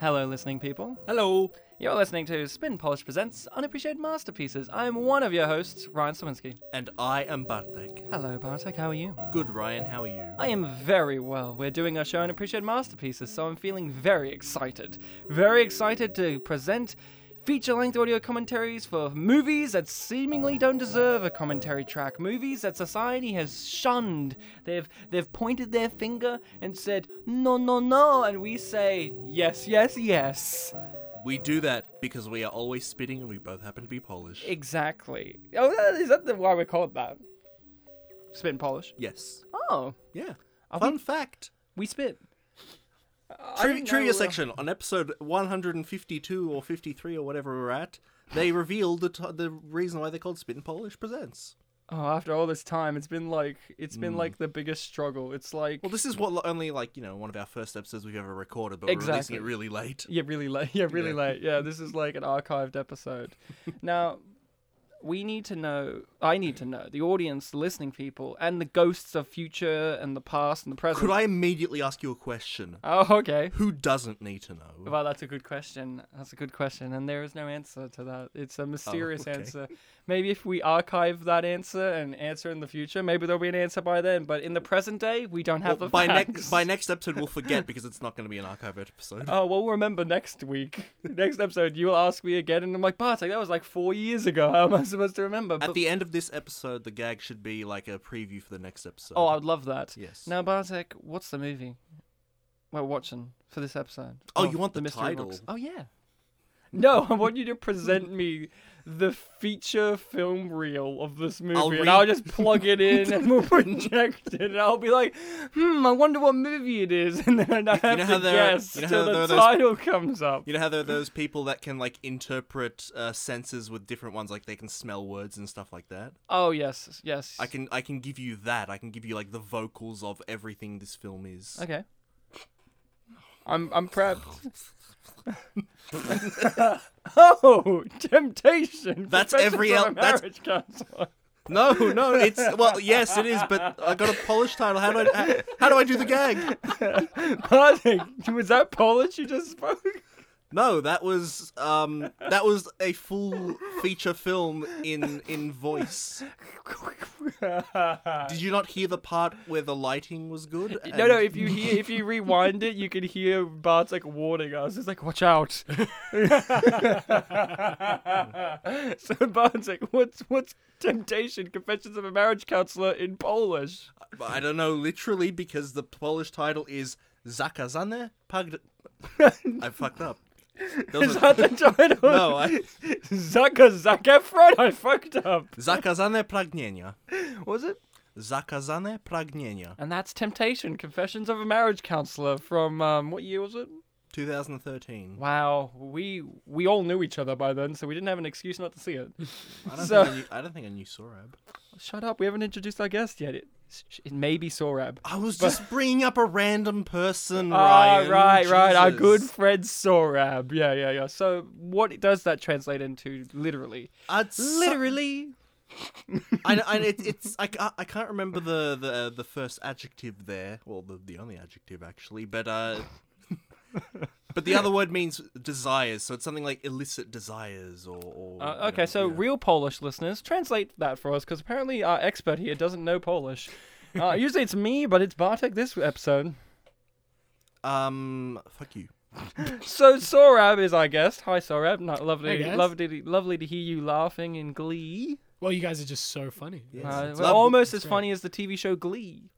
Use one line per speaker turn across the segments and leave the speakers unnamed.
Hello, listening people.
Hello.
You're listening to Spin Polish Presents Unappreciated Masterpieces. I'm one of your hosts, Ryan Sawinski.
And I am Bartek.
Hello, Bartek, how are you?
Good, Ryan. How are you?
I am very well. We're doing our show on Appreciated Masterpieces, so I'm feeling very excited. Very excited to present feature length audio commentaries for movies that seemingly don't deserve a commentary track, movies that society has shunned. They've they've pointed their finger and said, "No, no, no," and we say, "Yes, yes, yes."
We do that because we are always spitting and we both happen to be Polish.
Exactly. Oh, that- is that the, why we're called that? Spit and polish.
yes.
Oh,
Yeah.
Are
Fun fact.
we spit.
Tri-
didn't know we
trivia
were-
section on episode 152 or 53 or whatever we're at. They revealed the, t- the reason why they're called Spit and Polish Presents.
Oh, after all this time, it's been like it's been like the biggest struggle. It's like
Hmm. Well, this is what only like you know one of our first episodes we've ever recorded, but we're releasing
Exactly.
it really late.
yeah, really late. Yeah, really
Yeah.
late. Yeah, this is like an archived episode. now, we need to know. I need to know the audience, the listening people, and the ghosts of future and the past and the present.
Could I immediately ask you a question?
Oh, okay.
Who doesn't need to know?
Well, that's a good question. That's a good question, and there is no answer to that. It's a mysterious
Oh, okay.
answer. Maybe if we archive that answer and answer in the future, maybe there'll be an answer by then. But in the present day, we don't have
Well,
the
by
facts.
next by next episode we'll forget because it's not going to be an archive episode.
Oh, we'll remember next week. next episode, you'll ask me again, and I'm like, Bartek, that was like four years ago. How am I supposed to remember?
At
But-
the end of this episode, the gag should be like a preview for the next episode.
oh, I would love that.
yes.
Now, Bartek, what's the movie we're watching for this episode?
Oh,
of
you want the
mystery
title?
Box? Oh, yeah. No, I want you to present me the feature film reel of this movie,
I'll
and I'll
read-
just plug it in and we'll project it, and I'll be like, "Hmm, I wonder what movie it is," and then I have
know how
to
there are-
guess
you know
till
how there
the
are those-
title comes up.
you know how there are those people that can like interpret uh, senses with different ones, like they can smell words and stuff like that.
Oh yes, yes.
I can I can give you that. I can give you like the vocals of everything this film is.
Okay. I'm I'm prepped. oh, temptation!
That's
Confessions
every
of a
el- that's-
marriage counselor.
No, no, it's well, yes, it is, but I got a Polish title. How do I how do I do the gag?
Bartek, was that Polish you just spoke?
No, that was um that was a full feature film in in voice. Did you not hear the part where the lighting was good?
no, no. If you hear, if you rewind it, you can hear Bartek warning us. It's like, watch out. so Bartek, what's what's temptation? Confessions of a marriage counselor in Polish.
I don't know, literally because the Polish title is Zakazane Pagd. I fucked up. Those
Is
are-
that the title?
No, I...
Zaka Zac Efron, I fucked up.
Zakazane Pragnienia.
Was it?
Zakazane Pragnienia.
And that's Temptation, Confessions of a Marriage Counselor from um, what year was it?
2013.
Wow, we we all knew each other by then, so we didn't have an excuse not to see it.
I don't,
So-
think, I, knew, I don't think I knew Sorab.
Shut up, we haven't introduced our guest yet. It, it may be Sorab.
I was just bringing up a random person,
Ah,
Ryan.
right, right. Our
Jesus.
good friend Sorab. Yeah, yeah, yeah. So, what does that translate into literally?
I'd su-
Literally.
I, I, it, it's I, ca- I can't remember the, uh, the the first adjective there. Well, the the only adjective actually, but uh, but the other word means desires. So it's something like illicit desires or. or you
Uh, okay,
know,
so
yeah.
real Polish listeners, translate that for us, because apparently our expert here doesn't know Polish. Uh, usually it's me, but it's Bartek this episode.
um, fuck you.
So Sorab is our guest. Hi, Sorab. No, lovely,
Hey, guys.
lovely, lovely to hear you laughing in Glee.
Well, you guys are just so funny.
Yes,
Uh,
it's
we're
lovely.
almost as
great.
funny as the TV show Glee.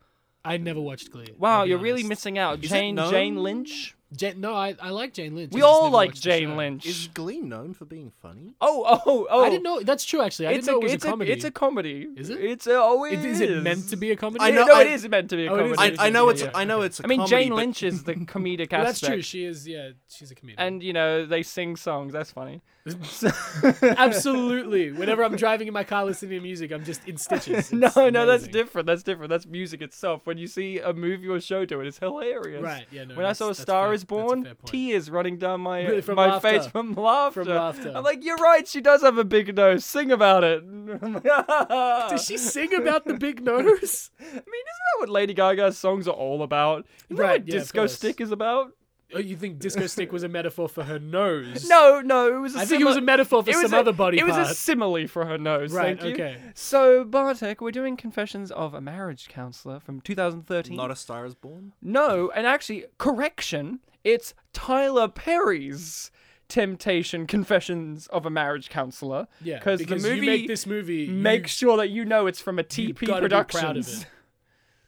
I never watched Glee.
Wow,
I'll be
you're really
honest.
missing out.
Is it
Jane
known?
Jane Lynch.
Jan- no, I, I like Jane Lynch.
We
I just
all
never
like
watched the show.
Jane Lynch.
Is Glee known for being funny?
oh, oh, oh!
I didn't know. That's true, actually. I
It's
didn't
a,
know it was
it's
a comedy.
It's a comedy.
Is it?
It's a, oh, it
Is- is it meant to be a comedy?
I
I
know-
know, no,
I-
it is meant to be a
Oh, it is.
comedy.
I, I know it's
Yeah.
I know it's. A
I mean,
comedy,
Jane
but-
Lynch is the comedic
Well,
aspect.
that's true. She is. Yeah, she's a comedian.
And you know they sing songs. That's funny.
absolutely, whenever I'm driving in my car listening to music, I'm just in stitches.
no,
It's
no, that's
amazing.
different. That's different. That's music itself. When you see a movie or show do it, it's hilarious.
Right, yeah, no,
When I
that's-
saw A
that's
Star
fair-
Is
that's a
Born,
fair point.
tears running down my
Really, from
my
laughter.
face from laughter.
laughter.
I'm like, you're right. She does have a big nose. Sing about it. uh,
Does she sing about the big nose?
I mean, isn't that what Lady Gaga's songs are all about? Isn't that
Right,
what
yeah, of
Disco
course.
Stick is about?
Oh, you think disco stick was a metaphor for her nose?
No, no, it was. I
I think it was a metaphor for
it was
some
a-
other body
It was
part.
a simile for her nose.
Right,
Thank you.
okay.
So Bartek, we're doing Confessions of a Marriage Counselor from 2013.
Not a Star is Born?
no, and actually, correction. It's Tyler Perry's Temptation Confessions of a Marriage Counselor.
yeah,
because the
because
movie
you make this movie. you-
make sure that you know it's from a TP
gotta be proud of
Productions.
it.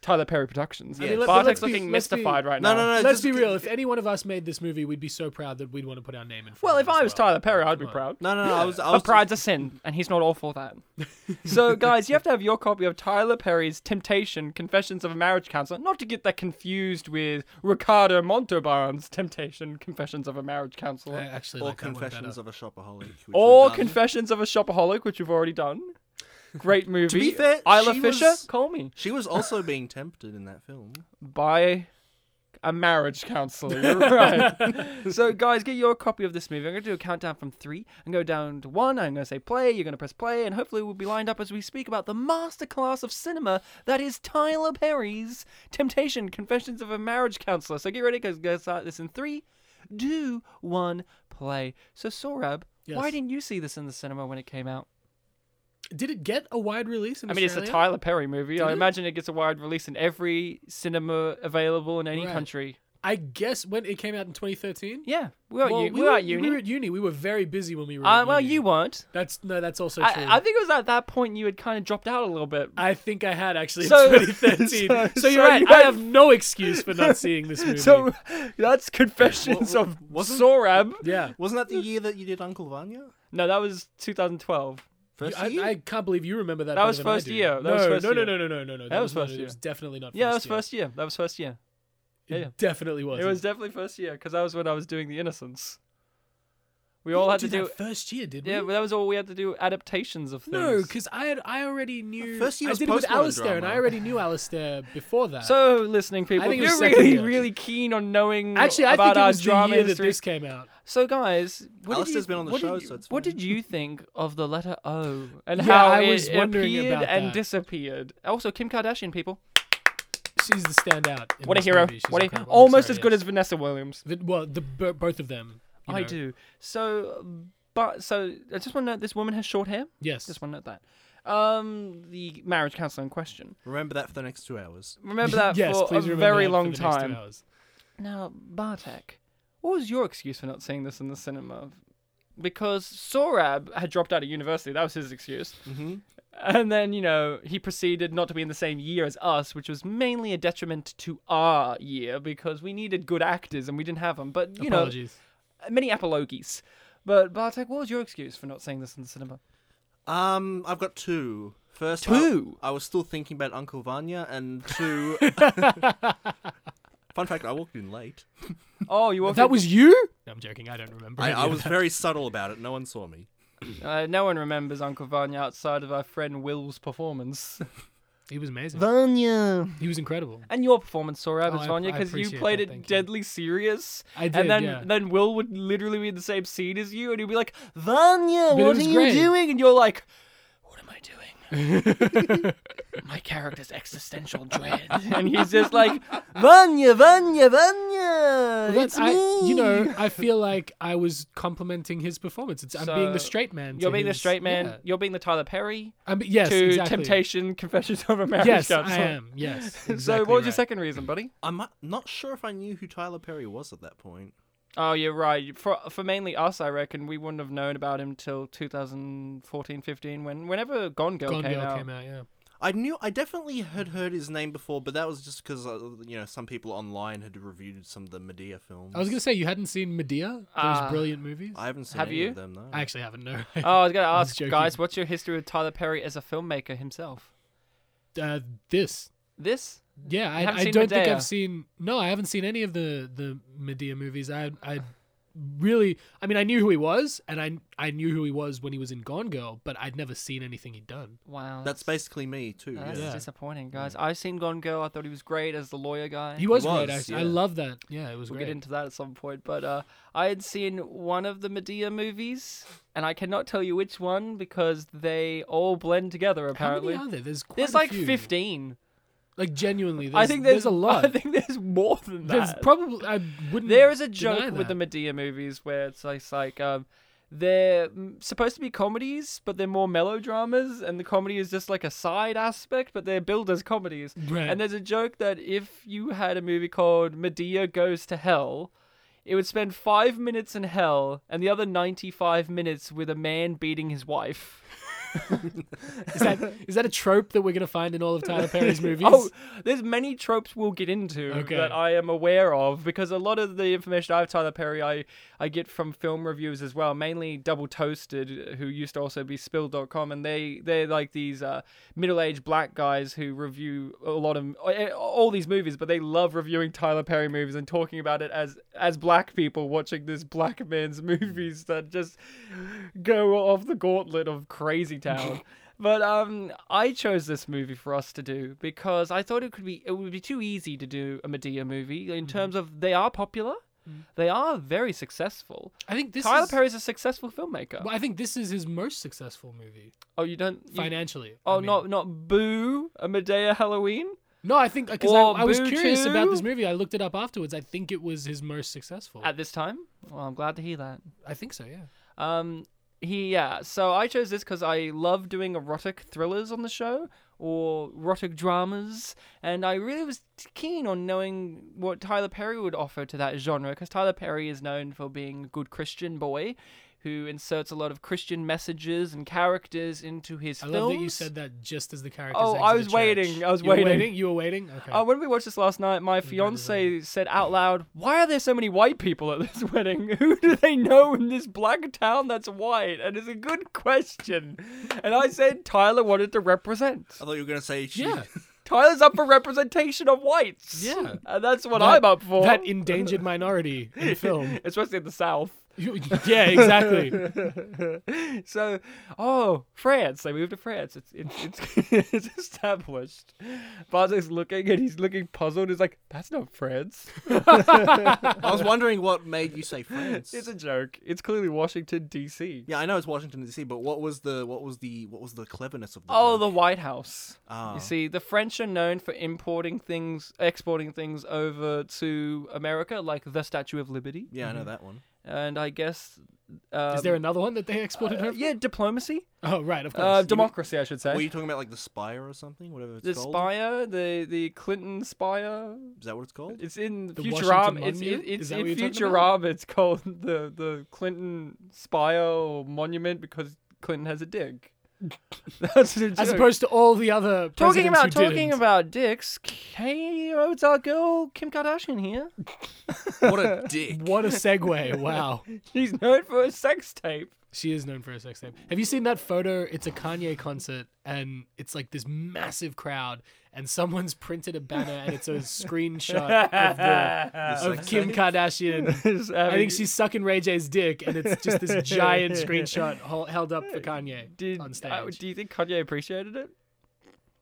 Tyler Perry Productions.
mean, let- but let's
Bartek's
be-
looking
let's be-
mystified right now.
No, no, no.
let's
just-
be real. If any one of us made this movie, we'd be so proud that we'd want to put our name in. front
Well,
of
if
it
I
as
was
well.
Tyler Perry, I'd be
Come on.
proud.
No, no, no. I was. I was
But pride's a sin, and he's not all for that. so, guys, you have to have your copy of Tyler Perry's Temptation Confessions of a Marriage Counselor, not to get that confused with Ricardo Montalban's Temptation Confessions of a Marriage Counselor.
I actually
Or
like that one better.
Confessions of a Shopaholic. which we've
or
done.
Confessions of a Shopaholic, which we've already done. Great movie.
fair,
Isla
she
Fisher,
was-
call me.
She was also being tempted in that film.
by a marriage counselor. You're right. so, guys, get your copy of this movie. I'm going to do a countdown from three and go down to one. I'm going to say play. You're going to press play, and hopefully, we'll be lined up as we speak about the masterclass of cinema that is Tyler Perry's Temptation Confessions of a Marriage Counselor. So, get ready because we're going to start this in three, two, one, play. So, Sorab, why
Yes.
didn't you see this in the cinema when it came out?
Did it get a wide release? In
I mean, it's a
Australia?
Tyler Perry movie. I
it?
imagine it gets a wide release in every cinema available in any
Right.
country.
I guess when it came out in 2013.
Yeah, we were,
Well,
u- we
were,
were at uni.
We were at uni. We were very busy when we were.
uh,
at
well,
uni.
you weren't.
That's no. That's also true.
I, I think it was at that point you had kind of dropped out a little bit.
I think I had actually
So-
in 2013. So,
so
you're
you
right. I
had-
have no excuse for not seeing this movie.
so that's Confessions
Wa- wa-
of
wasn't-
Sorab.
yeah,
Wasn't that the year that you did Uncle Vanya?
No, that was 2012.
First
I,
year?
I can't believe you remember that.
That
better
was
than I
first
do.
year. That
no,
was first
no,
year.
no, no, no, no, no, no. That,
was
not-
first
It
year.
was definitely not. First
Yeah, that was
year.
first year. That was first year.
It
yeah.
definitely was.
It was definitely first year because that was when I was doing The Innocents. We all had to
did
do.
that first year, did we?
Yeah, but that was all we had to do adaptations of things.
no, because I had I already knew.
first year
I
was
did it with
postmodern
Alistair, and
drama.
I already knew Alistair before that.
So, listening people,
think it
if
was
you're
second
really,
year.
really keen on knowing
actually, I
about
think it
our
was the
drama
year that
history,
this came out.
So, guys, what did
Alistair's
you,
been on the
what did
show,
you-
so it's
what
fine.
did you think of the letter O and
Yeah,
how
I
it
was wondering
appeared
about
and
that.
disappeared? Also, Kim Kardashian, people,
She's the standout. in
what a
this
hero!
movie. She's
What a,
incredible. I'm
almost
sorry,
as good
yes.
as Vanessa Williams.
The- well, the bo- both of them. you
I
know.
do. So, but so I just want to note this woman has short hair.
Yes.
Just want to note that. Um, the marriage counselor in question.
Remember that for the next two hours.
Remember that
yes,
for a
please remember
very
that for
long
the next two
time.
hours.
Now, Bartek, what was your excuse for not seeing this in the cinema? Because Sorab had dropped out of university. That was his excuse.
Mm-hmm.
And then, you know, he proceeded not to be in the same year as us, which was mainly a detriment to our year because we needed good actors and we didn't have them. But, you
Apologies.
know, many apologies. But, Bartek, what was your excuse for not seeing this in the cinema?
Um, I've got two. First, I-
Two?
I, was still thinking about Uncle Vanya, and two. Fun fact: I walked in late.
Oh, you walked
That
in-
was you? I'm joking. I don't remember.
I,
any
I
of
was
that.
very subtle about it. No one saw me.
Uh, no one remembers Uncle Vanya outside of our friend Will's performance.
He was amazing.
Vanya.
He was incredible.
And your performance, Sora,
Oh,
as
I-
Vanya,
I
because you
appreciate
played
that,
it
thank you.
deadly serious.
I did,
And then,
yeah.
then Will would literally be in the same scene as you, and he'd be like, Vanya,
it
what are
was
you
great.
doing? And you're like, what am I doing? My character's existential dread. And he's just like, Vanya, Vanya, Vanya,
That's-
it's
I,
me.
you know, I feel like I was complimenting his performance. It's, I'm being the
So,
straight man. to
you're being the
his-
straight man.
yeah.
You're being the Tyler Perry
I'm, be- yes,
to
exactly.
Temptation Confessions of a Marriage
Yes, I
Counselor.
am. Yes.
so,
exactly
what was your
right.
second reason, buddy?
I'm not- not sure if I knew who Tyler Perry was at that point.
Oh, you're right. For for mainly us, I reckon we wouldn't have known about him till 2014, 15, when whenever Gone Girl,
Gone
came,
Girl
out.
came out. Yeah.
I knew I definitely had heard his name before, but that was just because uh, you know some people online had reviewed some of the Medea films.
I was gonna say you hadn't seen Medea. Those
Ah.
brilliant movies. I,
I haven't seen
Have
any
you?
of them though.
actually haven't. No.
Oh, I was gonna
was
ask
joking.
guys, what's your history with Tyler Perry as a filmmaker himself?
uh, this.
This
Yeah, I,
haven't
I
seen
don't think
Medea?
I've seen. No, I haven't seen any of the the Medea movies. I I really, I mean, I knew who he was, and I I knew who he was when he was in Gone Girl, but I'd never seen anything he'd done.
wow,
That's basically me too.
that's
yeah.
Yeah.
disappointing, guys. I've seen Gone Girl. I thought he was great as the lawyer guy.
He was,
He
great.
was,
Actually. I
yeah.
love that. Yeah, it was
We'll
great.
get into that at some point, but uh, I had seen one of the Medea movies, and I cannot tell you which one because they all blend together.
How
Apparently,
many are there? There's quite
there's
a
like
few.
15.
Like genuinely, there's,
I think there's,
a lot.
I think there's more than that.
there's probably I wouldn't.
There is a
deny
joke with
that.
the Medea movies where it's like, it's like um, they're mm, supposed to be comedies, but they're more melodramas, and the comedy is just like a side aspect, but they're billed as comedies.
Right.
And there's a joke that if you had a movie called Medea Goes to Hell, it would spend five minutes in hell and the other 95 minutes with a man beating his wife.
Is that is that a trope that we're gonna find in all of Tyler Perry's movies?
Oh, there's many tropes we'll get into
Okay.
that I am aware of because a lot of the information I've Tyler Perry I, I get from film reviews as well, mainly Double Toasted, who used to also be Spill.com, and they they're like these uh, middle-aged black guys who review a lot of eh, all these movies, but they love reviewing Tyler Perry movies and talking about it as as black people watching this black man's movies that just go off the gauntlet of Crazy Town. But um, I chose this movie for us to do because I thought it could be it would be too easy to do a Medea movie
Mm-hmm.
in terms of they are popular, they are very successful.
I think Mm. this
Tyler
is,
Perry's a successful filmmaker.
Well, I think this is his most successful movie
Oh, you don't. You,
financially.
oh,
I mean-
not not Boo, a Medea Halloween.
No, I think because
Or
I, I was
Boo
curious
Too?
about this movie. I looked it up afterwards. I think it was his most successful.
At this time, well, I'm glad to hear that.
I think so. Yeah.
Um, he yeah. So I chose this because I love doing erotic thrillers on the show or erotic dramas, and I really was keen on knowing what Tyler Perry would offer to that genre because Tyler Perry is known for being a good Christian boy. Who inserts a lot of Christian messages and characters into his
I
films?
love that you said that just as the character.
Oh, I was waiting, I was
you were
waiting.
You were waiting. Okay.
Uh, when we watched this last night, my fiance said out loud, "Why are there so many white people at this wedding? Who do they know in this black town that's white?" And it's a good question. And I said Tyler wanted to represent.
I thought you were gonna say she.
yeah.
Tyler's up for representation of whites.
Yeah.
and that's what
That-
I'm up for.
That endangered minority in film.
especially in the south.
You- yeah,
Um,
exactly.
so, oh, France. They moved to France. It's it's it's, it's established. Bartek's looking and he's looking puzzled. He's like, "That's not France."
I was wondering what made you say France.
It's a joke. It's clearly Washington D.C.
Yeah, I know it's Washington D.C., but what was the what was the what was the cleverness of the?
Oh, the
joke?
White House.
Ah.
Uh-huh.
You see, the French are known for importing things, exporting things over to America, like the Statue of Liberty.
Yeah, I know that one.
And I guess. Um,
Is there another one that they exported over?
Yeah, diplomacy.
Oh, right, of course.
Uh, democracy, I should
Were
say.
you talking about like the Spire or something? Whatever it's
The
called.
spire, the the Clinton spire.
Is that what it's called?
It's in
The
Futurama.
Washington
It's, it,
Monument?
it's
Is that
in
what you're talking about?
Futurama. It's called the the Clinton spire or monument because Clinton has a dig. That's a joke.
As opposed to all the other
Talking
presidents
about
who
talking
didn't.
about dicks, hey, oh, it's our girl Kim Kardashian here.
what a dick!
What a segue! Wow,
She's known for her sex tape.
she is known for her sex tape. Have you seen that photo? It's a Kanye concert, and it's like this massive crowd, and someone's printed a banner, and it's a screenshot of, the,
This
of
sex
Kim
tape?
Kardashian. I think she's sucking Ray J's dick, and it's just this giant screenshot hol- held up for Kanye
did,
on stage.
uh, do you think Kanye appreciated it?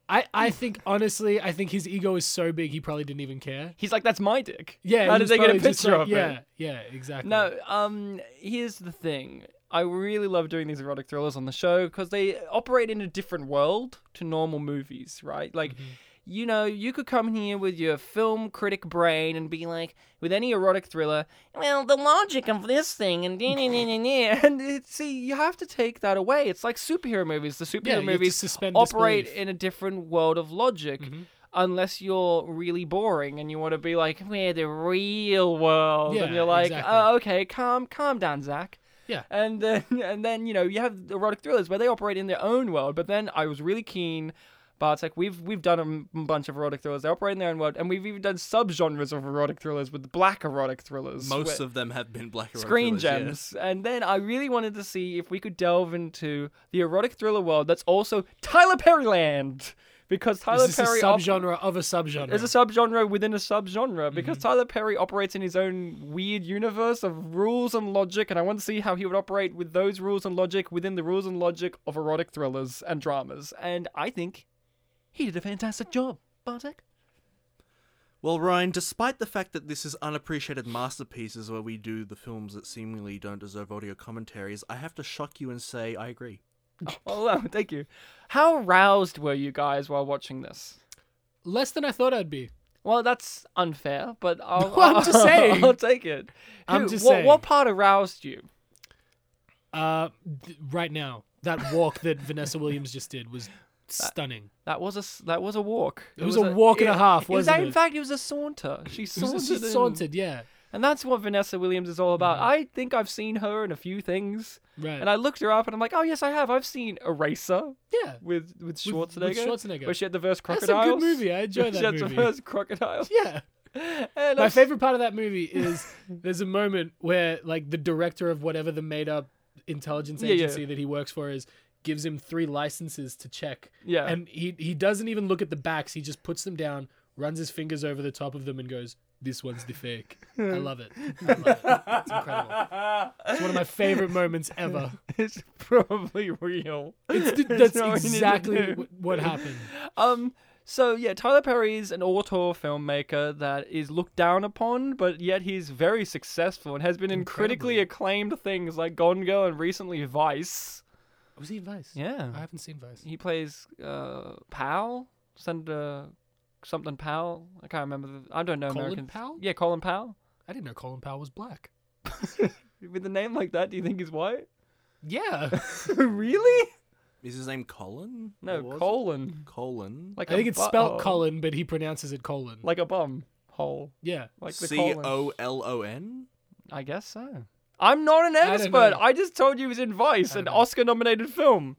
I, I think honestly, I think his ego is so big he probably didn't even care.
He's like, that's my dick.
Yeah,
How
he
did
was
they get a
probably just
picture
like,
of
yeah,
it?
Yeah, exactly.
No, um, here's the thing. I really love doing these erotic thrillers on the show because they operate in a different world to normal movies, right? Like,
Mm-hmm.
you know, you could come here with your film critic brain and be like, with any erotic thriller, well, the logic of this thing and da- da- da- da- da." and it, see, you have to take that away. It's like superhero movies. The superhero
Yeah, you have to
movies
suspend
operate
disbelief.
in a different world of logic.
Mm-hmm.
Unless you're really boring and you want to be like, we're the real world, and
Yeah,
you're like,
exactly.
oh, okay, calm, calm down, Zach.
Yeah.
And then, and then you know, you have erotic thrillers where they operate in their own world. But then I was really keen, Bartek. We've we've done a m- bunch of erotic thrillers. They operate in their own world, and we've even done subgenres of erotic thrillers with black erotic thrillers.
Most
where-
of them have been black erotic
Screen
thrillers, yeah.
gems, and then I really wanted to see if we could delve into the erotic thriller world. That's also Tyler Perry land, because Tyler
this is
Perry
a
op-
subgenre of a subgenre.
there's a subgenre within a subgenre because
Mm-hmm.
Tyler Perry operates in his own weird universe of rules and logic, and I want to see how he would operate with those rules and logic within the rules and logic of erotic thrillers and dramas. And I think he did a fantastic job, Bartek.
Well, Ryan, despite the fact that this is unappreciated masterpieces where we do the films that seemingly don't deserve audio commentaries, I have to shock you and say I agree.
Oh, wow, thank you. How aroused were you guys while watching this?
Less than I thought I'd be.
Well, that's unfair, but I'll,
Well, I'm just
I'll-
saying.
I'll take it.
I'm
Who-
just
what,
saying.
What part aroused you?
Uh, th- right now, that walk that Vanessa Williams just did
Uh,
was stunning.
That was a s- that was a walk.
It was a walk and a half,
it was
wasn't
a- In
it?
fact, it was a saunter. She
It was
sauntered.
just- she
in.
sauntered, Mm-hmm. yeah.
And that's what Vanessa Williams is all about. I think I've seen her in a few things,
Right.
and I looked her up, and I'm like, oh yes, I have. I've seen Eraser
yeah.
with with
with
Schwarzenegger,
Schwarzenegger.
where she had the first
That's a
crocodile.
good movie. I enjoy
she
that
had the
movie.
first crocodile.
Yeah.
And
My
I've-
favorite part of that movie is there's a moment where like the director of whatever the made up intelligence
Yeah, yeah.
agency that he works for is gives him three licenses to check.
Yeah.
And he he doesn't even look at the backs, he just puts them down, runs his fingers over the top of them and goes, This one's the fake. I love it. I love it. It's incredible. It's one of my favorite moments ever.
it's probably real.
It's,
There's
that's
no one in it
exactly
who-
wh- what happened.
Um. So yeah, Tyler Perry is an auteur filmmaker that is looked down upon, but yet he's very successful and has been in critically acclaimed things like Gone Girl and recently Vice.
Was he in Vice? I
Yeah,
haven't seen Vice.
he plays uh Powell, Senator something Powell. I can't remember. The, I don't know
Colin
American
Powell?
Yeah, Colin Powell.
I didn't know Colin Powell was black.
With a name like that, do you think he's white?
Yeah.
really?
Is his name Colin? Or was
No,
it
Colin.
Colin.
Like
I think it's
spelt
spelled Colin, but he pronounces it colon.
like a bum hole,
yeah.
like the
C
colon.
O L O N.
I guess so. I'm not an
I don't
expert.
know.
I, just told you he was in Vice,
don't
an
know.
Oscar-nominated film.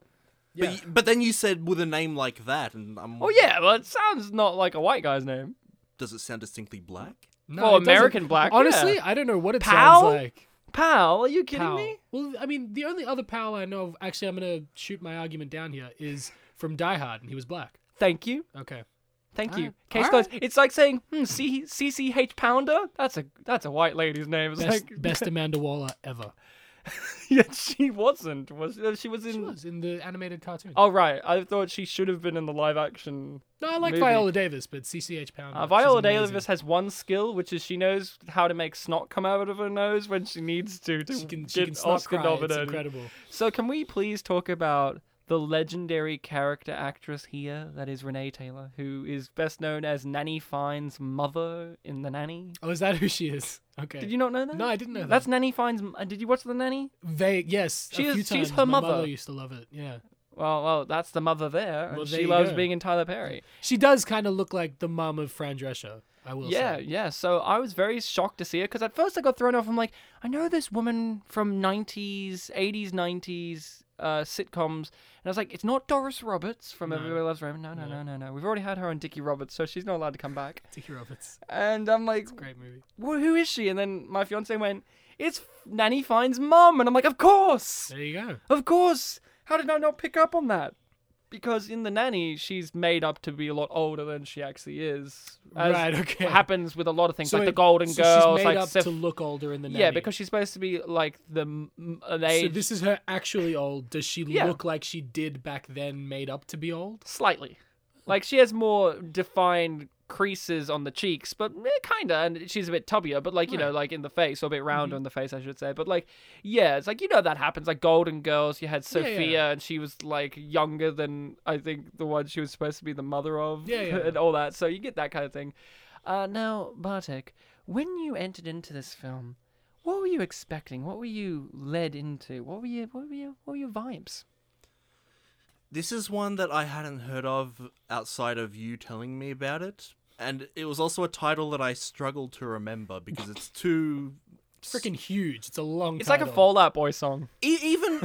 But y- but then you said with a name like that, and I'm.
Oh yeah, well it sounds not like a white guy's name.
Does it sound distinctly black?
No,
Well,
it doesn't.
American black,
Honestly,
yeah.
I don't know what it
Pal?
sounds like.
Pal, are you kidding
Pal.
me?
Well, I mean, the only other pal I know of, actually, I'm going to shoot my argument down here, is from Die Hard, and he was black.
Thank you,
Okay.
thank
All
you.
right.
Case
All
closed. It's like saying hmm, C- CCH Pounder. That's a that's a white lady's name. It's
Best,
like
best Amanda Waller ever.
yeah, she wasn't. Was uh, she was in?
She was in the animated cartoon.
Oh right, I thought she should have been in the live action.
no, I like
movie.
Viola Davis, but CCH Pounder.
Uh,
Oh, she's
Viola
amazing.
Davis has one skill, which is she knows how to make snot come out of her nose when she needs to to
She can,
get
she can snot
Oscar
cry. It's
nominated.
incredible.
So, can we please talk about the legendary character actress here, that is Renee Taylor, who is best known as Nanny Fine's mother in The Nanny?
Oh, is that who she is? Okay.
Did you not know that?
No, I didn't know
That's Nanny Fine's. m- uh, Did you watch The Nanny?
Vague. Yes. a
She is-
few
she's
times.
her
My
mother.
used to love it. Yeah.
Well, well, that's the mother there, and
Well, there
she
you
loves
go.
being in Tyler Perry.
She does kind of look like the mom of Fran Drescher. I will
yeah,
say.
yeah. So I was very shocked to see her because at first I got thrown off. I'm like, I know this woman from 90s, 80s, 90s uh, sitcoms. And I was like, it's not Doris Roberts from
No.
Everybody Loves Raymond. No, no, no, no, no. We've already had her on Dickie Roberts, so she's not allowed to come back.
Dickie Roberts.
And I'm like,
Great movie.
well, who is she? And then my fiance went, it's Nanny Fine's mum. And I'm like, of course,
There you go.
of course. How did I not pick up on that? Because in the nanny, she's made up to be a lot older than she actually is. As
right. Okay.
Happens with a lot of things, like the
it-
Golden
so
Girls,
She's made
like
up
Sif-
to look older in the nanny.
yeah, because she's supposed to be like the m- m- an
so
age
this is her actually old. Does she
Yeah.
look like she did back then, made up to be old?
slightly, like she has more defined creases on the cheeks, but eh, kinda, and she's a bit tubbier, but like you know,
Right. Mm-hmm.
like in the face or a bit rounder in the face, I should say. But like, yeah, it's like you know that happens. Like Golden Girls, you had
Yeah, yeah.
Sophia, and she was like younger than I think the one she was supposed to be the mother of,
Yeah, yeah.
and all that. So you get that kind of thing. Uh, now Bartek, when you entered into this film. What were you expecting? What were you led into? What were you? What were you? What were your vibes?
This is one that I hadn't heard of outside of you telling me about it, and it was also a title that I struggled to remember because it's too
Freaking huge. It's a long.
It's like a
title.
Fallout Boy song.
e- even.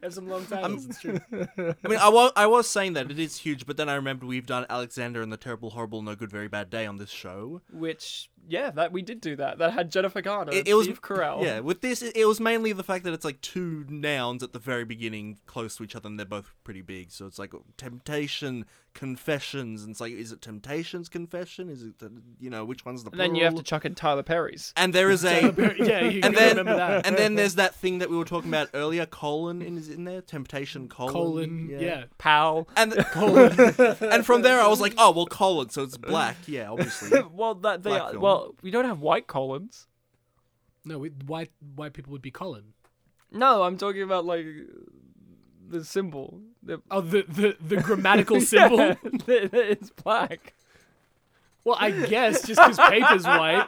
There's some long titles. it's true.
I mean, I was I was saying that it is huge, but then I remembered we've done Alexander and the Terrible, Horrible, No Good, Very Bad Day on this show.
Which, yeah, that we did do that. That had Jennifer Garner.
It,
and
it was
Steve Carell.
Yeah, with this, it, it was mainly the fact that it's like two nouns at the very beginning, close to each other, and they're both pretty big. So it's like temptation, confessions, and it's like, is it temptations, confession? Is it, the- you know, which one's the?
And then you have to
plural?
chuck in Tyler Perry's.
And there is a.
yeah, you
and
gotta
then
remember that.
and then there's that thing that we were talking about earlier. Colon in- is in there. Temptation colon.
colon. Yeah.
Pal.
And and from there I was like, oh well, colon. So it's black. Yeah, obviously.
well, that they
Black
are,
film.
well, we don't have white colons.
No, we, white white people would be Colin.
No, I'm talking about like the symbol. The,
Oh, the the, the grammatical symbol.
Yeah, it's black.
Well, I guess just because paper's white.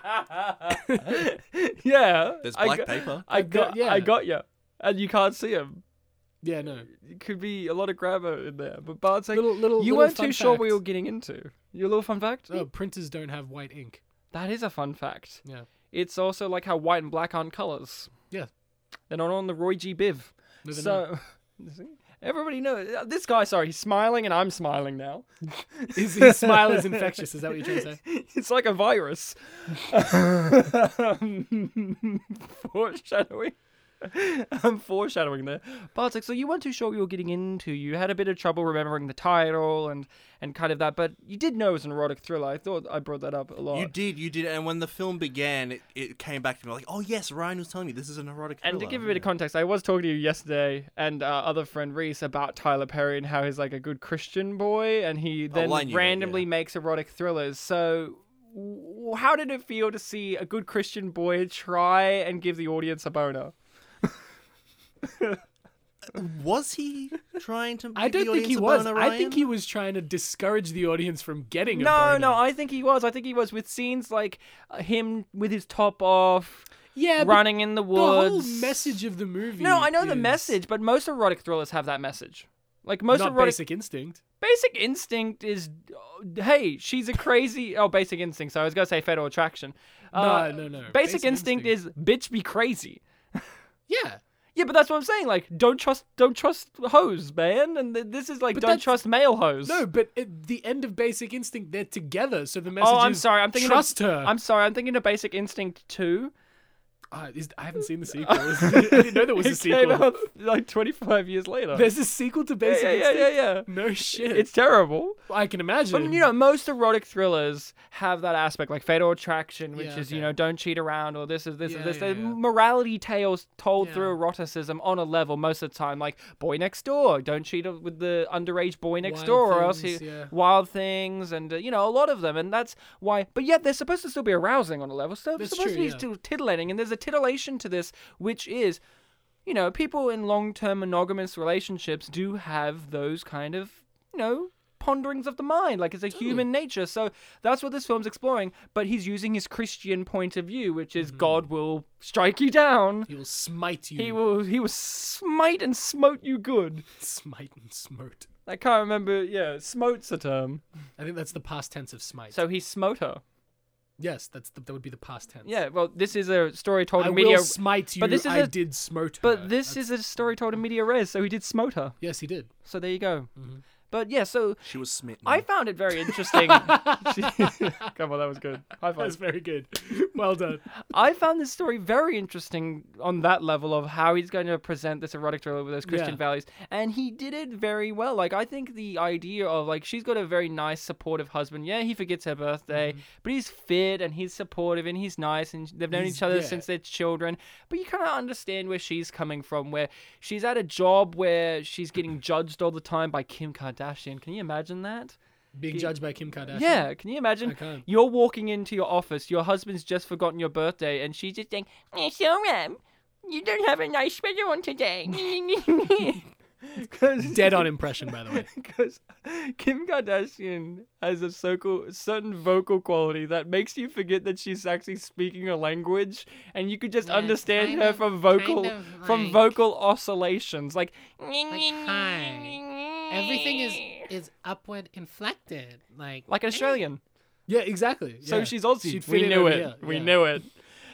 Yeah.
There's
I
black
got-
paper.
I
I've got-
got,
yeah.
I got you. And you can't see him.
Yeah, no.
It could be a lot of grammar in there. But Bart's like,
Little little.
you
little
weren't
fun
too sure what
fact.
you were getting into. Your little fun fact?
Oh, printers don't have white ink.
That is a fun fact.
Yeah.
It's also like how white and black aren't colors.
Yeah.
They're not on the Roy G. Biv.
No, they're
So, See? everybody knows. uh, This guy, sorry, he's smiling and I'm smiling now.
not. his, his smile is infectious. Is that what you're trying to say?
It's like a virus. foreshadowing. I'm foreshadowing there. Bartek, so you weren't too sure what you were getting into. You had a bit of trouble remembering the title and, and kind of that, but you did know it was an erotic thriller. I thought I brought that up a lot.
You did, you did, and when the film began, it, it came back to me like, oh yes, Ryan was telling me this is an erotic thriller.
And to give a bit of context, I was talking to you yesterday and our other friend Reese about Tyler Perry and how he's like a good Christian boy, and he then
well, I knew that,
randomly
yeah.
makes erotic thrillers. So, w- how did it feel to see a good Christian boy try and give the audience a boner?
was he trying to?
I
give the
don't think he
audience a
was.
boner,
I think
Ryan?
he was trying to discourage the audience from getting. a
No,
boner.
no, I think he was. I think he was with scenes like uh, him with his top off,
yeah, but
running in the
The whole
woods.
message of the movie.
No, I know the
is
message, but most erotic thrillers have that message. Like most
not
erotic
basic instinct.
Basic Instinct is, uh, hey, she's a crazy. Oh, Basic Instinct. So I was gonna say Fatal Attraction. Uh,
no, no, no.
Basic,
Basic
instinct, is bitch be crazy.
Yeah,
Yeah, but that's what I'm saying. Like, don't trust, don't trust hoes, man. And th- this is like,
But
don't
that's-
trust male hoes.
no, but at the end of Basic Instinct, they're together, so the message
Oh, I'm
is
sorry. I'm thinking.
trust
of,
her.
I'm sorry. I'm thinking of Basic Instinct two.
Uh, is, I haven't seen the sequel. I didn't know there was
it
a
Came
sequel.
out like 25 years later.
There's a sequel to
yeah,
Basic
yeah, yeah,
Instinct.
yeah, yeah.
No shit.
It's terrible.
I can imagine.
But you know, most erotic thrillers have that aspect, like Fatal Attraction, which
Yeah,
is you
okay.
know, don't cheat around, or this is this
Yeah,
is this.
yeah,
They're
yeah.
morality tales told
Yeah.
through eroticism on a level most of the time, like Boy Next Door, don't cheat with the underage boy next
Wild
door, or else he,
Things, yeah.
Wild Things, and uh, you know, a lot of them, and that's why. But yet they're supposed to still be arousing on a level, so they're
That's
supposed
true,
to be
yeah.
still titillating, and there's a titillation to this, which is. You know, people in long-term monogamous relationships do have those kind of, you know, ponderings of the mind. Like it's a human nature. So that's what this film's exploring. But he's using his Christian point of view, which
Mm-hmm.
is God will strike you down.
he will smite you.
He will he will smite and smote you good.
smite and smote.
I can't remember. Yeah, smote's a term.
I think that's the past tense of smite.
So he smote her.
yes, that's the, that would be the past tense.
Yeah. Well, this is a story told
I
in media.
will smite you.
but this is
I
a-
did smote. her.
But this is a story told in media res. So he did smote her.
yes, he did.
So there you go.
Mm-hmm.
But yeah, so
She was smitten.
I found it very interesting. Come on, that was good. High five.
That's very good. Well done.
I found this story very interesting on that level of how he's going to present this erotic thriller with those Christian
Yeah.
values, and he did it very well. Like I think the idea of like she's got a very nice, supportive husband. Yeah, he forgets her birthday, but he's fit and he's supportive and he's nice, and they've known
He's-
each other
yeah.
since they're children. But you kind of understand where she's coming from, where she's at a job where she's getting judged all the time by Kim Kardashian. Can you imagine that?
Being judged by Kim Kardashian.
Yeah, can you imagine?
I can't.
You're walking into your office, your husband's just forgotten your birthday, and she's just saying, "Eh, so, um, you don't have a nice sweater on today. Because
Dead on impression, by the way.
Kim Kardashian has a circle, certain vocal quality that makes you forget that she's actually speaking a language, and you could just
Yeah,
understand
kind
her
of-
from vocal
kind of
from
like-
vocal oscillations. Like,
Like, hi. Everything is is upward inflected. Like
like an Australian.
Yeah, exactly.
So
yeah.
she's Aussie.
She'd fit
We
in
knew
over
it.
here,
We
yeah.
knew it.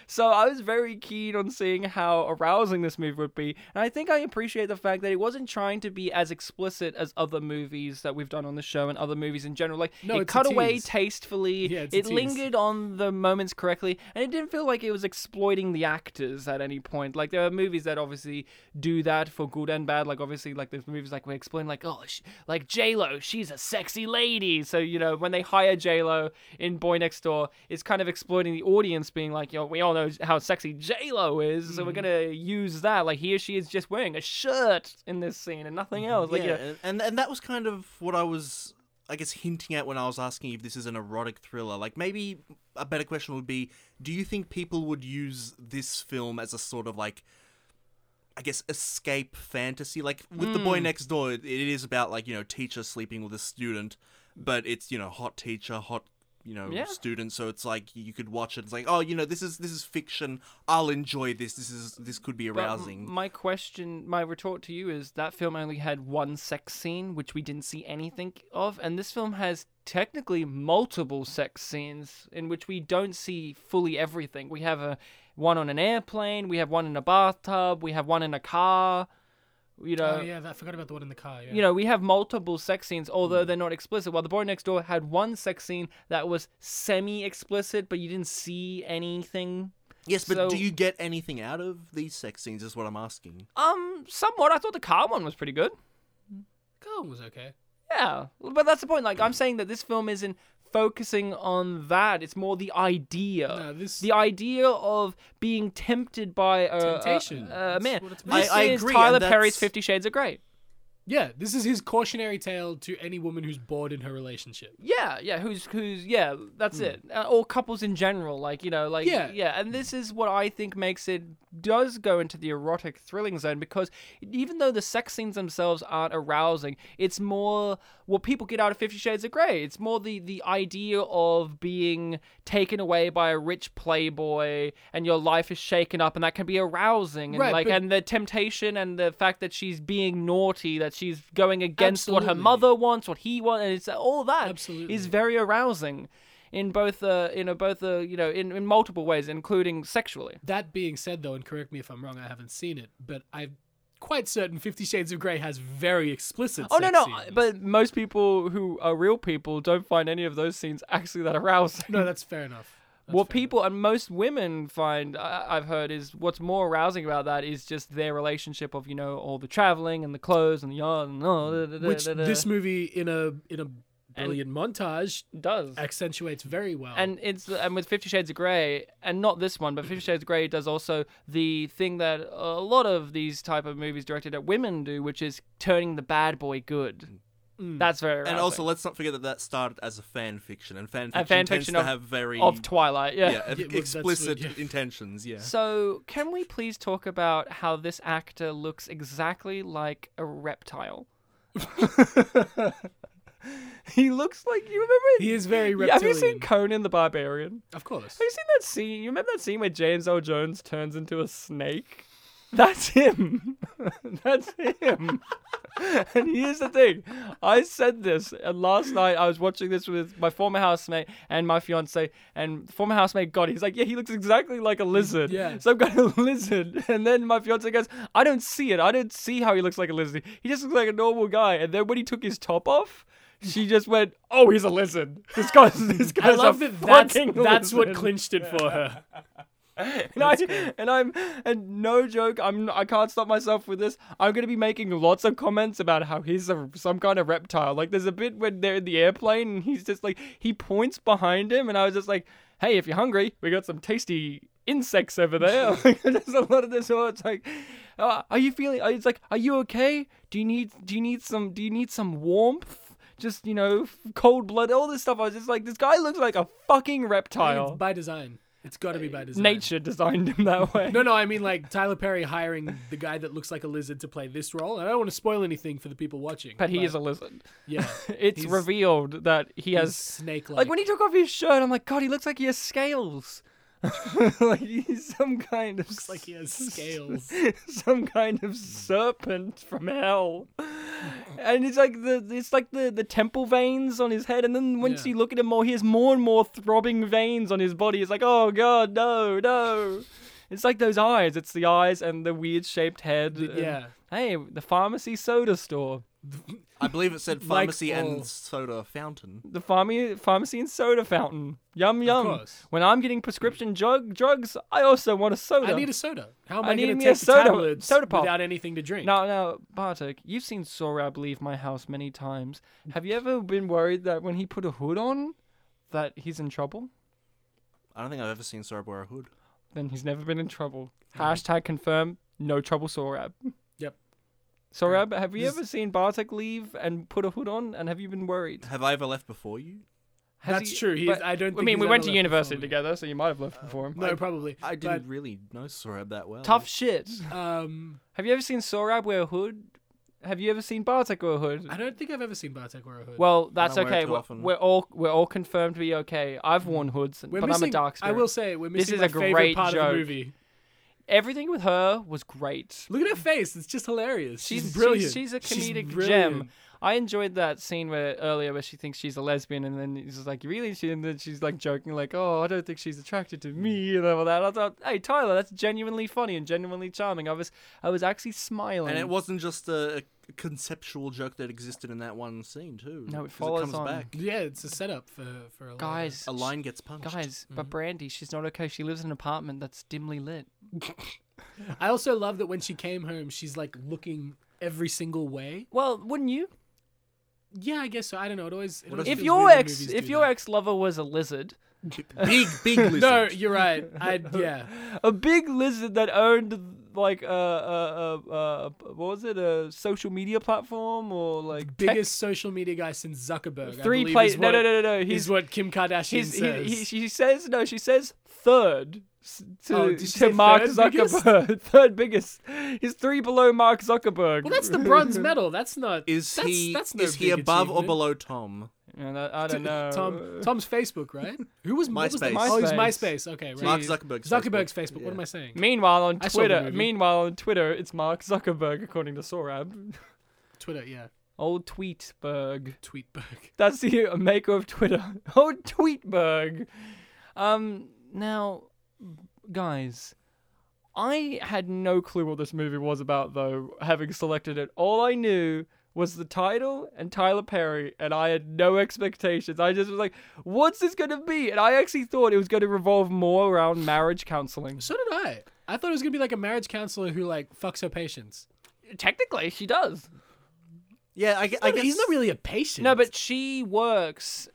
So I was very keen on seeing how arousing this movie would be, and I think I appreciate the fact that it wasn't trying to be as explicit as other movies that we've done on the show and other movies in general. Like
No,
it
it's a
cut away
tease.
tastefully,
Yeah, it's a
it
tease.
lingered on the moments correctly, and it didn't feel like it was exploiting the actors at any point. Like there are movies that obviously do that for good and bad. Like obviously, like there's movies like we explain, like oh, sh- like J Lo, she's a sexy lady. So you know when they hire J Lo in Boy Next Door, it's kind of exploiting the audience, being like, yo, we all know how sexy J Lo is, so we're gonna use that. Like here she is just wearing a shirt in this scene and nothing else. Like
yeah,
you know,
and- and and that was kind of what I was, I guess, hinting at when I was asking if this is an erotic thriller. Like maybe a better question would be, do you think people would use this film as a sort of like I guess escape fantasy. Like with the
Hmm.
boy next door, it, it is about like you know teacher sleeping with a student, but it's you know hot teacher, hot you know
Yeah.
student. So it's like you could watch it. It's like oh you know this is this is fiction. I'll enjoy this. This is this could be
But m-
arousing.
my question, my retort to you is that film only had one sex scene, which we didn't see anything of, and this film has technically multiple sex scenes in which we don't see fully everything. We have a one on an airplane, we have one in a bathtub, we have one in a car. You know,
oh yeah, that, I forgot about the one in the car. Yeah.
uh, you know, we have multiple sex scenes, although they're not explicit. While the boy next door had one sex scene that was semi-explicit, but you didn't see anything.
yes, but
so-
do you get anything out of these sex scenes? Is what I'm asking.
Um, somewhat. I thought the car one was pretty good.
Kong was okay.
Yeah, but that's the point. Like I'm saying that this film isn't focusing on that. It's more the idea.
No, this-
uh, the idea of being tempted by a, a-
Temptation.
A,
That's
man.
what it's about.
This
I- I
is
agree,
Tyler
and
Perry's
that's-
Fifty Shades of Grey.
Yeah, this is his cautionary tale to any woman who's bored in her relationship.
Yeah, yeah. Who's who's yeah. That's it. Uh, or couples in general. Like you know, like
Hmm. Yeah.
yeah. And this is what I think makes it does go into the erotic thrilling zone because even though the sex scenes themselves aren't arousing, it's more what people get out of Fifty Shades of Grey. It's more the the idea of being taken away by a rich playboy and your life is shaken up, and that can be arousing. And
Right,
like
but-
and the temptation and the fact that she's being naughty, that she's going against what her
Absolutely.
mother wants, what he wants, and it's all that
Absolutely.
is very arousing in both uh in a both uh you know in, in multiple ways including sexually
That being said, though, and correct me if I'm wrong, I haven't seen it, but I'm quite certain Fifty Shades of Grey has very explicit.
oh no
sex
no
scenes.
but most people who are real people don't find any of those scenes actually that arousing
no, that's fair enough. That's
what
fair
people and most women find I, i've heard is what's more arousing about that is just their relationship of you know all the traveling and the clothes and the yard and all da- da- da-
enough. which
da- da-
this movie in a in a brilliant montage
does
accentuates very well.
and it's and with Fifty Shades of Grey, and not this one, but Fifty Shades of Grey does also the thing that a lot of these type of movies directed at women do, which is turning the bad boy good.
Mm.
That's very
And
arousing.
also, let's not forget that that started as a fan fiction, and fan fiction,
And fan
tends
fiction
to
of-
have very
of Twilight, yeah.
yeah,
well, that's what-
explicit
yeah.
intentions. Yeah.
So, can we please talk about how this actor looks exactly like a reptile? he looks like you remember.
he is very
Yeah,
reptilian.
have you seen Conan the Barbarian?
Of course.
Have you seen that scene? You remember that scene where James L. Jones turns into a snake? That's him. That's him. and here's the thing. I said this, and last night I was watching this with my former housemate and my fiance, and former housemate got it. He's like, Yeah, he looks exactly like a lizard.
yeah.
So I've got a lizard. And then my fiance goes, I don't see it. I don't see how he looks like a lizard. He just looks like a normal guy. And then when he took his top off, she just went, "Oh, he's a lizard. This guy's this
I
guy's
love
a
that. That's,
fucking
that's what
lizard."
clinched it for her.
and I and I'm and no joke, I'm I can't stop myself with this. I'm gonna be making lots of comments about how he's a, some kind of reptile. Like there's a bit when they're in the airplane and he's just like he points behind him, and I was just like, hey, if you're hungry, we got some tasty insects over there. Like, there's a lot of this. all It's like. Uh, are you feeling? uh, It's like, are you okay? Do you need? Do you need some? Do you need some warmth? Just you know, f- cold blood, all this stuff. I was just like, this guy looks like a fucking reptile.
By design. It's got to be by design.
Nature designed him that way.
No, no, I mean like Tyler Perry hiring the guy that looks like a lizard to play this role. And I don't want to spoil anything for the people watching.
But he is a lizard.
yeah.
It's
He's-
revealed that he has
snake
like, when he took off his shirt, I'm like, God, he looks like he has scales. like he's some kind of
like he has scales.
some kind of serpent from hell. And it's like the it's like the, the temple veins on his head, and then once
Yeah.
you look at him more, he has more and more throbbing veins on his body. It's like, oh god, no, no. It's like those eyes. It's the eyes and the weird shaped head. and-
yeah.
Hey, the pharmacy soda store.
I believe it said
Like
pharmacy
all-
oh.
and soda fountain.
the pharma- pharmacy and soda fountain. Yum yum.
course.
When I'm getting prescription drug- drugs, I also want a soda.
I need a soda. How am
I
I,
need
going
me
to
a
take the
soda-
tablets
soda pop.
without anything to drink?
now, now, Bartek, you've seen Sorab leave my house many times. Have you ever been worried that when he put a hood on, that he's in trouble?
I don't think I've ever seen Sorab wear a hood.
Then he's never been in trouble. Hashtag confirm. No trouble, Sorab.
Yep.
Sorab, have you
This-
ever seen Bartek leave and put a hood on, and have you been worried?
Have I ever left before you?
Has
That's
he-
true. He's,
but-
I don't. Think
I mean,
he's
we
ever
went to
left
university
before.
together, so you might have left before him.
No, probably.
I didn't really know Sorab that well.
Tough shit.
But, um,
Have you ever seen Sorab wear a hood? Have you ever seen Bartek wear a hood?
I don't think I've ever seen Bartek wear a hood.
Well, that's
don't wear it
okay.
too
We're,
often.
we're all we're all confirmed to be okay. I've worn hoods,
We're
but I'm
missing,
a dark
I
spirit.
will say we're
This
missing
is
my
a
favorite
great
part of
joke.
the movie.
Everything with her was great.
Look at her face; it's just hilarious.
She's
She's,
She's,
brilliant.
she's a comedic
brilliant.
gem. I enjoyed that scene where earlier where she thinks she's a lesbian and then he's just like, really? She, and then she's like joking, like, oh, I don't think she's attracted to me and all that. I thought, hey, Tyler, that's genuinely funny and genuinely charming. I was, I was actually smiling.
And it wasn't just a a conceptual joke that existed in that one scene too.
No, it
'cause
follows
comes
on.
back.
Yeah, it's a setup for for a lot
guys,
A line gets punched.
guys,
Mm-hmm.
but Brandy, she's not okay. She lives in an apartment that's dimly lit.
Of, I also love that when she came home, she's like looking every single way.
Well, wouldn't you?
Yeah, I guess so. I don't know. It always. It always
If
feels
your
weird when
ex,
movies
if
do
your
that.
ex lover was a lizard,
big, big lizard.
no, you're right. I yeah.
a big lizard that owned like a uh, uh, uh, what was it a social media platform or like tech-
Biggest social media guy since Zuckerberg. I
three
believe,
plays?
Is
No,
what,
no, no, no, no.
He's
He's
what Kim Kardashian
he's he,
says.
he, she says no. She says third s- to
Oh, did she say
to Mark
third biggest?
Zuckerberg, third biggest. He's three below Mark Zuckerberg.
well, that's the bronze medal. That's not.
Is
that's,
he
That's no
is he
big
above or
achievement.
below Tom?
And I, I don't know.
Tom Tom's Facebook, right? Who was what was the-
MySpace.
Oh, he's
MySpace.
MySpace. Okay, right.
Mark Zuckerberg's
Zuckerberg's Facebook.
Facebook.
What am
Yeah.
I saying?
Meanwhile on
I saw the
Twitter,
movie.
meanwhile on Twitter, it's Mark Zuckerberg according to Sorab.
Twitter. Yeah.
Old Tweetberg.
Tweetberg.
That's the maker of Twitter. Oh, Tweetberg. Um, now, guys, I had no clue what this movie was about, though, having selected it. All I knew was the title and Tyler Perry, and I had no expectations. I just was like, what's this going to be? And I actually thought it was going to revolve more around marriage counseling.
So did I. I thought it was gonna be like a marriage counselor who like fucks her patients.
Technically, she does.
Yeah, I, gu- I
No,
guess
he's not really a patient.
No, but she works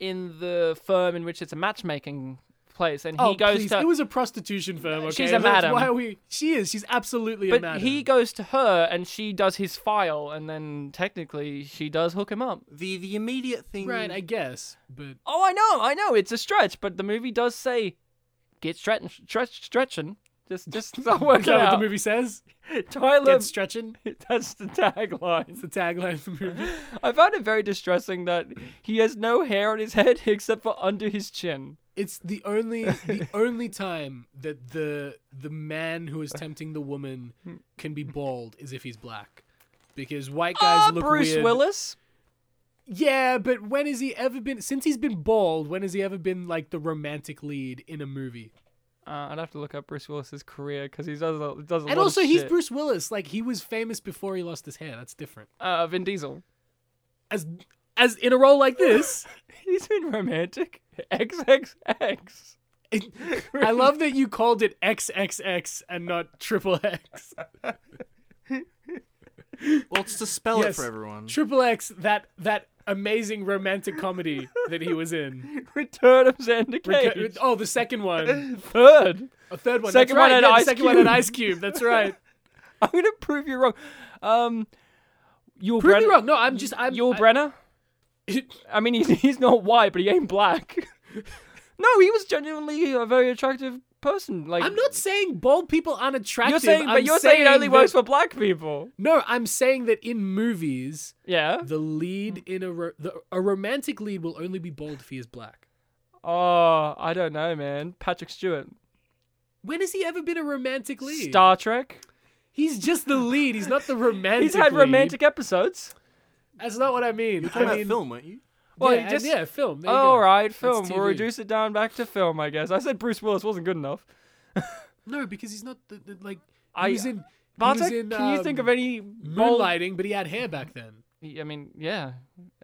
in the firm in which it's a matchmaking place, and he
oh,
goes
please.
to.
it was a prostitution firm. Okay,
She's a
That's
madam.
Why are we? She is. She's absolutely a
But
madam.
he goes to her and she does his file, and then technically she does hook him up.
the the immediate thing.
Right, I guess, but
Oh, I know, I know, it's a stretch, but the movie does say, "Get stretching, stretch, stretching." Just, just not
is
working
that what
out.
the movie says?
Tyler,
Get stretching.
that's the tagline.
It's the tagline of the movie.
I found it very distressing that he has no hair on his head except for under his chin.
It's the only the only time that the the man who is tempting the woman can be bald is if he's black. Because white guys
Ah,
look
Bruce
weird.
Willis.
Yeah, but when has he ever been since he's been bald, when has he ever been like the romantic lead in a movie?
Uh, I'd have to look up Bruce Willis's career because he does a, does a lot
and also
of
he's
shit.
Bruce Willis. Like he was famous before he lost his hair. That's different.
uh, Vin Diesel.
As as in a role like this,
He's been romantic. XXX.
I love that you called it XXX and not triple X.
Well, it's to spell it
Yes.
for everyone.
Triple X, that that amazing romantic comedy that he was in.
Return of Xander Cage.
Recu- Oh, the second one,
Third.
a third one.
Second
That's right.
one had
yeah, the
Ice
second one
Cube.
at Ice Cube. That's right.
I'm gonna prove you wrong. Um, Yul
Prove
Brenner.
me wrong. No, I'm just I'm.
Yul
I-
Brenner. I mean, he's he's not white, but he ain't black. no, he was genuinely a very attractive person. Like
I'm not saying bald people aren't attractive.
You're saying, but
I'm
you're saying, it only works
that-
for black people.
No, I'm saying that in movies,
Yeah.
the lead in a ro- the, a romantic lead will only be bald if he is black.
Oh, I don't know, man. Patrick Stewart.
When has he ever been a romantic lead?
Star Trek.
He's just the lead. He's not the romantic.
He's had
lead.
romantic episodes.
That's not what I mean.
You're
I
talking
mean,
about film, weren't you?
Well,
yeah,
he
and
just-
yeah, film. There you
All
go.
right,
That's
film. We'll
TV.
reduce it down back to film, I guess. I said Bruce Willis wasn't good enough.
No, because he's not the, the like.
I-
He was in. he was
Bartek,
in,
can you think
um,
of any bold-
moonlighting? But he had hair back then.
Y- I mean, yeah,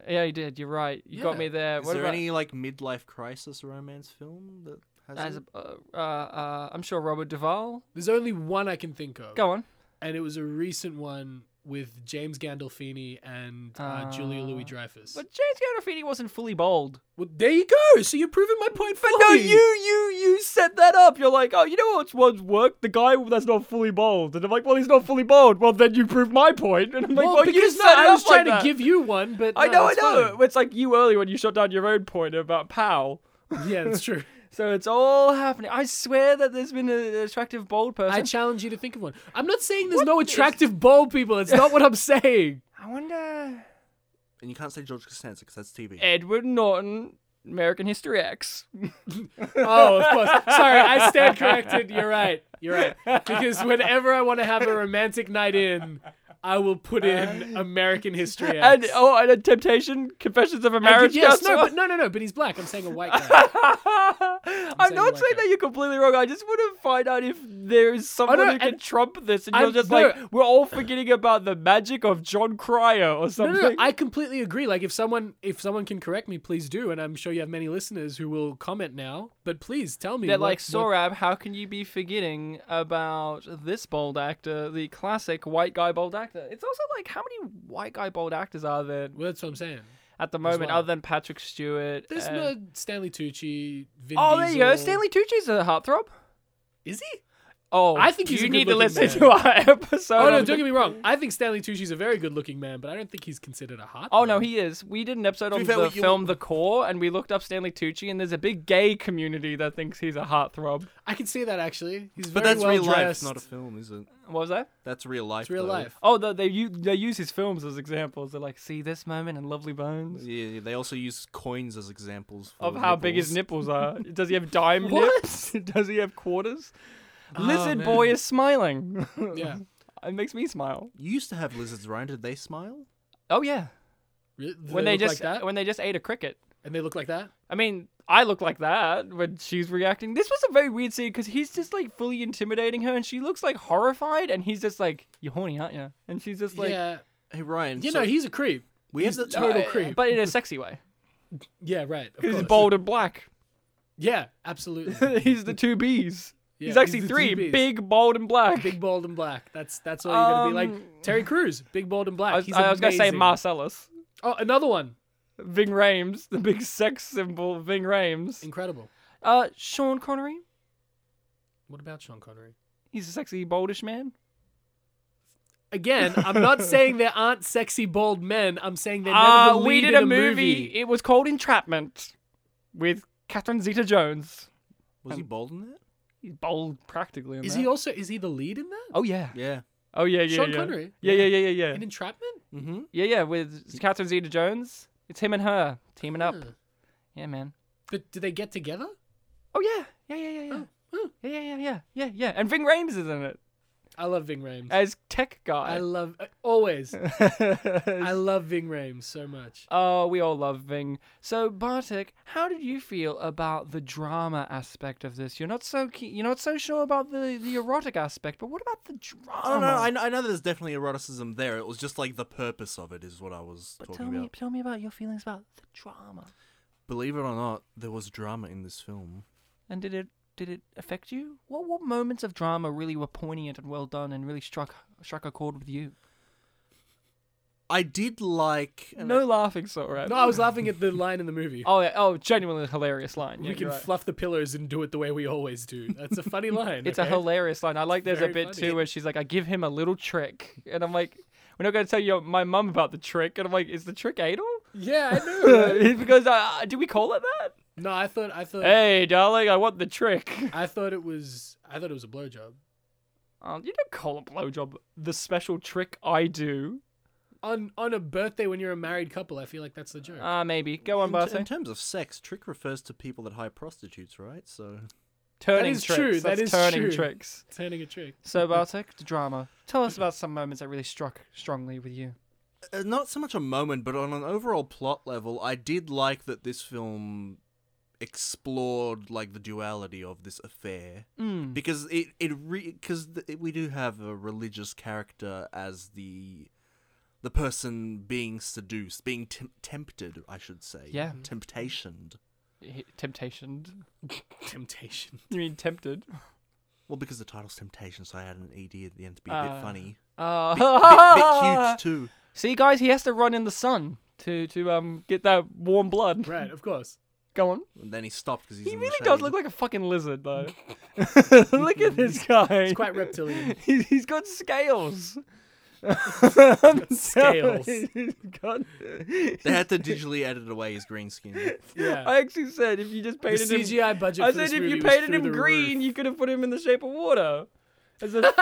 yeah, you did. You're right. You got
Yeah.
me there.
Is
what
there
about?
any like midlife crisis romance film that has?
as
it?
a- uh, uh, uh, I'm sure Robert Duvall. Oh.
There's only one I can think of,
Go on.
and it was a recent one with James Gandolfini and uh, Julia
Ah.
Louis Dreyfus.
But James Gandolfini wasn't fully bold.
Well, there you go. So you're proving my point
But
fully.
no, you you you set that up. You're like, oh, you know what's what's worked? The guy that's not fully bold. And I'm like, well, he's not fully bold. Well, then you proved my point. And I'm like,
Well,
well, you
because
set
no,
it
I was
up like
trying to
that.
give you one, but
I
no,
know, I
it's
know. It's like you earlier when you shut down your own point about Powell.
fine. Yeah, that's true.
So it's all happening. I swear that there's been an attractive bold person.
I challenge you to think of one. I'm not saying there's no attractive bald people. It's not what I'm saying.
I wonder.
And you can't say George Costanza because that's TV.
Edward Norton, American History X.
Oh, of course. Sorry, I stand corrected. You're right. You're right. Because whenever I want to have a romantic night in, I will put in American history.
And
X.
oh, and a temptation, Confessions of a Marriage
And yes, no,
Counselor.
but no, no, no. But he's black. I'm saying a white guy.
I'm,
saying
not
like
saying
a-
that you're completely wrong. I just want to find out if there is someone
no,
who can
and-
trump this, and
I'm-
you're just
no.
like, we're all forgetting about the magic of John Cryer or
No,
something.
no, no, I completely agree. Like, if someone if someone can correct me, please do. And I'm sure you have many listeners who will comment now. But please tell me.
They're
what-
like,
what-
Sorab, how can you be forgetting about this bold actor, the classic white guy bold actor? It's also like, how many white guy bold actors are there
Well, that's what I'm saying.
at the moment,
well.
other than Patrick Stewart?
There's
and-
no Stanley Tucci. Vin
Uh, Oh, there you go.
Diesel.
Stanley Tucci's a heartthrob.
Is he?
Oh,
I think he's
you
a
need to
good-looking
listen to our
man.
episode.
Oh no,
on-
don't get me wrong. I think Stanley Tucci's a very good-looking man, but I don't think he's considered a hot.
Oh no,
man.
he is. We did an episode
To be
on
fair,
the
you-
film The Core, and we looked up Stanley Tucci, and there's a big gay community that thinks he's a heartthrob.
I can see that actually. He's
but
very
that's
well
real life,
dressed.
it's not a film, is it?
What was that?
That's real life.
It's real
though.
life.
Oh, the, they u- they use his films as examples. They're like, see this moment in Lovely Bones
Yeah, they also use coins as examples for
of how big his
nipples.
nipples are. Does he have dime
What?
nips? Does he have quarters?
Oh,
Lizard
man.
boy is smiling.
Yeah.
it makes me smile.
You used to have lizards, Ryan. Did they smile?
Oh yeah,
Re- do
when they,
look
just
like that,
when they just ate a cricket.
and they look like that.
I mean, I look like that when she's reacting. This was a very weird scene because he's just like fully intimidating her, and she looks like horrified, and he's just like, "You're horny, aren't you?" And she's just like,
yeah,
Hey, Ryan.
you
so
know he's a creep.
we
he's
used
a
to-
"Uh,
total creep.
but in a sexy way.
yeah, right. of
'Cause He's
course.
bald and black.
Yeah, absolutely.
he's the two B's.
Yeah,
he's actually
the two
three:
Bs.
big, bold, and black.
big, bald, and black. That's that's all you're gonna be
Um,
like. Terry Crews, big, bald, and black.
I was,
he's
I was gonna say
amazing.
Marcellus,
Oh, another one.
Ving Rhames, the big sex symbol, Ving Rhames.
Incredible.
Uh, Sean Connery.
What about Sean Connery?
He's a sexy, boldish man.
Again, I'm not saying there aren't sexy bald men. I'm saying they're never
Uh,
the
we
lead
did
in
a movie. It was called Entrapment with Catherine Zeta-Jones.
was he bald in that?
He's bold practically. In
Is
that.
he also is he the lead in that?
Oh yeah.
Yeah.
Oh yeah, yeah,
Sean
yeah.
Connery?
Yeah, yeah, yeah, yeah, yeah.
In Entrapment?
Mm-hmm.
Yeah, yeah. With Catherine Zeta-Jones, it's him and her teaming up.
Huh.
Yeah, man.
But do they get together?
Oh yeah, yeah, yeah, yeah, yeah.
Oh.
Yeah, yeah, yeah, yeah, yeah, yeah. And Ving Rhames is in it
I love Ving Rhames.
as tech
I
guy.
love uh, always. I love Ving Rhames so much.
oh, we all love Ving. So Bartek, how did you feel about the drama aspect of this? You're not so keen, you're not so sure about the the erotic aspect, but what about the drama?
I don't know. I, kn- I know there's definitely eroticism there. It was just like the purpose of it is what I was
But
talking
tell me,
about.
tell me about your feelings about the drama.
Believe it or not, there was drama in this film.
And did it did it affect you? What what moments of drama really were poignant and well done and really struck struck a chord with you?
I did like. and
No laughing, so right.
No, I was laughing at the line in the movie.
Uh, Oh yeah, oh genuinely hilarious line. Yeah,
we can
you're right.
fluff the pillows and do it the way we always do. That's a funny line.
It's a
okay?
hilarious line. I like there's a
Very
bit
funny.
too where she's like, I give him a little trick and I'm like, We're not gonna tell your my mum about the trick and I'm like, Is the trick anal?
Yeah, I know. right?
because uh, do we call it that?
no, I thought I thought
Hey, darling, I want the trick.
I thought it was I thought it was a blowjob.
Oh, you don't call a blowjob the special trick I do.
On on a birthday when you're a married couple, I feel like that's the joke.
Ah, maybe. Go on,
in, t- in
Bartek.
terms of sex, trick refers to people that hire prostitutes, right? So
Turning
is
tricks.
true, that
That's
is
turning
true.
tricks.
Turning a trick.
So
Mm-hmm.
Bartek, the drama. Tell us about some moments that really struck strongly with you.
uh, not so much a moment, but on an overall plot level, I did like that this film explored like the duality of this affair
Mm.
because it it because th- we do have a religious character as the the person being seduced, being tem- tempted, I should say.
Yeah.
temptationed.
Temptation.
Temptation.
You mean tempted?
Well, because the title's Temptation, so I had an ED at the end to be a
Ah.
bit funny. Bit, bit
Oh,
cute, too.
see, guys, he has to run in the sun to to um get that warm blood.
Right, of course.
Go on.
And then he stopped because he's
He
in
really
the
does
shade.
look like a fucking lizard, though. look at this guy.
It's quite reptilian.
He's, he's got scales. got
scales.
He's got,
They had to digitally edit away his green skin.
Yeah.
I actually said if you just
the
painted him,
CGI budget.
I
for this
said if
movie
you
was
painted
through
him
the
green,
roof.
you could have put him in the shape of water. As a,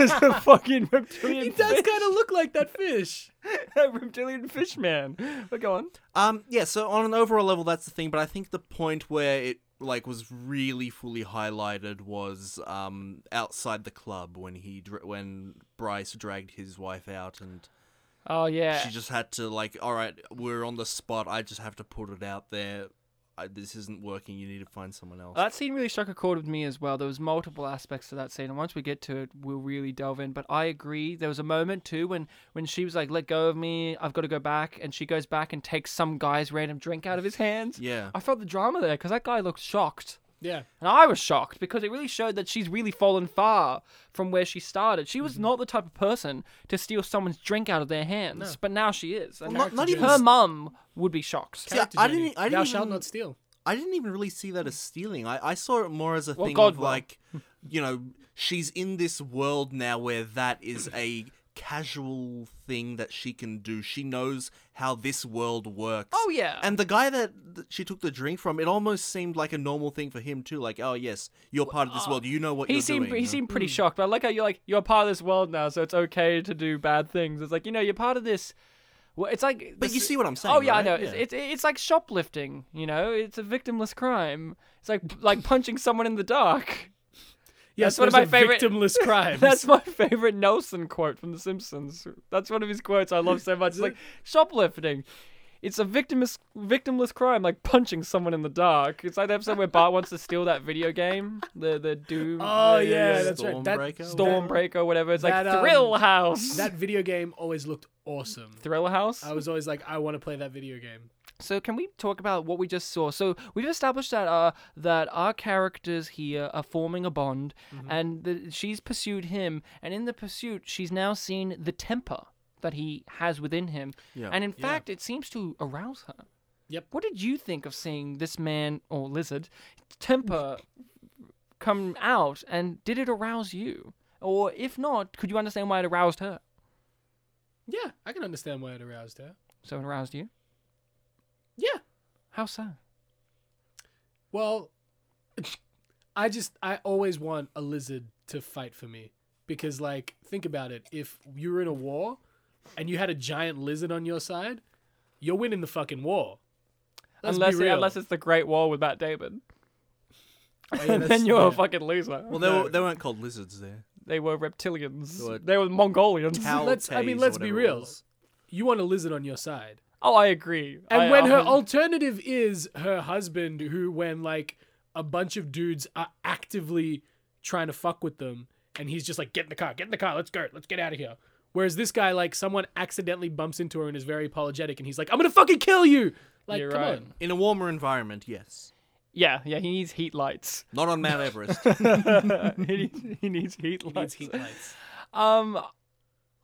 as a fucking reptilian
he does
fish.
kind of look like that fish.
a reptilian fish man. But go on.
Um, yeah. So on an overall level, that's the thing. But I think the point where it like was really fully highlighted was um outside the club when he dr- when Bryce dragged his wife out and
Oh yeah.
she just had to like, all right, we're on the spot. I just have to put it out there. I, this isn't working. You need to find someone else.
That scene really struck a chord with me as well. There was multiple aspects to that scene, and once we get to it, we'll really delve in. But I agree. There was a moment too when when she was like, "Let go of me. I've got to go back," and she goes back and takes some guy's random drink out of his hands.
yeah.
I felt the drama there because that guy looked shocked.
Yeah.
And I was shocked because it really showed that she's really fallen far from where she started. She was
Mm-hmm.
not the type of person to steal someone's drink out of their hands, but now she is. And
Well, not- not even
her
s-
mum would be shocked.
Yeah,
Character
I
e,
journey.
didn't- I
Thou
didn't
shalt
even-
not steal.
I didn't even really see that as stealing. I, I saw it more as a
Well,
thing
God
of
will.
like, you know, she's in this world now where that is a casual thing that she can do. She knows how this world works.
Oh, yeah.
And the guy that th- she took the drink from, it almost seemed like a normal thing for him too. Like, oh yes, you're part of this world. You know what
He
you're
seemed
doing.
he seemed pretty shocked, but I like how you're like you're part of this world now, so it's okay to do bad things. It's like you know you're part of this. Well, it's like.
But
this-
you see what I'm saying?
Oh yeah, I
right?
know. It's, it's it's like shoplifting. You know, it's a victimless crime. It's like like punching someone in the dark.
Yes,
one of
those
my
are
favorite-
victimless crimes.
That's my favorite Nelson quote from The Simpsons. That's one of his quotes I love so much. It's like shoplifting. It's a victimless victimless crime, like punching someone in the dark. It's like the episode where Bart wants to steal that video game, the the Doom.
Oh
the-
yeah, that's right.
Stormbreaker?
That,
Stormbreaker, whatever. It's
that,
like
um,
Thrill House.
That video game always looked awesome.
Thrill House.
I was always like, I want to play that video game.
So can we talk about what we just saw? So we've established that uh that our characters here are forming a bond, and the, she's pursued him, and in the pursuit, she's now seen the temper that he has within him,
Yeah.
and in fact, it seems to arouse her.
Yep.
What did you think of seeing this man or lizard temper come out, and did it arouse you? Or if not, could you understand why it aroused her?
Yeah, I can understand why it aroused her.
So it aroused you?
Yeah.
How so?
Well, I just I always want a lizard to fight for me because like think about it, if you were in a war and you had a giant lizard on your side, you're winning the fucking war. Let's be
unless
real.
unless it's the Great Wall with Matt Damon,
Oh, yeah,
and
that's-
then you're
yeah.
a fucking loser.
Well, they, were, they weren't called lizards there.
they were reptilians.
They were
They were Mongolians.
Cow
let's- I
tays
mean,
or
let's be
whatever it
real.
was.
You want a lizard on your side.
Oh, I agree.
And
I,
when her
um,
alternative is her husband, who when like a bunch of dudes are actively trying to fuck with them, and he's just like, get in the car, get in the car, let's go, let's get out of here. Whereas this guy, like, someone accidentally bumps into her and is very apologetic, and he's like, I'm gonna fucking kill you. Like,
You're
come
right.
on.
In a warmer environment, yes.
yeah, yeah, he needs heat lights.
Not on Mount Everest.
he, needs, he needs heat lights.
lights.
Um,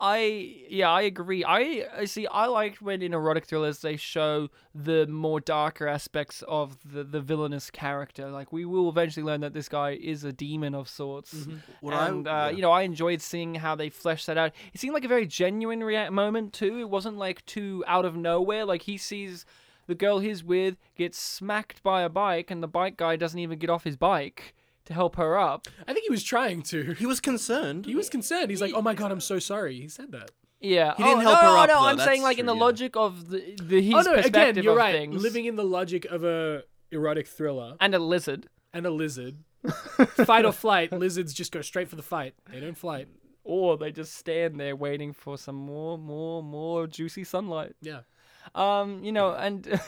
I yeah, I agree. I I see. I like when in erotic thrillers they show the more darker aspects of the the villainous character. Like we will eventually learn that this guy is a demon of sorts.
Mm-hmm.
What I-
and uh,
yeah.
you know, I enjoyed seeing how they fleshed that out. It seemed like a very genuine rea- moment too. It wasn't like too out of nowhere. Like he sees. The girl he's with gets smacked by a bike, and the bike guy doesn't even get off his bike to help her up.
I think he was trying to.
he was concerned.
He was concerned. He's like, oh my god, I'm so sorry. He said that.
Yeah,
He didn't
oh,
help
no,
her up,
No,
though.
I'm
That's
saying like in the
true, yeah.
logic of the, the his
oh no,
perspective
again, you're
of
right.
things.
Living in the logic of a erotic thriller
and a lizard
and a lizard. Fight or flight, lizards just go straight for the fight. They don't flight.
or they just stand there waiting for some more more more juicy sunlight.
Yeah.
Um, you know, and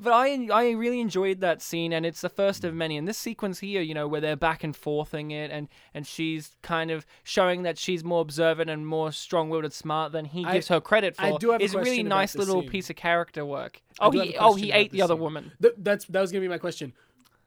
but I I really enjoyed that scene, and it's the first
Mm.
of many. And this sequence here, you know, where they're back and forthing it, and and she's kind of showing that she's more observant and more strong-willed and smart than he
I-
gives her credit for.
I do have a
It's really
question about
nice
this
little
scene.
piece of character work.
I
Oh,
do have
he
a
oh
question
he
about
ate
this
the other
scene.
woman.
Th- that's that was gonna be my question.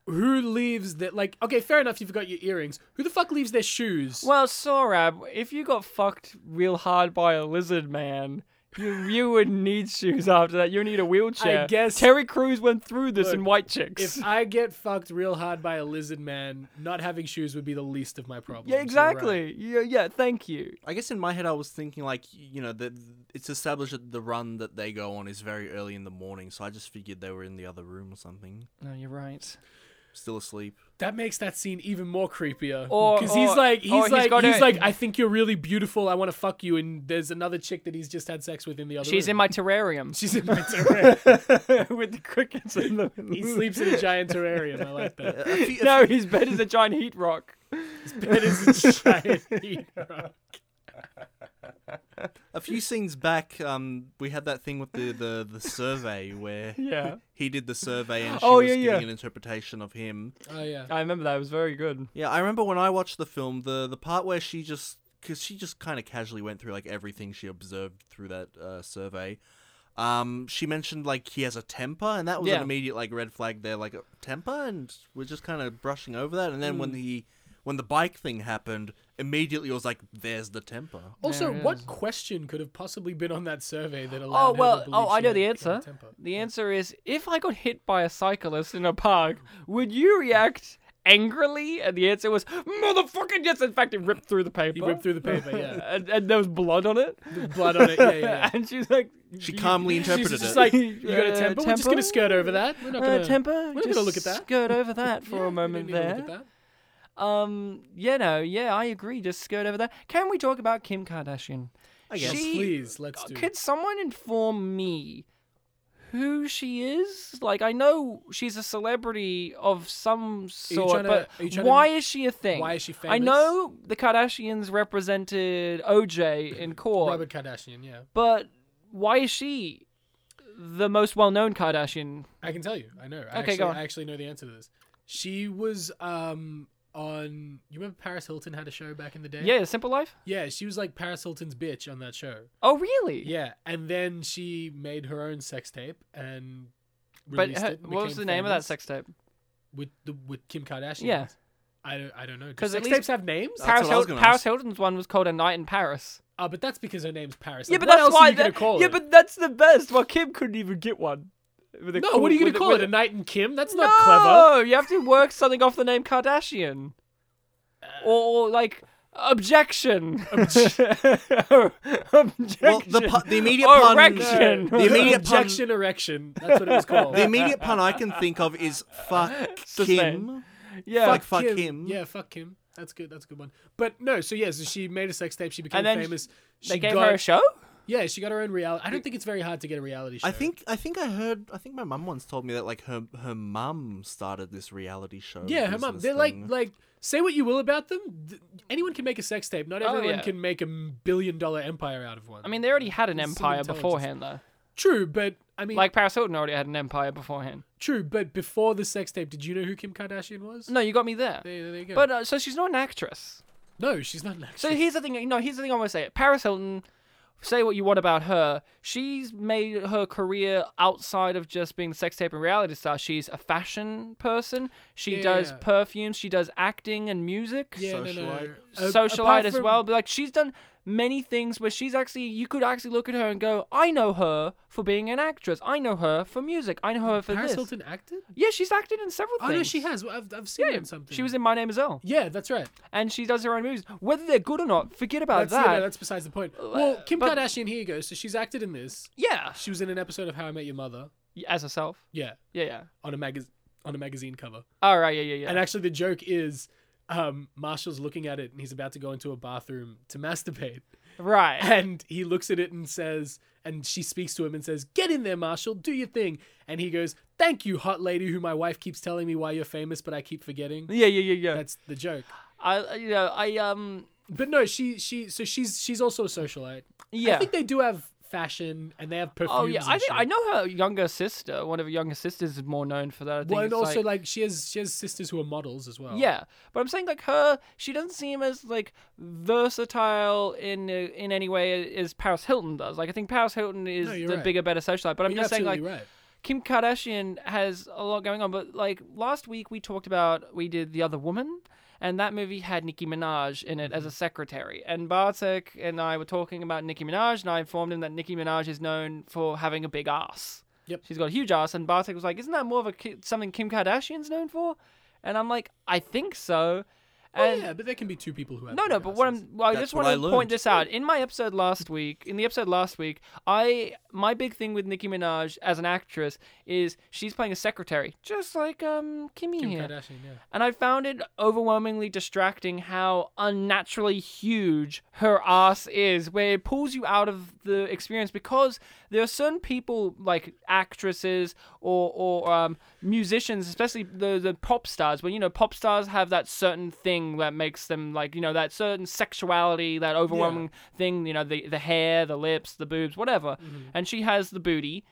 who leaves that? Like, okay, fair enough. You've got your earrings. Who the fuck leaves their shoes?
Well, Sorab, if you got fucked real hard by a lizard man, you you would need shoes after that. You need a wheelchair.
guess-
Terry Crews went through this in
Look,
White Chicks.
If I get fucked real hard by a lizard man, not having shoes would be the least of my problems.
yeah,
You're
exactly.
right.
Yeah, yeah. Thank you.
I guess in my head I was thinking like you know that it's established that the run that they go on is very early in the morning, so I just figured they were in the other room or something,
No, you're right.
still asleep.
That makes that scene even more creepier.
Or-
Because he's
or-
like, he's
or he's
like,
got
he's
a-
like, I think you're really beautiful. I want to fuck you. And there's another chick that he's just had sex with in the other.
She's in
room.
my terrarium
She's in my terrarium.
with the crickets in the.
he sleeps in a giant terrarium. I like that.
A few-
No, his bed is a giant heat rock.
That is a giant hero.
A few scenes back, um, we had that thing with the, the, the survey where
Yeah,
he did the survey and she
Oh,
was
yeah,
giving
yeah.
an interpretation of him.
Oh yeah.
I remember that. It was very good.
Yeah, I remember when I watched the film, the the part where she just because she just kind of casually went through like everything she observed through that uh, survey. Um, she mentioned like he has a temper, and that was
Yeah.
an immediate like red flag there, like a temper, and we're just kind of brushing over that. And then
Mm.
when the when the bike thing happened, immediately it was like, "There's the temper."
Also,
There it
what
is.
question could have possibly been on that survey that allowed
Oh
her
well.
to believe
Oh, I
she
know
had
the
a kind
answer.
of temper?
The answer is if I got hit by a cyclist in a park, would you react angrily? And the answer was motherfucking yes. In fact, it ripped through the paper.
He ripped through the paper, yeah.
and, and there was blood on it.
Blood on it, yeah, yeah. yeah.
and she's like,
She
"You-
calmly interpreted
She's just
it.
like, you got a
Uh,
temper? We're just
temper?
going to skirt over that. We're not
uh,
going
temper.
we're not
just
gonna look at that."
Skirt over that for a moment there. Um, you know, yeah, I agree. Just skirt over that. Can we talk about Kim Kardashian?
I guess.
She-
please, let's do
Could someone inform me who she is? Like, I know she's a celebrity of some sort,
trying to-
but
are you trying to-
why is she a thing?
why is she
I
famous?
know the Kardashians represented OJ in court,
Robert Kardashian, yeah.
but why is she the most well-known Kardashian?
I can tell you. I know.
Okay,
I actually,
go on.
I actually know the answer to this. She was um on. You remember Paris Hilton had a show back in the day?
Yeah, Simple Life.
Yeah, she was like Paris Hilton's bitch on that show.
Oh, really?
Yeah, and then she made her own sex tape and
But
released
her-
it. and
what was the
became
name of that
famous
sex tape?
with the with Kim Kardashian?
Yeah.
I don't I don't know.
'Cause
Because
at
sex
least- Uh,
tapes have names?
That's
Paris,
what I was
Hilton,
gonna
Paris
ask.
Hilton's one was called A Night in Paris.
Uh, but that's because her name's Paris.
yeah,
Like,
but
what
that's
else
why.
are you gonna
that-
call
yeah,
it?
but that's the best. Well, Kim couldn't even get one. With a
no,
cool-
what are you gonna
with a-
call
with
it? A
a-
knight and Kim? That's
No,
not clever.
you have to work something off the name Kardashian,
Uh.
or, or, like objection. objection.
Well, the, pu- the immediate
Or
pun,
erection.
the immediate pun,
objection erection. That's what it was called.
the immediate pun I can think of is "fuck
Sustained.
Kim."
yeah.
like, fuck him.
Yeah, fuck him. That's good. That's a good one. But no, so yeah, so she made a sex tape. She became
And then
famous. She
they gave
got,
her a show.
Yeah, she got her own reality. I don't think it's very hard to get a reality show.
I think I think I heard I think my mum once told me that like her her mum started this reality show.
Yeah, her mom.
business
They're like
thing.
like say what you will about them. th- anyone can make a sex tape. Not
Oh,
everyone
yeah.
can make a billion dollar empire out of one.
I mean, they already had an
Some
empire
intelligence.
beforehand, though.
true, but I mean,
Like Paris Hilton already had an empire beforehand.
true, but before the sex tape, did you know who Kim Kardashian was?
No, you got me there.
There, there you go.
But uh, so she's not an actress.
no, she's not an actress.
So here's the thing. No, here's the thing. I want to say. Paris Hilton. Say what you want about her. She's made her career outside of just being the sex tape and reality star. She's a fashion person. She
Yeah,
does
yeah.
perfumes. She does acting and music.
yeah, no, no,
socialite.
no. A-
socialite
apart
as
from-
well. But like she's done many things where she's actually you could actually look at her and go, I know her for being an actress. I know her for music. I know her for
Paris
this.
Hilton acted.
Yeah, she's acted in several
Oh
things.
no, she has. Well, I've, I've seen
Yeah,
her in something.
She was in My Name Is Earl,
Yeah, that's right.
and she does her own movies. Whether they're good or not, forget about
That's, yeah, no,
that.
that's besides the point. Well, Kim
but-
Kardashian, here you go. So she's acted in this.
Yeah,
She was in an episode of How I Met Your Mother.
as herself.
Yeah,
Yeah, yeah.
on a magazine on a magazine cover.
All right, yeah, yeah, yeah.
And actually, the joke is um, Marshall's looking at it and he's about to go into a bathroom to masturbate.
right.
And he looks at it and says, and she speaks to him and says, Get in there, Marshall, do your thing. And he goes, Thank you, hot lady, who my wife keeps telling me why you're famous, but I keep forgetting.
Yeah, yeah, yeah, yeah.
That's the joke.
I, uh, you know, I um,
But no, she, she, so she's, she's also a socialite. I
yeah.
think they do have fashion and they have perfumes.
Oh yeah, I
and
think
shit.
I know her younger sister. One of her younger sisters is more known for that. I think
Well, and
it's
also
like-
like, she has, she has sisters who are models as well.
Yeah, but I'm saying like her, she doesn't seem as like versatile in in any way as Paris Hilton does. Like I think Paris Hilton is
No,
the
you're right.
bigger, better socialite. But I'm
You're
just saying
absolutely
like
right.
Kim Kardashian has a lot going on, but like last week we talked about we did The Other Woman, and that movie had Nicki Minaj in it as
Mm-hmm.
a secretary. And Bartek and I were talking about Nicki Minaj, and I informed him that Nicki Minaj is known for having a big ass.
Yep.
she's got a huge ass, and Bartek was like, "Isn't that more of a ki- something Kim Kardashian's known for?" And I'm like, "I think so."
Oh,
And
yeah, but there can be two people who have.
no, no,
big
but what
asses.
I'm, well, I
That's
just
what
want
I
to point
learned.
this out. In my episode last week, in the episode last week, I my big thing with Nicki Minaj as an actress is she's playing a secretary, just like um Kimmy
Kim
here,
Kardashian, yeah.
and I found it overwhelmingly distracting how unnaturally huge her ass is, where it pulls you out of the experience because there are certain people like actresses or or um, musicians, especially the the pop stars, where you know pop stars have that certain thing that makes them like you know that certain sexuality, that overwhelming thing, you know the the hair, the lips, the boobs, whatever, and she has the booty,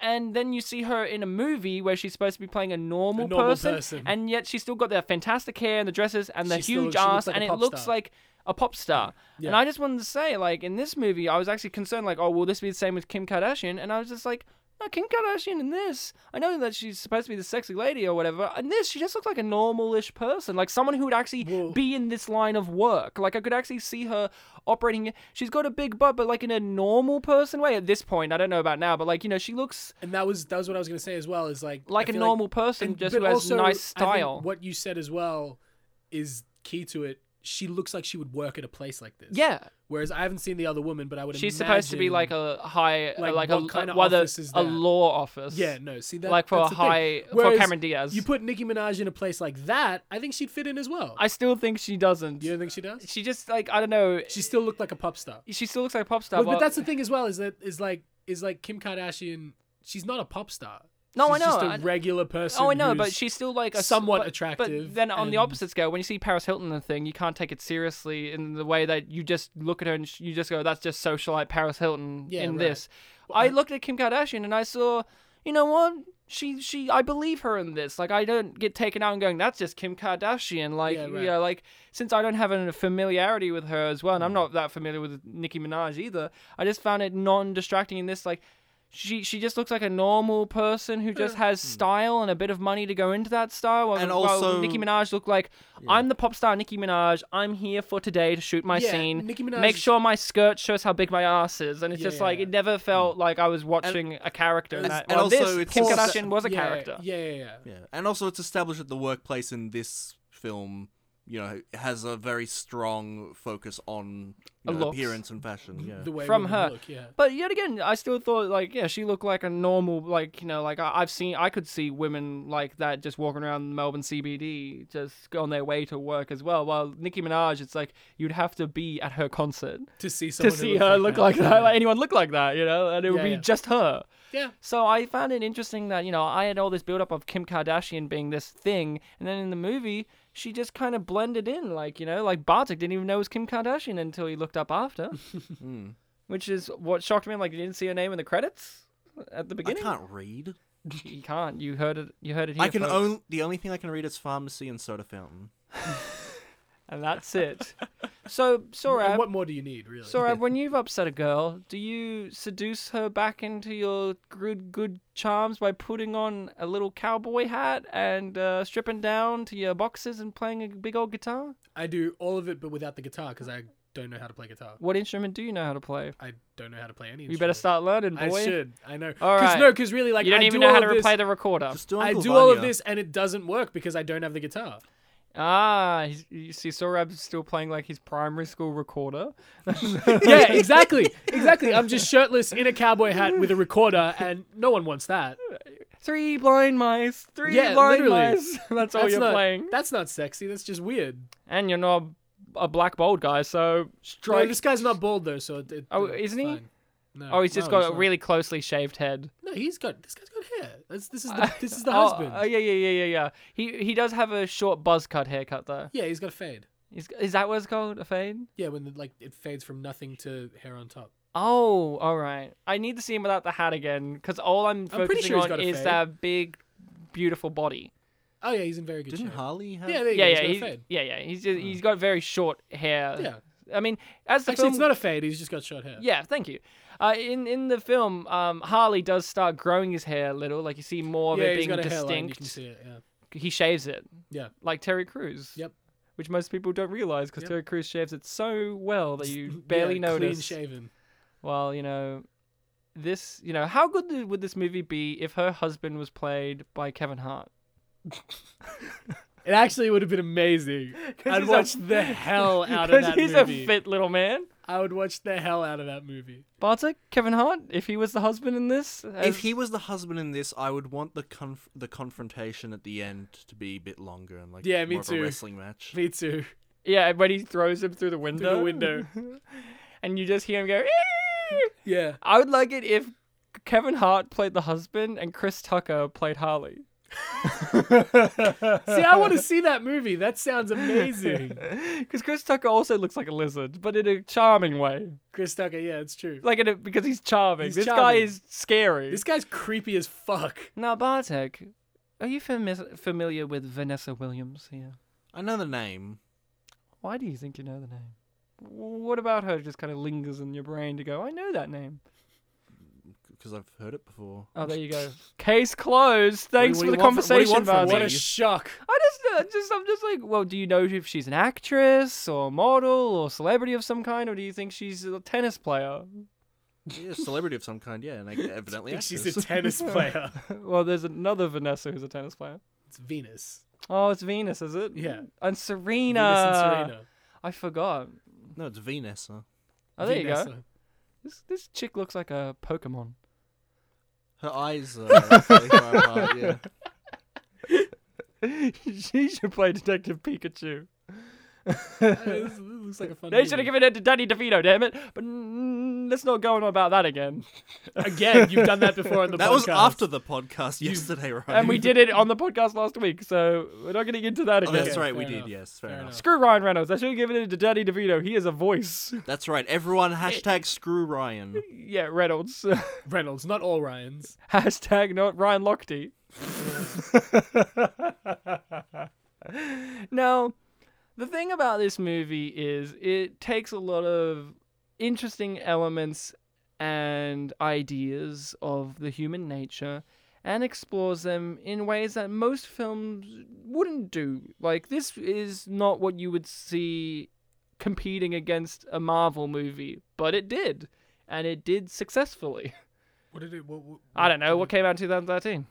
and then you see her in a movie where she's supposed to be playing a normal,
normal person.
and yet she's still got the fantastic hair and the dresses and the
She still-
huge
she looks
ass,
like a
and it
pop
looks
star.
like a pop star. And
Yeah.
I just wanted to say, like in this movie, I was actually concerned, like, oh, will this be the same with Kim Kardashian? And I was just like, no, Kim Kardashian in this, I know that she's supposed to be the sexy lady or whatever. but In this, she just looks like a normal-ish person, like someone who would actually
Well-
be in this line of work. Like I could actually see her operating. She's got a big butt, but like in a normal person way. At this point, I don't know about now, but like you know, she looks
And that was that was what I was gonna say as well. Is like
like
I
a
feel
normal person,
and-
just
but
who has
also,
nice
I think
style.
what you said as well is key to it. She looks like she would work at a place like this.
yeah,
Whereas I haven't seen the other woman, but I would.
She's supposed to be like
imagine-
a high, like,
like,
a,
what kind of
whether-
office is
a
that?
law office.
Yeah, no. See that
like for
that's
a
the thing.
high for
Whereas
Cameron Diaz.
You put Nicki Minaj in a place like that, I think she'd fit in as well.
I still think she doesn't.
you don't think she does?
She just like I don't know.
She still looked like a pop star.
she still looks like a pop star.
But, but that's the thing as well is that is like is like Kim Kardashian. She's not a pop star.
No, I
She's Just
know,
a
I-
regular person.
oh, I know, but
who's-
she's still like a s-
somewhat
but- But
attractive
then on the
and-
opposite scale, when you see Paris Hilton in the thing, you can't take it seriously in the way that you just look at her and sh- you just go, "That's just socialite Paris Hilton
Yeah,
in
right.
this." I looked at Kim Kardashian and I saw, you know what? She she I believe her in this. Like I don't get taken out and going, "That's just Kim Kardashian." Like
Yeah,
you
right.
know, like since I don't have a familiarity with her as well, and I'm not that familiar with Nicki Minaj either. I just found it non-distracting in this like she she just looks like a normal person who just has style and a bit of money to go into that style. While,
And
while
also-
Nicki Minaj looked like I'm the pop star Nicki Minaj. I'm here for today to shoot my
Yeah,
scene.
Nicki Minaj
Make
is-
sure my skirt shows how big my ass is, and it's
Yeah,
just
yeah,
like
yeah. Mm.
it never felt like I was watching a character. In
and-
that.
and
Well,
also
this
it's
Kim
also-
Kardashian was a
Yeah,
character.
Yeah, yeah, yeah.
Yeah, and also it's established that the workplace in this film, you know, has a very strong focus on you
Uh,
know,
looks.
appearance and fashion. Yeah.
The way
From
women
her.
look, yeah.
But yet again, I still thought like, yeah, she looked like a normal, like you know, like I, I've seen, I could see women like that just walking around Melbourne CBD, just on their way to work as well. While Nicki Minaj, it's like you'd have to be at her concert
To see
to
someone who
see
looked
her look like that,
Yeah.
like anyone look like that, you know, and it would
Yeah,
be
yeah.
just her.
yeah.
So I found it interesting that you know I had all this build up of Kim Kardashian being this thing, and then in the movie she just kind of blended in, like you know, like Bartek didn't even know it was Kim Kardashian until he looked up after,
Hmm.
which is what shocked me. Like you didn't see her name in the credits at the
I
beginning.
can't read.
You can't. You heard it. You heard it here.
I can
folks.
only the only thing I can read is pharmacy and soda fountain.
and that's it. so
And
Sorab,
what more do you need, really?
Sorab, when you've upset a girl, do you seduce her back into your good good charms by putting on a little cowboy hat and uh, stripping down to your boxes and playing a big old guitar?
I do all of it, but without the guitar, because I don't know how to play guitar.
What instrument do you know how to play?
I don't know how to play any.
You better
instrument.
start learning,
I
boy.
should. I know.
All
Cause,
right.
no, because really, like
you don't
I
even
do
know how
all
to
of this,
play the recorder.
Just do
I
Uncle
do all of
Vanya.
this, and it doesn't work because I don't have the guitar.
Ah, he's- you see, Sorab's still playing like his primary school recorder.
yeah, exactly, exactly. I'm just shirtless in a cowboy hat with a recorder, and no one wants that.
Three blind mice. Three
Yeah,
blind
literally.
mice. That's all
that's
you're
not,
playing.
That's not sexy. That's just weird.
And you're not a black bald guy, so
No,
strike.
this guy's not bald though, so it, it-
Oh,
it's
isn't he?
fine. No.
Oh, he's just
No,
got a
not.
really closely shaved head.
No, he's got. This guy's got hair. That's, this is the this is the
Oh,
husband.
Oh, yeah, yeah, yeah, yeah, yeah. He he does have a short buzz cut haircut though.
yeah, he's got a fade.
Is, is that what it's called? A fade?
Yeah, when the, like it fades from nothing to hair on top.
Oh, all right. I need to see him without the hat again because all I'm
pretty
focusing
sure he's
on
got a
is
fade.
that big, beautiful body.
Oh yeah, he's in very good
Didn't
shape.
Harley have?
Yeah, there you
Yeah, yeah,
go. he's
he's,
got a fade.
Hmm. yeah, yeah. He's just, he's got very short hair.
Yeah.
I mean, as the
Actually,
film
it's not a fade. He's just got short hair.
yeah, thank you. Uh, in in the film, um, Harley does start growing his hair a little. Like you see more of
yeah
it
he's
being
got a hairline. You
distinct.
can see it. Yeah.
He shaves it.
Yeah.
Like Terry Crews.
Yep.
Which most people don't realize because
Yep.
Terry Crews shaves it so well that you barely
yeah, Clean
notice.
shaven.
Well, you know, this, you know, how good th- would this movie be if her husband was played by Kevin Hart?
It actually would have been amazing. I'd
he's a-
watch the hell out of
Because
that
he's
movie.
a fit little man.
I would watch the hell out of that movie.
Bartek, Kevin Hart, if he was the husband in this, as-
If he was the husband in this, I would want the conf- the confrontation at the end to be a bit longer and like
Yeah, me
more of
too.
a wrestling match.
Me too.
yeah, when he throws him through the window,
window.
and you just hear him go. "Eeeeh!"
Yeah.
I would like it if Kevin Hart played the husband and Chris Tucker played Harley.
See, I want to see that movie. That sounds amazing.
Because Chris Tucker also looks like a lizard, but in a charming way.
Chris Tucker. Yeah, it's true.
Like in a, because he's charming.
He's
this guy
charming.
is scary.
This guy's creepy as fuck.
Now, Bartek, are you fami- familiar with Vanessa Williams here?
I know the name.
Why do you think you know the name? What about her just kind of lingers in your brain to go, I know that name?
because I've heard it before.
Oh, there you go. Case closed.
do you-
Thanks
what
for the
do you want from- what do you
conversation,
want from me?
Bartek.
What a shock.
I just, uh, just, I'm just like, well, do you know if she's an actress or model or celebrity of some kind, or do you think she's a tennis player?
Yeah, a celebrity of some kind, yeah, and I,
I
evidently
think she's a
actress.
tennis player.
well, there's another Vanessa who's a tennis player.
It's Venus.
Oh, it's Venus, is it?
Yeah.
And Serena.
Venus and Serena.
I forgot.
no, it's Venus. Huh?
Oh, there you go.
Vanessa.
This this chick looks like a Pokemon.
Her eyes are really far apart. Yeah,
she should play Detective Pikachu.
Hey, this, this looks like a fun
They should have given it to Danny DeVito, damn it! But mm, let's not go on about that again.
it again. You've done that before on the
that
podcast.
was after the podcast yesterday, right?
And we did it on the podcast last week, so we're not getting into that
Oh,
again.
that's
Okay,
right, we
fair
did.
enough.
Yes, fair,
Fair
enough.
enough.
Screw Ryan Reynolds. I should have given it to Danny DeVito. He is a voice.
That's right. Everyone hashtag screw Ryan.
yeah, Reynolds.
Reynolds, not all Ryans.
Hashtag not Ryan Lochte. now, the thing about this movie is it takes a lot of interesting elements and ideas of the human nature and explores them in ways that most films wouldn't do. Like, this is not what you would see competing against a Marvel movie, but it did. And it did successfully.
What did it? What, what,
I don't know. What came out in 2013?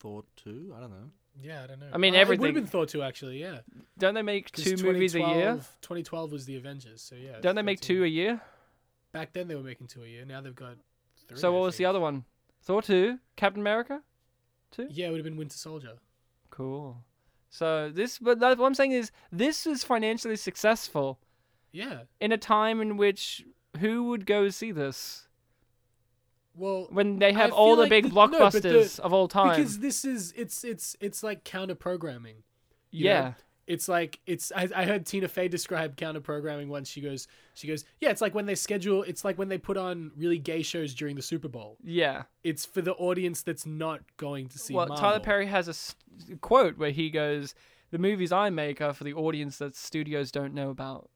Thor two. I don't know.
Yeah, I don't know.
I mean,
Uh, It
everything-
would have been thought to actually. Yeah.
Don't they make
'Cause
two movies a year?
2012 2012 was the Avengers, so yeah.
Don't they make two a year?
Back then they were making two a year. Now they've got three.
So
I
what was the
think.
other one? Thor 2? Captain America?
Yeah, it would have been Winter Soldier.
Cool. So this, but that, what I'm saying is, this is financially successful
Yeah.
in a time in which who would go see this
Well,
when they
I
have
feel
all the
like
big
the- no, but the-
blockbusters of all time?
because this is it's it's it's like counter programming. you know?
yeah,
It's like it's I, I heard Tina Fey describe counter programming once. She goes she goes yeah. It's like when they schedule. It's like when they put on really gay shows during the Super Bowl.
yeah.
It's for the audience that's not going to see.
Well, Tyler
Marvel.
Perry has a s- quote where he goes, "The movies I make are for the audience that studios don't know about."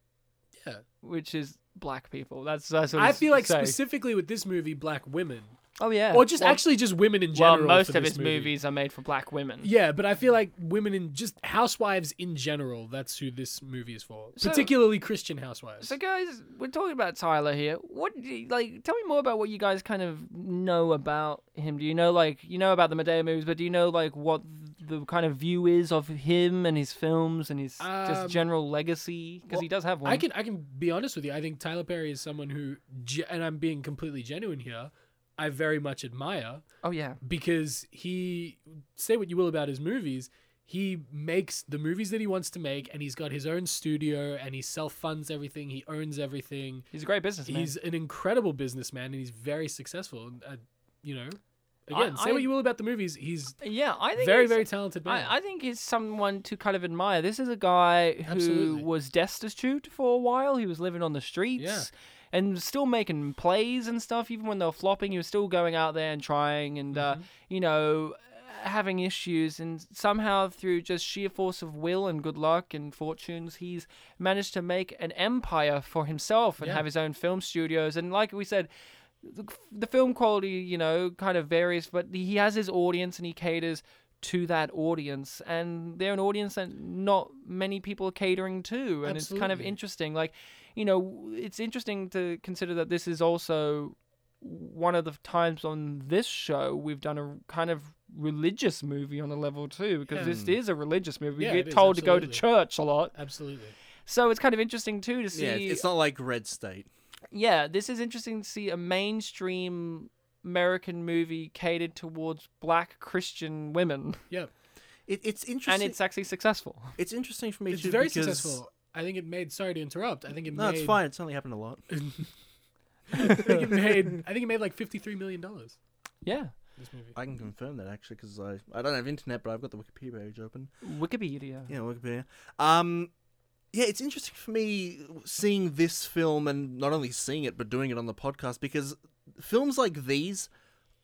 Yeah.
Which is black people. That's that's what
I
he's
feel like
saying.
specifically with this movie, black women,
Oh yeah.
or just
Well,
actually just women in
Well,
general.
most
for
of
this
his
movie.
movies are made for black women.
Yeah, but I feel like women in just housewives in general, that's who this movie is for.
So-
Particularly Christian housewives.
So, guys, we're talking about Tyler here. What, do you- like, tell me more about what you guys kind of know about him. Do you know, like, you know about the Medea movies, but do you know, like, what the kind of view is of him and his films and his
Um,
just general legacy? Because he
well,
does have one.
I can I can be honest with you. I think Tyler Perry is someone who ge- and I'm being completely genuine here. I very much admire
Oh yeah.
because he say what you will about his movies, he makes the movies that he wants to make and he's got his own studio and he self-funds everything, he owns everything.
He's a great businessman.
He's an incredible businessman and he's very successful. And, uh, you know,
I-
again, say
I-
what you will about the movies, he's
yeah, I think
very,
he's-
very talented man.
I, I think he's someone to kind of admire. This is a guy who
Absolutely.
was destitute for a while. He was living on the streets
Yeah.
and was still making
Mm-hmm.
plays and stuff. Even when they were flopping, he was still going out there and trying and, uh, you know, having issues, and somehow through just sheer force of will and good luck and fortunes, he's managed to make an empire for himself and
Yeah.
have his own film studios. And like we said, the, the film quality, you know, kind of varies, but he has his audience and he caters to that audience and they're an audience that not many people are catering to and it's kind of
Absolutely.
interesting like you know it's interesting to consider that this is also one of the times on this show we've done a kind of religious movie on a level too because this is a religious movie
Hmm. Yeah,
we
it
get
is,
told to go to
absolutely.
church a lot
Absolutely.
so it's kind of interesting too to see
Yeah, it's not like Red State.
yeah, this is interesting to see a mainstream American movie catered towards black Christian women,
Yeah.
It, it's interesting.
and it's actually successful.
it's interesting for me
It's
too.
very
because-
successful. I think it made. Sorry to interrupt. I think it
No,
made.
it's fine. It's only happened a lot.
I think it made. I think it made like fifty-three million dollars.
Yeah,
This movie.
I can confirm that actually because I I don't have internet, but I've got the Wikipedia page open.
Wikipedia.
Yeah, Wikipedia. Um, yeah, it's interesting for me seeing this film and not only seeing it but doing it on the podcast because films like these,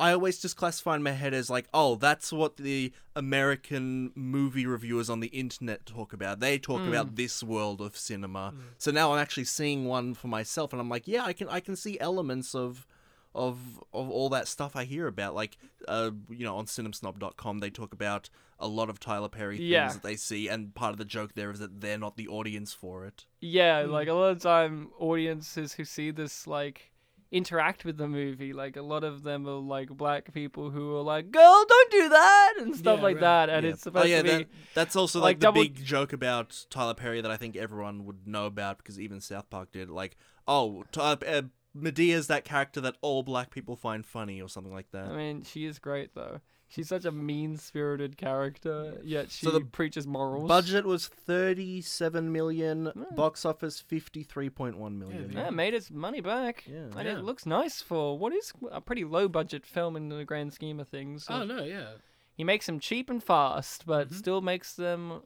I always just classify in my head as like, oh, that's what the American movie reviewers on the internet talk about. They talk about this world of cinema. So now I'm actually seeing one for myself, and I'm like, yeah, I can I can see elements of. Of, of all that stuff I hear about, like, uh, you know, on cinemsnob.com, they talk about a lot of Tyler Perry things
Yeah.
that they see, and part of the joke there is that they're not the audience for it.
Yeah, like a lot of time, audiences who see this like interact with the movie. Like a lot of them are like black people who are like, "Girl, don't do that" and stuff
Yeah,
like
right.
that. And
Yeah.
it's supposed
oh, yeah,
to be.
that- that's also
like,
like, the
double-
big joke about Tyler Perry that I think everyone would know about because even South Park did. Like, oh, Tyler, uh, Medea's that character that all black people find funny or something like that.
I mean, she is great though. She's such a mean-spirited character, yet she
the
preaches morals.
Budget was 37 million, box office 53.1 million.
Yeah,
Hmm. Yeah, made its money back.
Yeah.
and
Yeah.
it looks nice for what is a pretty low budget film in the grand scheme of things.
Oh no, yeah.
He makes them cheap and fast, but
Mm-hmm.
still makes them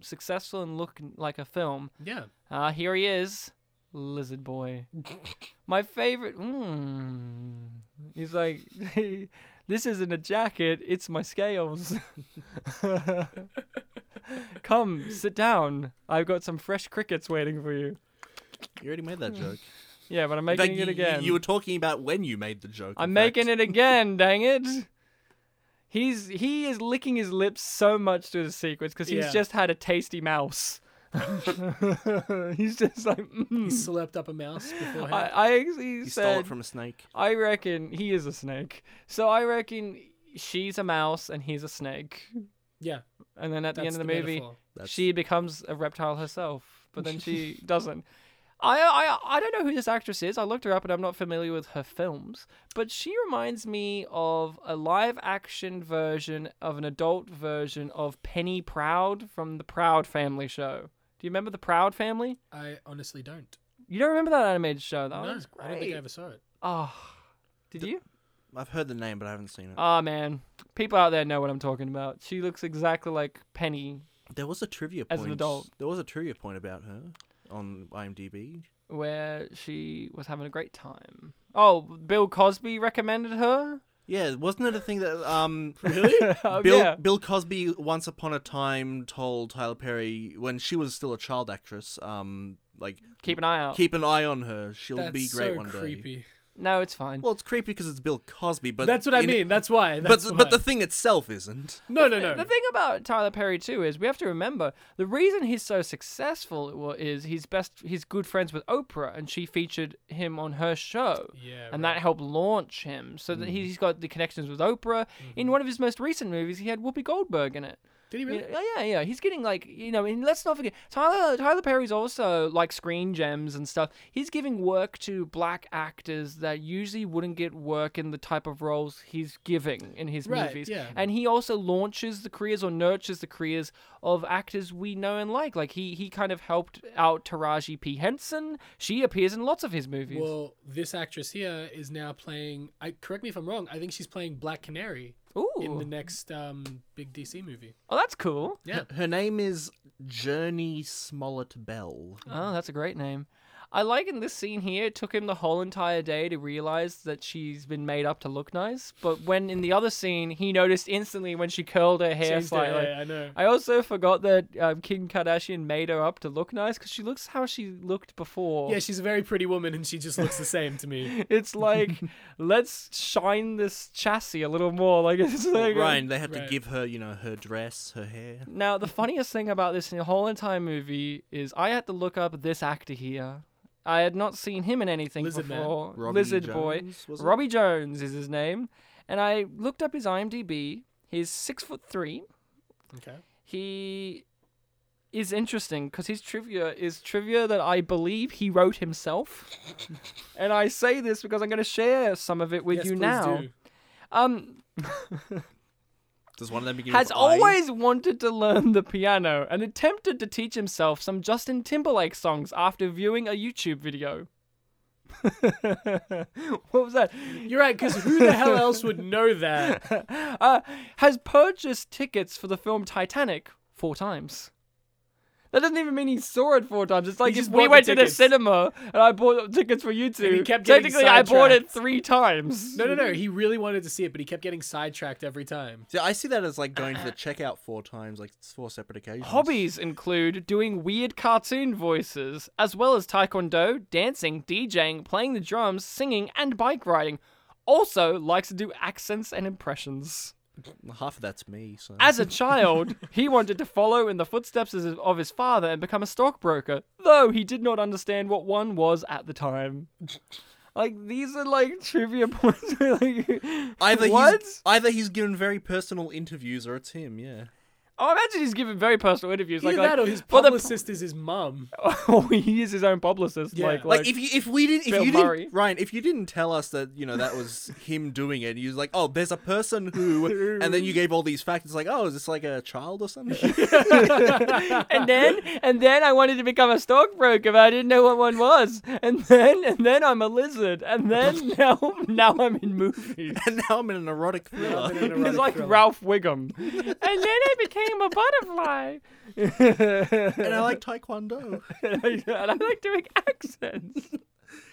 successful and look like a film.
Yeah.
Ah, here he is, Lizard Boy. My favorite. Mm, he's like, this isn't a jacket, it's my scales. Come, sit down. I've got some fresh crickets waiting for you.
You already made that joke.
Yeah, but I'm
In fact,
Hmm. making
you-
it again.
You, were talking about when you made the joke.
I'm making it again, dang it. He's he is licking his lips so much through the sequence because he's
Yeah.
just had a tasty mouse. he's just like,
He
mm.
slept up a mouse beforehand.
I, I actually
You
said,
stole it from a snake.
I reckon he is a snake. So I reckon she's a mouse and he's a snake.
yeah.
And then at the end
That's
of
the,
the, movie,
metaphor.
That's-
she becomes a reptile herself, but then she doesn't. I, I I don't know who this actress is. I looked her up, and I'm not familiar with her films. But she reminds me of a live action version of an adult version of Penny Proud from the Proud Family show. Do you remember the Proud Family?
I honestly don't.
You don't remember that animated show? That
no,
was Oh, great.
I don't think I ever saw it.
Oh, did you?
I've heard the name, but I haven't seen it.
Ah man, people out there know what I'm talking about. She looks exactly like Penny.
There was a trivia
As
point.
an adult.
There was a trivia point about her on IMDb.
Where she was having a great time. Oh, Bill Cosby recommended her.
Yeah, wasn't it a thing that um
Oh,
Um,
Bill
yeah.
Bill Cosby once upon a time told Tyler Perry when she was still a child actress, um like
Keep an eye out.
keep an eye on her. She'll
Oh. That's
be great
so
one day.
creepy.
no, it's fine.
Well, it's creepy because it's Bill Cosby, but
That's what I
in-
mean. That's why.
But
That's
but the
why.
thing itself isn't.
no no no.
the thing about Tyler Perry too is we have to remember the reason he's so successful wa- is he's best he's good friends with Oprah and she featured him on her show.
Yeah,
And
right. Mm-hmm.
that helped launch him. So that he's got the connections with Oprah. In one of his most recent movies, he had Whoopi Goldberg in it.
Did he
Yeah,
really?
yeah, oh, yeah, yeah. He's getting like you know, and let's not forget Tyler. Tyler Perry's also like screen gems and stuff. He's giving work to black actors that usually wouldn't get work in the type of roles he's giving in his
Right,
movies.
yeah.
And he also launches the careers or nurtures the careers of actors we know and like. Like he he kind of helped out Taraji P Henson. She appears in lots of his movies.
Well, this actress here is now playing. I correct me if I'm wrong. I think she's playing Black Canary in
Ooh,
the next um, big DC movie.
oh, that's cool.
Yeah.
Her name is Journey Smollett Bell.
Oh, that's a great name. I like in this scene here, it took him the whole entire day to realize that she's been made up to look nice. But when in the other scene, he noticed instantly when she curled her hair
Changed it,
slightly.
yeah, I know.
I also forgot that um, Kim Kardashian made her up to look nice because she looks how she looked before.
Yeah, she's a very pretty woman, and she just looks the same to me.
It's like let's shine this chassis a little more. Like it's like
Ryan, they had to
Right.
give her, you know, her dress, her hair.
Now the funniest thing about this whole entire movie is I had to look up this actor here. I had not seen him in anything
Lizard Man.
before.
Robbie
Lizard Boy.
Jones, was it?
Robbie Jones is his name, and I looked up his IMDb. He's six foot three.
Okay.
He is interesting because his trivia is trivia that I believe he wrote himself. and I say this because I'm going to share some of it with
Yes,
you
please
now.
do.
Um,
Does one of them begin
has
with I?
always wanted to learn the piano and attempted to teach himself some Justin Timberlake songs after viewing a YouTube video. what was that?
You're right, because who the hell else would know that?
uh, has purchased tickets for the film Titanic four times. That doesn't even mean he saw it four times. It's like if
just bought
we
the
went to the
tickets.
cinema and I bought tickets for you
And
two.
he kept getting
technically, I bought it
sidetracked.
three times.
No, no, no. He really wanted to see it, but he kept getting sidetracked every time.
See, I see that as like going to the checkout four times, like it's four separate occasions.
Hobbies include doing weird cartoon voices, as well as taekwondo, dancing, DJing, playing the drums, singing, and bike riding. Also likes to do accents and impressions.
Half of that's me. So.
As a child, he wanted to follow in the footsteps of his- of his father and become a stockbroker, though he did not understand what one was at the time. Like these are like trivia points. where, like,
either
what?
he's either he's given very personal interviews or it's him. Yeah.
I Oh, imagine he's given very personal interviews.
Either
like,
that
like
or his
for the-
publicist is his mum.
oh, he is his own publicist.
Yeah.
Like,
Like, if you if we didn't if
Bill
you
Murray.
didn't Ryan if you didn't tell us that you know that was him doing it, you was like oh there's a person who and then you gave all these facts. It's like oh is this like a child or something?
and then and then I wanted to become a stockbroker, but I didn't know what one was. And then and then I'm a lizard. And then now now I'm in movies.
and now I'm in an erotic thriller.
I'm in an
It's
erotic
like
thriller.
Ralph Wiggum. And then I became a butterfly.
and I like taekwondo,
and I like doing accents.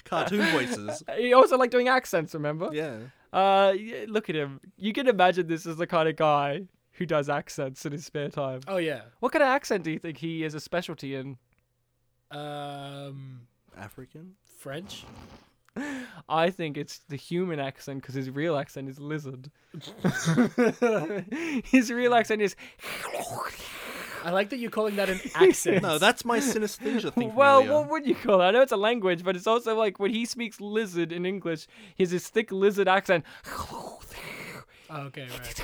cartoon voices.
He also liked doing accents, remember?
Yeah.
Uh, y- look at him. You can imagine this is the kind of guy who does accents in his spare time.
Oh yeah.
What kind of accent do you think he is a specialty in?
Um,
African.
French.
I think it's the human accent because his real accent is lizard. his real accent is.
I like that you're calling that an accent.
No, that's my synesthesia thing. from
Well,
earlier.
what would you call it? I know it's a language, but it's also like when he speaks lizard in English, he has this thick lizard accent.
Oh, okay, right.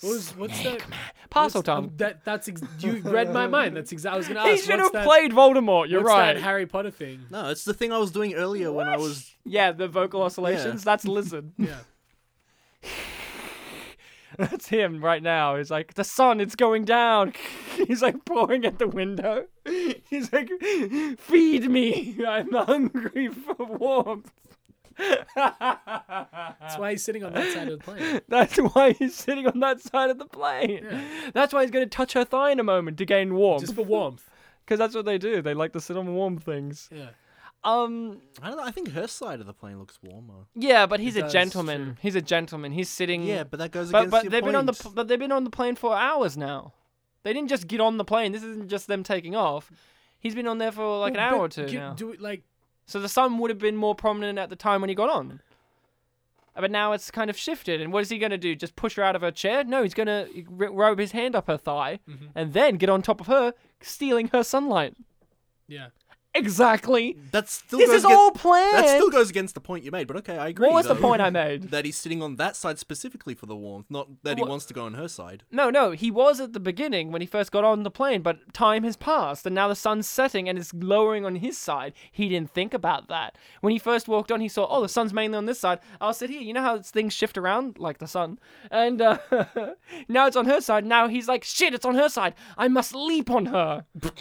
What was, what's that?
Parcel
what's- um,
tongue.
That that's ex- you read my mind. That's exactly. I was gonna ask.
He should
what's
have
that-
played Voldemort. You're
what's
right.
That Harry Potter thing.
No, it's the thing I was doing earlier when I was.
Yeah, the vocal oscillations. That's lizard.
Yeah.
That's him right now. He's like, the sun, it's going down. He's like pouring at the window. He's like, feed me. I'm hungry for warmth.
That's why he's sitting on that side of the plane.
That's why he's sitting on that side of the plane. That's why he's going to touch her thigh in a moment to gain warmth.
Just
Because
for warmth.
that's what they do. They like to sit on warm things.
Yeah.
Um,
I don't know. I think her side of the plane looks warmer.
yeah, but he's
It
a
does,
gentleman.
true.
He's a gentleman. He's sitting.
Yeah, but that goes
Mm. but
against
but
your
they've been on the
point.
pl- but they've been on the plane for hours now. They didn't just get on the plane. This isn't just them taking off. He's been on there for like an
Well,
hour or
but
two
gi-
now.
Do it like
So the sun would have been more prominent at the time when he got on. Uh, But now it's kind of shifted. And what is he going to do? Just push her out of her chair? No, he's going to r- rub his hand up her thigh
Mm-hmm.
and then get on top of her, stealing her sunlight.
yeah.
Exactly.
That still
This
goes
is
against-
all planned.
That still goes against the point you made, but okay, I agree.
what was the
though,
point I made?
That he's sitting on that side specifically for the warmth, not that he
What-
wants to go on her side.
No, no, he was at the beginning when he first got on the plane, but time has passed, and now the sun's setting and it's lowering on his side. He didn't think about that. When he first walked on, he saw, oh, the sun's mainly on this side. I'll sit here. You know how it's- things shift around, like the sun? And uh, now it's on her side. Now he's like, shit, it's on her side. I must leap on her.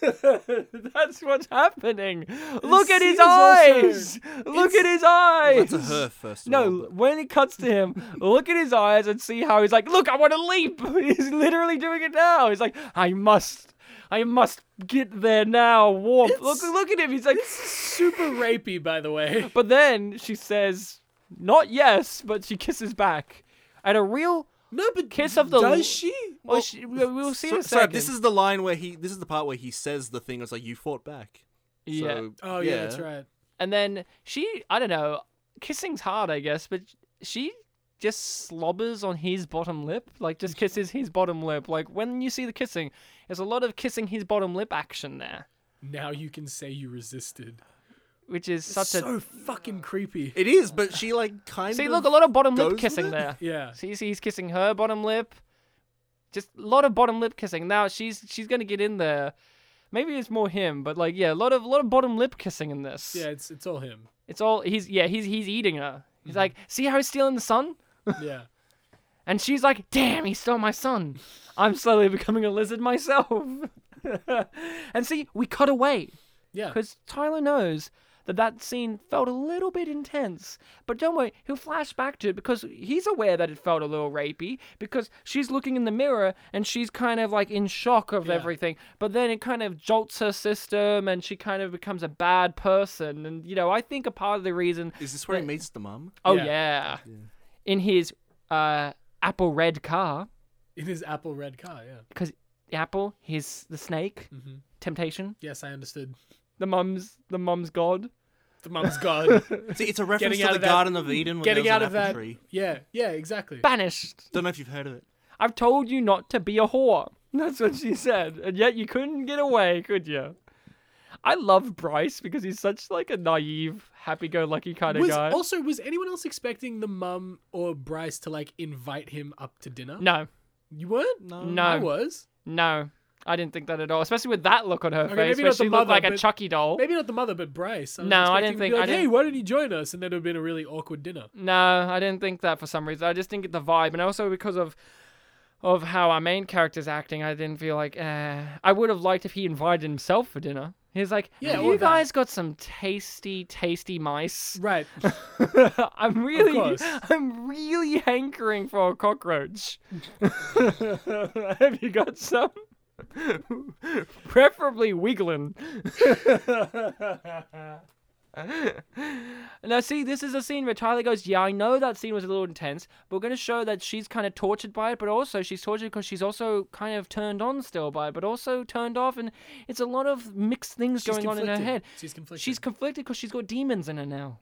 That's what's happening. Look at his
scene is
eyes.
also-
Look at his eyes.
That's a her first. of all,
No,
but-
when it cuts to him, look at his eyes and see how he's like, look, I want to leap. He's literally doing it now. He's like, I must. I must get there now. Warp. Look, look at him. He's like.
Super rapey, by the way.
But then she says, not yes, but she kisses back, and a real.
No, but
Kiss of the l-
does she?
Well, she, we- we'll see in
So,
a
sorry,
second.
this is the line where he. This is the part where he says the thing. It's like you fought back.
yeah.
So,
Oh yeah, that's right.
And then she, I don't know, kissing's hard, I guess, but she just slobbers on his bottom lip, like
Mm-hmm.
just kisses his bottom lip. Like when you see the kissing, there's a lot of kissing his bottom lip action there,
Now you can say you resisted.
which is such
so
a.
fucking creepy.
It is, but she like kind
See,
of.
look, a lot of bottom
goes
lip
with
kissing
it?
there.
Yeah.
See, see, he's kissing her bottom lip. Just a lot of bottom lip kissing. Now she's she's gonna get in there. Maybe it's more him, but like yeah, a lot of lot of bottom lip kissing in this.
Yeah, it's it's all him.
It's all he's yeah he's he's eating her. He's
Mm-hmm.
like, see how he's stealing the sun.
Yeah.
And she's like, damn, he stole my son. I'm slowly becoming a lizard myself. and see, we cut away
Yeah.
because Tyler knows that that scene felt a little bit intense. But don't worry, he'll flash back to it because he's aware that it felt a little rapey because she's looking in the mirror and she's kind of like in shock of
Yeah.
everything. But then it kind of jolts her system and she kind of becomes a bad person. And, you know, I think a part of the reason
Is this where he meets the mum?
Oh yeah.
Yeah.
In his uh, apple red car,
In his apple red car, yeah.
because apple, his the snake,
hmm
temptation,
Yes, I understood.
Mm-hmm. the mum's the mum's god.
The mum's god.
See, it's a reference
Getting
to
out
the
of that-
Garden of Eden. When
Getting
there
out
was
of
an
that.
apple Tree.
Yeah, yeah, exactly.
Banished.
Don't know if you've heard of it.
I've told you not to be a whore. That's what she said. And yet you couldn't get away, could you? I love Bryce because he's such like a naive, happy go lucky kind of
Was,
guy.
also, was anyone else expecting the mum or Bryce to like invite him up to dinner?
no,
You weren't? No.
No.
I was.
no. I didn't think that at all. Especially with that look on her
Okay,
face
maybe
where
not the
she looked
mother,
like a
but-
Chucky doll.
Maybe not the mother, but Bryce. was
No, I
expecting
didn't
him to be
think- I
Like, hey,
didn't-
why didn't you join us? And that would have been a really awkward dinner.
No, I didn't think that for some reason. I just didn't get the vibe, and also because of of how our main character's acting, I didn't feel like uh, I would have liked if he invited himself for dinner. He's like,
Yeah,
"Have
or
you
that."
guys got some tasty, tasty mice.
Right.
I'm really,
course.
I'm really hankering for a cockroach. Have you got some? Preferably wiggling. now, see, this is a scene where Tyler goes, Yeah, I know that scene was a little intense, but we're going to show that she's kind of tortured by it, but also she's tortured because she's also kind of turned on still by it, but also turned off. And it's a lot of mixed things
She's
going on in her
conflicted.
head.
She's conflicted.
She's conflicted because she's got demons in her now.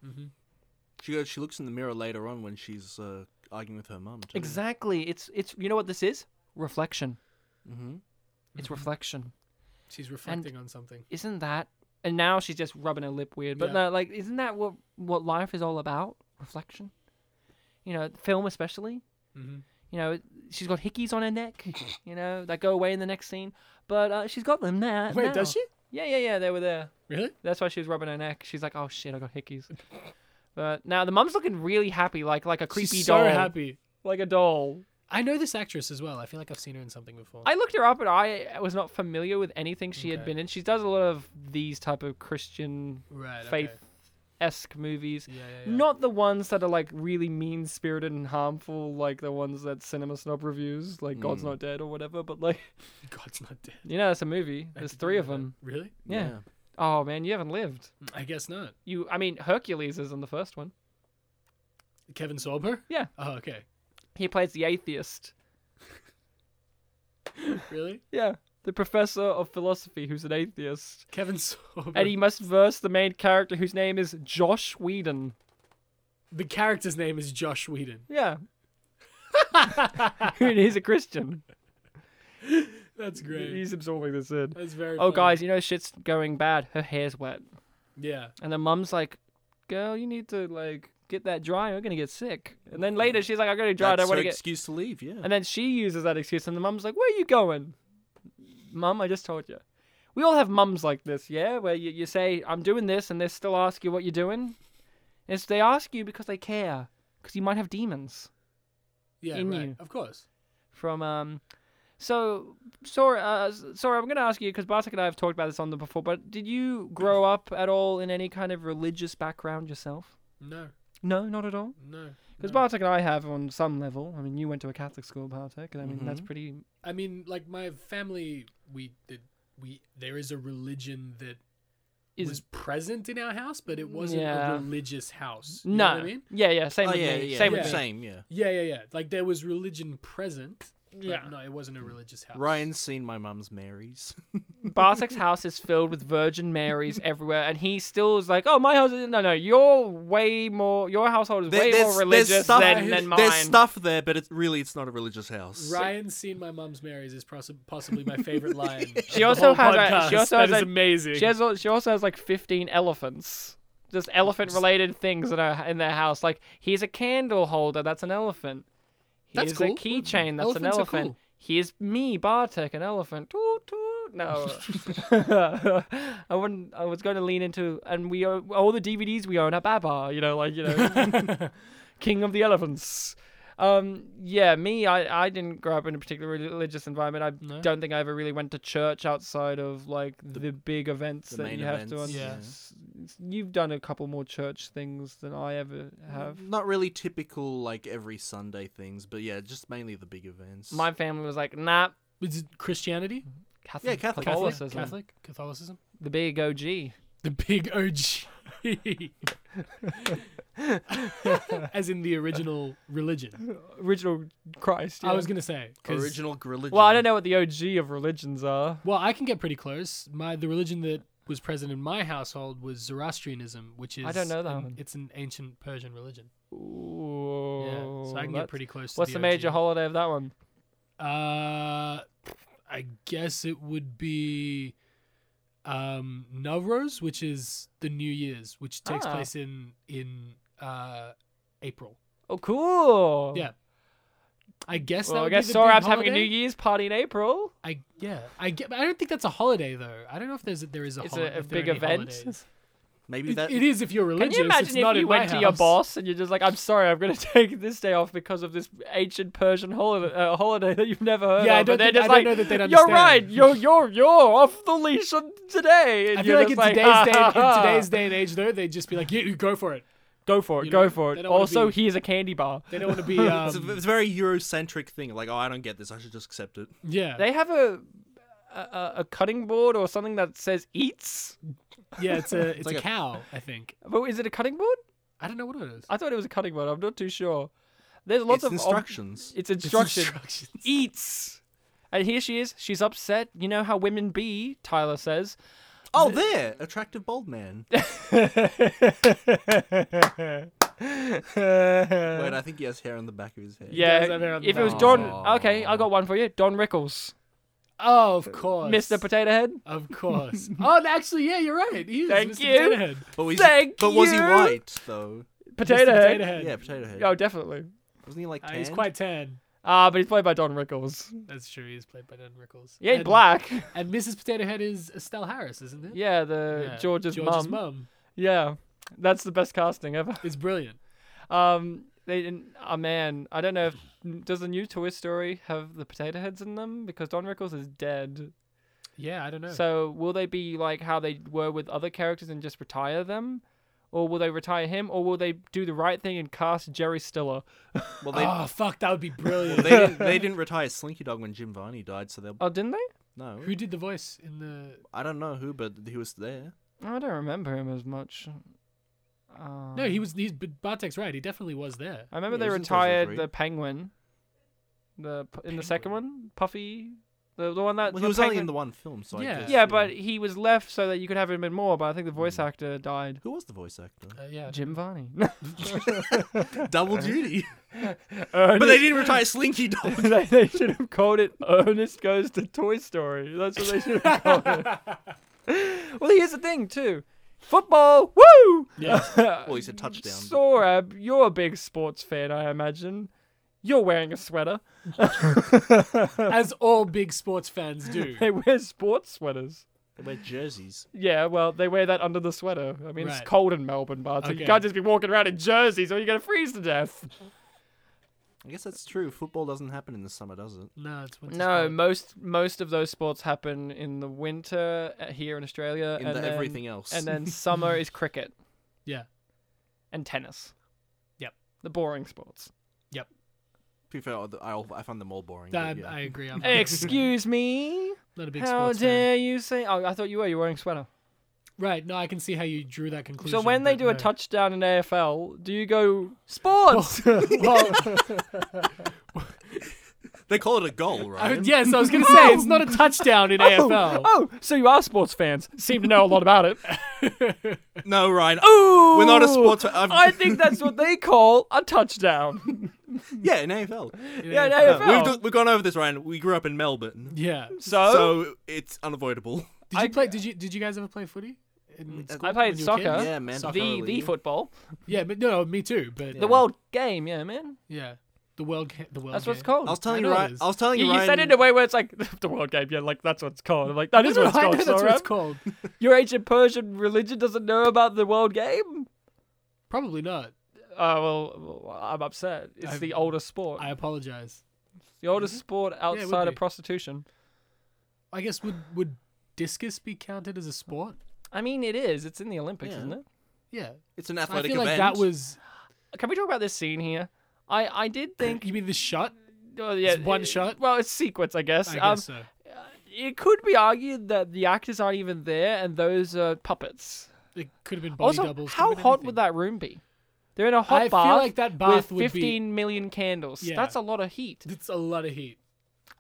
She goes. She looks in the mirror later on when she's uh, arguing with her mum.
Mm-hmm.
too.
Exactly. It's it's you know what this is? Reflection.
Mm-hmm.
Mhm.
It's reflection.
She's reflecting on something.
Isn't that? And now she's just rubbing her lip weird. But
Yeah.
no, like isn't that what what life is all about? Reflection. You know, film especially.
Mm-hmm.
You know, she's got hickeys on her neck. you know that go away in the next scene. But uh, she's got them now.
Wait,
now.
does she?
Yeah, yeah, yeah. They were there.
Really?
That's why she was rubbing her neck. She's like, "Oh shit, I got hickeys." But now the mum's looking really happy, like like a creepy
She's so
doll,
happy.
like a doll.
I know this actress as well. I feel like I've seen her in something before.
I looked her up and I was not familiar with anything she had
Okay.
been in. She does a lot of these type of Christian
right. okay.
faith esque movies.
Yeah, yeah, yeah.
Not the ones that are like really mean spirited and harmful, like the ones that Cinema Snob reviews, like God's
Hmm.
Not Dead or whatever. But like,
God's not dead.
you know, that's a movie. There's three of them.
Really?
Yeah. Oh man, you haven't lived.
I guess not.
You, I mean, Hercules is in the first one.
Kevin Sorbo?
Yeah.
Oh, okay.
He plays the atheist.
Really?
Yeah, the professor of philosophy who's an atheist.
Kevin Sorbo.
And he must verse the main character whose name is Josh Whedon.
The character's name is Josh Whedon.
Yeah. And he's a Christian.
That's great.
He's absorbing this in.
That's very.
Oh,
funny.
guys, you know shit's going bad. Her hair's wet.
Yeah.
And the mum's like, girl, you need to, like, get that dry. You're going to get sick. And then later she's like, I'm going to dry. I
That's
don't want
her
to get.
excuse to leave. Yeah.
And then she uses that excuse. And the mum's like, where are you going? Mum, I just told you. We all have mums like this, yeah? Where you, you say, I'm doing this, and they still ask you what you're doing. It's they ask you because they care. Because you might have demons.
Yeah.
In
right.
you.
Of course.
from um so sorry uh, s- sorry i'm going to ask you because bartek and i have talked about this on the before but did you grow up at all in any kind of religious background yourself
No.
no not at all
No.
because
no.
bartek and i have on some level i mean you went to a catholic school bartek and i mean that's pretty
I mean, like my family, we did we there is a religion that
Is-
was present in our house, but it wasn't
Yeah.
a religious house. You know
no.
what I mean?
Yeah, yeah. Same
Oh,
with
yeah,
me.
yeah,
same
yeah.
with me.
Same, yeah.
Yeah, yeah, yeah. Like there was religion present. But
Yeah.
No, it wasn't a religious house.
Ryan's seen my mum's Mary's.
Bartek's house is filled with Virgin Marys everywhere, and he still is like, "Oh, my house is no, no. You're way more. Your household is
There-
way more religious
stuff,
than, than mine."
There's stuff there, but it's really it's not a religious house.
Ryan's seen my mum's Mary's is possi- possibly my favorite line.
She also has a, she
podcast.
also
That
has
is
a-
amazing.
She has al- she also has like fifteen elephants. Just elephant related things in her in their house. Like here's a candle holder, that's an elephant.
That's
Here's a
cool.
keychain, that's
Elephants
an
are
elephant.
cool.
Here's me, Bartek, an elephant. Toot, toot. No, I wouldn't. I was going to lean into, and we own, all the DVDs we own are Baba. You know, like you know, King of the Elephants. Um, yeah, me. I, I didn't grow up in a particularly religious environment. I
No?
don't think I ever really went to church outside of like the, big events
the
that
main
you have to.
events,
un-
yeah.
s- s- You've done a couple more church things than I ever have.
Not really typical like every Sunday things, but yeah, just mainly the big events.
My family was like, nah,
Was it Christianity?
Catholic,
Yeah, Catholic.
Catholicism,
Catholic? Catholicism?
the big OG.
The big OG. As in the original religion.
original Christ.
I
yeah.
was going to say. 'cause-
original religion.
Well, I don't know what the OG of religions are.
Well, I can get pretty close. My The religion that was present in my household was Zoroastrianism, which is.
I don't know that
an-
one.
It's an ancient Persian religion.
Ooh,
Yeah. So I can
that's-
get pretty close to
What's the,
the,
major
OG.
holiday of that one?
Uh, I guess it would be um, Nowruz, which is the New Year's, which takes
Ah.
place in in uh, April.
Oh, cool.
Yeah. I guess that
Well, I
would
guess
be the big
Sorab's having a New
holiday.
Year's party in April.
I yeah. I get. I don't think that's a holiday though. I don't know if there's a, there is a
It's
holi-
a, a
if there are
big
any
event.
holidays.
Maybe
It,
that.
it is if you're religious.
Can you
it's
imagine
not
if you
in
went
my
to your
house.
boss and you're just like, "I'm sorry, I'm going to take this day off because of this ancient Persian holiday, uh, holiday that you've never heard
Yeah, I
of,"
don't
and they're
think-
just
I don't
like,
know that they'd
"You're
understand."
right, you're you're you're off the leash on today." And
I
you're
feel like
just
in
like,
today's
"Ha,
day,
ha, ha."
in today's day and age, though, they'd just be like, "Yeah, you go for it."
go for it,
you
go
know,
for
they
it.
don't wanna
Also,
be-
here's a candy bar.
They don't want to be. Um,
it's, a, it's a very Eurocentric thing. Like, oh, I don't get this. I should just accept it.
yeah,
They have a a- a, a cutting board or something that says "eats."
yeah. It's a it's,
like
a
a-
cow. I think.
But is it a cutting board?
I don't know what it is.
I thought it was a cutting board. I'm not too sure. There's lots
it's
of ob-
instructions.
it's instruction.
instructions.
eats. And here she is. She's upset. You know how women be, Tyler says.
oh, there, attractive bald man. Wait, I think he has hair on the back of his head.
does have hair
yeah.
on the
If it was
back.
Don,
Aw.
okay, I got one for you. Don Rickles,
Oh, of course,
Mr. Potato Head.
Of course. oh, and actually, yeah, you're right. He is
Thank
Mr.
you.
Potato Head.
But, was-
Thank
but was he
you.
white though?
Potato,
Mr.
Head.
Potato Head.
Yeah, potato head.
Oh, definitely.
Wasn't he like
Uh,
tan?
he's quite tan.
Ah, but he's played by Don Rickles.
That's true. He's played by Dan Rickles.
He ain't
and,
black.
And Mrs. Potato Head is Estelle Harris, isn't it?
Yeah, the George's,
George's
mum. Yeah, that's the best casting ever.
It's brilliant.
Um, they didn't. Oh man, I don't know. if Does the new Toy Story have the potato heads in them? Because Don Rickles is dead.
Yeah, I don't know.
So will they be like how they were with other characters and just retire them? Or will they retire him? Or will they do the right thing and cast Jerry Stiller?
Well, they,
oh, fuck, that would be brilliant.
they, didn't, they didn't retire Slinky Dog when Jim Varney died, so they'll
Oh, didn't they?
no.
Who did the voice in the?
I don't know who, but he was there.
I don't remember him as much. Uh,
No, he was. He's but Bartek's right. He definitely was there.
I remember
Yeah,
they
it was in Toy Story
retired
three.
the penguin. The p in the second one, Puffy, the the one that
Well,
Uh, the
he was only
penguin-
in the Mm. one film, so
Yeah.
I guess,
yeah, but he was left so that you could have him in more. But I think the voice actor died.
who was the voice actor?
Uh, yeah.
Jim Varney.
Double duty.
Ernest,
but they didn't retire Slinky Dog.
they, they should have called it Ernest Goes to Toy Story. That's what they should have called it. well, here's the thing too. Football, woo!
well, he said touchdown.
Sorab, you're a big sports fan, I imagine. You're wearing a sweater.
As all big sports fans do.
They wear sports sweaters.
They wear jerseys.
Yeah, well, they wear that under the sweater. I mean,
Right.
it's cold in Melbourne, Bart, so you
Okay.
can't just be walking around in jerseys or you're going to freeze to death.
I guess that's true. Football doesn't happen in the summer, does it?
No, it's what's it
No,
called?
most most of those sports happen in the winter uh, here in Australia,
In
and
the
then,
everything else.
and then summer is cricket
Yeah.
and tennis.
Yep.
the boring sports.
Yep.
To be fair, I- I, I find them all boring. but
That-
yeah.
Um, I agree. I'm
Excuse me.
not a big
How
sports fan.
dare you say? Oh, I thought you were. You were wearing a sweater.
Right. No, I can see how you drew that conclusion.
So when they
but
do a
no.
touchdown in AFL, do you go sports?
well,
They call it a goal, right?
I, yes, I was gonna say it's not a touchdown in AFL.
Oh, so you are sports fans. Seem to know a lot about it.
No, Ryan. Oh,
Ooh,
We're not a um, sports fan. I've-
I think that's what they call a touchdown.
Yeah, in AFL.
yeah, in
No,
AFL.
we've, d- we've gone over this, Ryan. We grew up in Melbourne.
Yeah.
so,
So it's unavoidable.
Did you
I-
play? Did you did you guys ever play footy? in school
played
when you were kids?
soccer.
Mm, Yeah, man.
the the football,
Yeah, but no, me too. But
the world game. Yeah, man.
yeah, the world, ca- the world.
That's what it's
game.
called.
I was telling
I
you,
know it
Ryan.
is.
I was telling you,
you, you
Ryan.
said it in a way where it's like the world game. Yeah, like that's what it's called. I'm like that is
No,
what
no,
it's called.
I know that's
Sora.
what it's called.
Your ancient Persian religion doesn't know about the world game.
Probably not.
Uh, well, I'm upset. It's
I-
the oldest sport.
I apologize.
the oldest sport
would
outside of
be.
prostitution.
I guess would would discus be counted as a sport?
I mean, it is. It's in the Olympics,
Yeah.
isn't it?
Yeah,
It's an
I
athletic
feel like
event.
that was.
Can we talk about this scene here? I I did think.
You mean the shot?
oh, yeah,
It's one
it-
shot?
Well, it's sequence, I guess.
I guess
um,
so.
It could be argued that the actors aren't even there, and those are puppets.
It could have been body
also,
doubles.
how
could've been
hot
anything.
would that room be? They're in a hot
I
bath.
feel like that bath
with
would be-
fifteen million candles.
Yeah.
That's a lot of heat.
It's a lot of heat.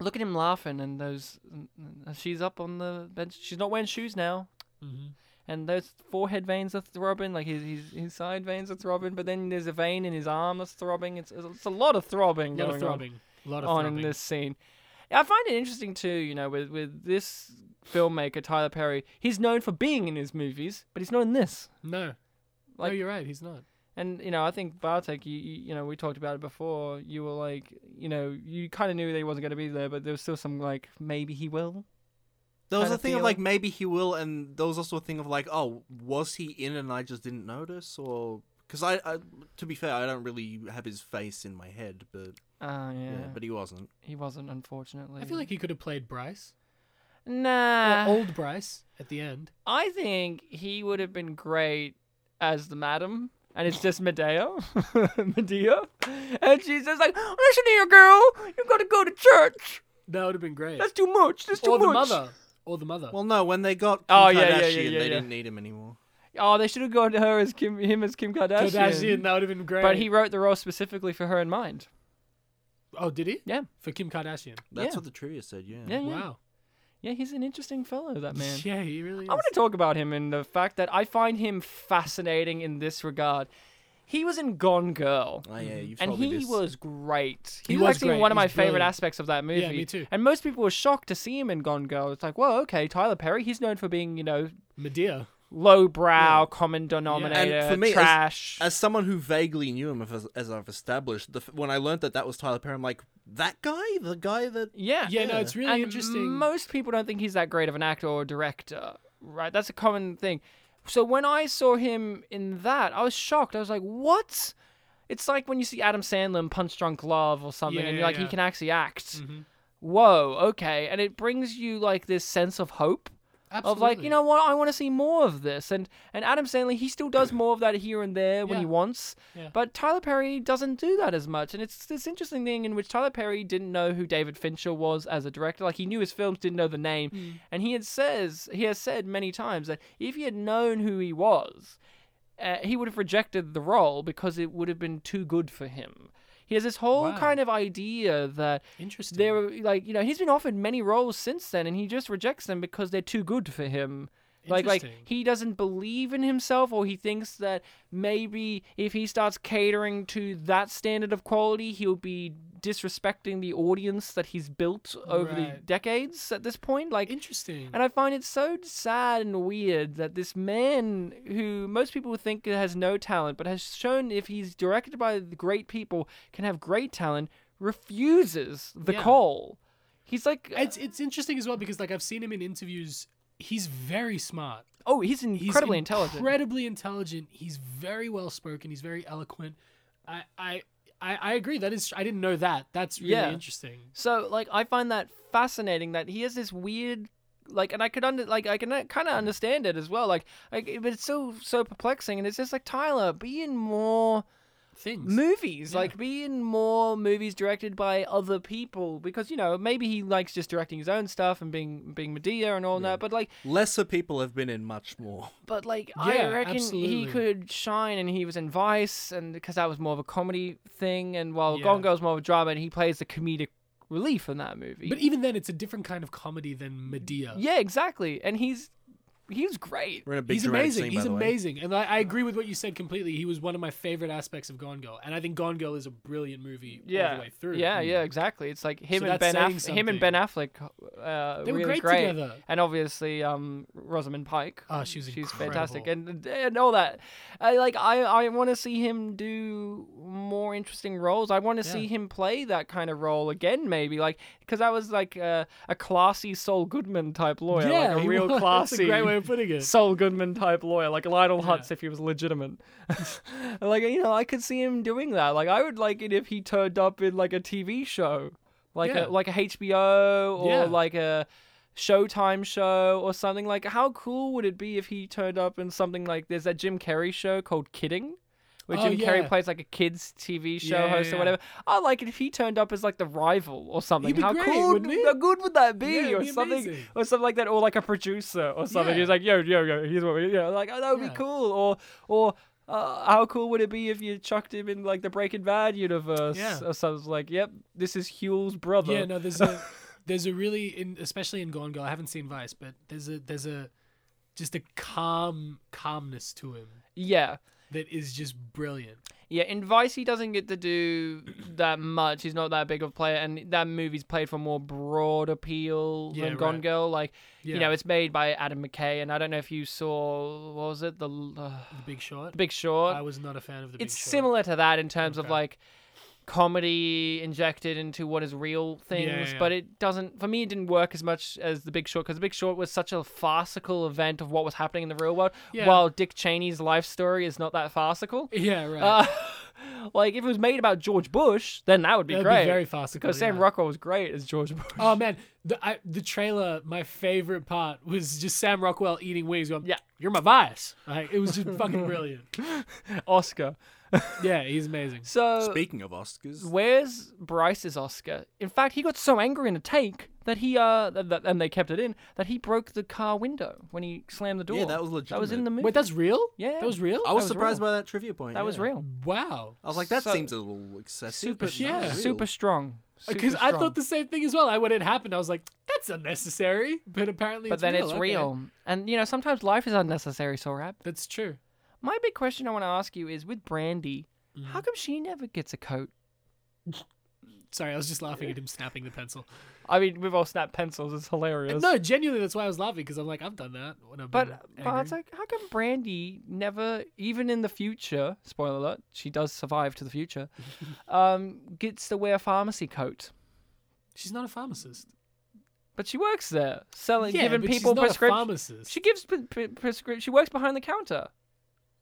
Look at him laughing, and those. and- and She's up on the bench. She's not wearing shoes now,
Mhm.
and those forehead veins are throbbing. Like his his, his side veins are throbbing, but then there's a vein in his arm that's throbbing. It's it's a lot of throbbing.
A lot of
going on
throbbing. A lot of
on
throbbing.
in this scene. I find it interesting too, you know, with with this filmmaker Tyler Perry, he's known for being in his movies, but he's not in this.
No,
Like,
no, you're right. He's not.
and you know, I think Bartek, you, you you know, we talked about it before. You were like, you know, you kind of knew that he wasn't going to be there, but there was still some like maybe he will.
There was
kinda
a thing of
feeling.
like maybe he will, and there was also a thing of like, oh, was he in and I just didn't notice, or because I, I, to be fair, I don't really have his face in my head, but
Oh yeah,
yeah, but he wasn't.
he wasn't, unfortunately.
I feel like he could have played Bryce, or
nah.
old Bryce, at the end.
I think he would have been great as the madam. And it's just Medea. Medea. And she's just like, listen here, girl. you got to go to church.
That would have been great.
That's too much. That's too
or the
much.
mother. Or the mother.
Well, no, when they got Kim
Uh. Oh,
oh,
yeah, yeah, yeah,
Kardashian,
yeah,
they
yeah.
didn't need him anymore.
Oh, they should have gone to her as Kim, him as Kim Kardashian.
Kardashian, that would have been great.
But he wrote the role specifically for her in mind.
Oh, did he?
Yeah.
For Kim Kardashian.
That's
Yeah.
what the trivia said. Yeah.
Yeah, yeah.
Wow.
Yeah, he's an interesting fellow, that man.
Yeah, he really is.
I want to talk about him and the fact that I find him fascinating in this regard. He was in Gone Girl.
Oh, yeah, you've
Mm-hmm. and
told me
he
this.
was great. He,
He
was,
was
actually
great.
one of
He's
my favorite
brilliant.
aspects of that movie.
me too.
And most people were shocked to see him in Gone Girl. It's like, whoa, okay, Tyler Perry. He's known for being, you know,
Medea.
lowbrow, common denominator,
And for me, as-
trash.
As someone who vaguely knew him, as, as I've established, the, f- when I learned that that was Tyler Perry, I'm like, that guy, the guy that.
yeah,
Yeah, no, it's really
and
interesting.
Most people don't think he's that great of an actor or director, right? That's a common thing. So when I saw him in that, I was shocked. I was like, what? It's like when you see Adam Sandler in Punch Drunk Love or something,
Yeah,
and you're
yeah,
like, he
yeah.
can actually act.
Mhm.
Whoa, okay. And it brings you like this sense of hope.
Absolutely.
of like you know what I want to see more of this and and Adam Sandler he still does more of that here and there when he
Yeah.
wants
Yeah.
but Tyler Perry doesn't do that as much and it's this interesting thing in which Tyler Perry didn't know who David Fincher was as a director like he knew his films didn't know the name
Mm.
and he had says he has said many times that if he had known who he was uh, he would have rejected the role because it would have been too good for him he has this whole
Wow.
kind of idea that
Interesting.
there were like you know he's been offered many roles since then and he just rejects them because they're too good for him like like
Interesting.
he doesn't believe in himself or he thinks that maybe if he starts catering to that standard of quality he'll be disrespecting the audience that he's built over the
Right.
decades at this point like
Interesting.
and I find it so sad and weird that this man, who most people would think has no talent, but has shown if he's directed by the great people can have great talent, refuses the
Yeah.
call. He's like, uh,
it's it's interesting as well because like I've seen him in interviews. He's very smart.
oh, he's
He's
incredibly intelligent.
Incredibly intelligent. He's very well spoken. He's very eloquent. I I I, I agree. That is I didn't know that. That's really
Yeah.
interesting.
So like I find that fascinating that he has this weird like and I could under like I can uh, kind of understand it as well like like but it's so so perplexing and it's just like Tyler be in more
things.
movies like be in more movies directed by other people because you know maybe he likes just directing his own stuff and being being medea and all that but like
Lesser people have been in much more.
but like i
Yeah,
reckon he
absolutely.
could shine and he was in vice and because that was more of a comedy thing and while
Yeah.
gone girl's more of a drama and he plays the comedic relief in that movie
But even then, it's a different kind of comedy than Medea.
yeah exactly and he's he's great
We're in a big
he's
dramatic
amazing.
scene, by
he's
the way.
amazing, and I, I agree with what you said completely. He was one of my favorite aspects of Gone Girl, and I think Gone Girl is a brilliant movie all
yeah
the way through. Hmm.
yeah yeah exactly it's like him
So
and
that's
ben Aff-
saying
him and ben affleck uh
They were
really
great
great
together.
and obviously um Rosamund Pike
Oh, she was
she's
incredible.
fantastic and and all that I, like i i want to see him do more interesting roles i want to see him play that kind of role again maybe like because i was like uh, a classy Saul goodman type lawyer
yeah,
like
he
a real
was. That's
classy
a great way of putting it.
Saul Goodman type lawyer, like Lionel
Yeah.
Hutz if he was legitimate. like you know, I could see him doing that. Like I would like it if he turned up in like a TV show, like
Yeah.
a, like a HBO or
Yeah.
like a Showtime show or something. Like how cool would it be if he turned up in something like there's that Jim Carrey show called Kidding. Where
Oh,
Jim Carrey
yeah.
plays like a kids TV show
Yeah,
host
yeah.
or whatever. I like it if he turned up as like the rival or something.
be
How
great,
cool?
wouldn't he?
How good would that be?
Yeah, it'd
or
be
something
amazing.
or something like that, or like a producer or something.
Yeah.
He's like, yo, yo, yo, here's what we, you know, like, oh, that would
Yeah.
be cool. Or, or uh, how cool would it be if you chucked him in like the Breaking Bad universe
Yeah.
or something? Like, yep, this is Huel's brother.
Yeah, no, there's a there's a really, in, especially in Gone Girl. I haven't seen Vice, but there's a there's a just a calm calmness to him
yeah.
that is just brilliant.
Yeah, in Vice he doesn't get to do that much. He's not that big of a player, and that movie's played for more broad appeal
Yeah,
than Gone
right.
Girl. Like,
Yeah.
you know, it's made by Adam McKay, and I don't know if you saw what was it, the uh,
The Big Short.
Big Short.
I was not a fan of the. Big
it's
Short.
similar to that in terms of
Okay.
like comedy injected into what is real things
yeah.
but it doesn't for me it didn't work as much as the big short because the big short was such a farcical event of what was happening in the real world
Yeah.
while dick cheney's life story is not that farcical
Yeah, right.
uh, like if it was made about george bush then that would be
That'd
great
be very fast
because sam rockwell was great as george bush
Oh man, the I, the trailer. My favorite part was just Sam Rockwell eating wings. Going,
Yeah.
you're my vice. Like it was just fucking brilliant.
oscar
Yeah, he's amazing.
so
Speaking of Oscars,
Where's Bryce's Oscar? In fact, he got so angry in a take that he uh th- th- and they kept it in that he broke the car window when he slammed the door.
Yeah, that was
That was in
legitimate.
the movie.
Wait, that's real?
Yeah.
that was real.
I was,
was
surprised
real.
by that trivia point.
that was
yeah.
real.
Wow.
I was like, that
So-
seems a little excessive.
Super,
but that was real.
super strong. Super
Because Uh, I
strong.
thought the same thing as well. I when it happened, I was like, that's unnecessary. But apparently,
but
it's
then
real.
it's
okay.
real, and you know sometimes life is unnecessary. Sorab.
That's true.
My big question I want to ask you is with Brandy, how
Mm.
come she never gets a coat?
Sorry, I was just laughing at him snapping the pencil.
I mean, we've all snapped pencils. It's hilarious.
No, genuinely, that's why I was laughing because I'm like, I've done that when I've
But,
been
but it's
angry.
like, how come Brandy never, even in the future, spoiler alert, she does survive to the future, um, gets to wear a pharmacy coat?
she's not a pharmacist.
But she works there, selling,
yeah,
giving
but
people
she's not a
prescriptions.
pharmacist.
She gives pre- pre- prescription. She works behind the counter.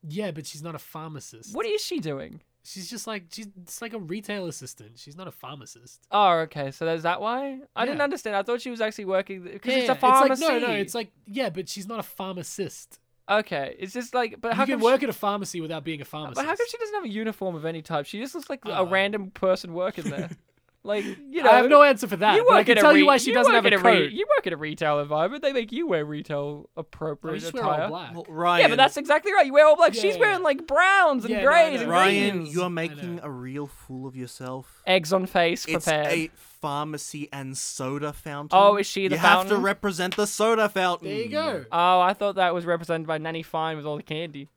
Yeah, but she's not a pharmacist.
What is she doing?
She's just like she's it's like a retail assistant. She's not a pharmacist.
Oh, okay. So is that why? I didn't
Yeah.
understand. I thought she was actually working because it's
Yeah,
a pharmacy.
like, no, no, it's like yeah, but she's not a pharmacist.
okay. It's just like, but how
you can
come
work
She,
at a pharmacy without being a pharmacist.
but how come she doesn't have a uniform of any type? She just looks like
Oh.
a random person working there. like you know,
I have no answer for that.
you
but
work
I can
at a
tell
re-
you why she doesn't
work
have a
at re-
coat.
you work at a retail environment. They make you wear retail appropriate
We Oh, just wear all
attire.
black.
Well, Ryan,
Yeah, but that's exactly right. You wear all black.
Yeah,
She's
yeah.
wearing like browns and
Yeah, no,
greys
no.
and
Ryan.
greens.
You are
know.
making a real fool of yourself.
eggs on face
It's
prepared.
a pharmacy and soda fountain.
Oh, is she the
you have
fountain?
to represent the soda fountain.
there you go.
Oh, I thought that was represented by Nanny Fine with all the candy.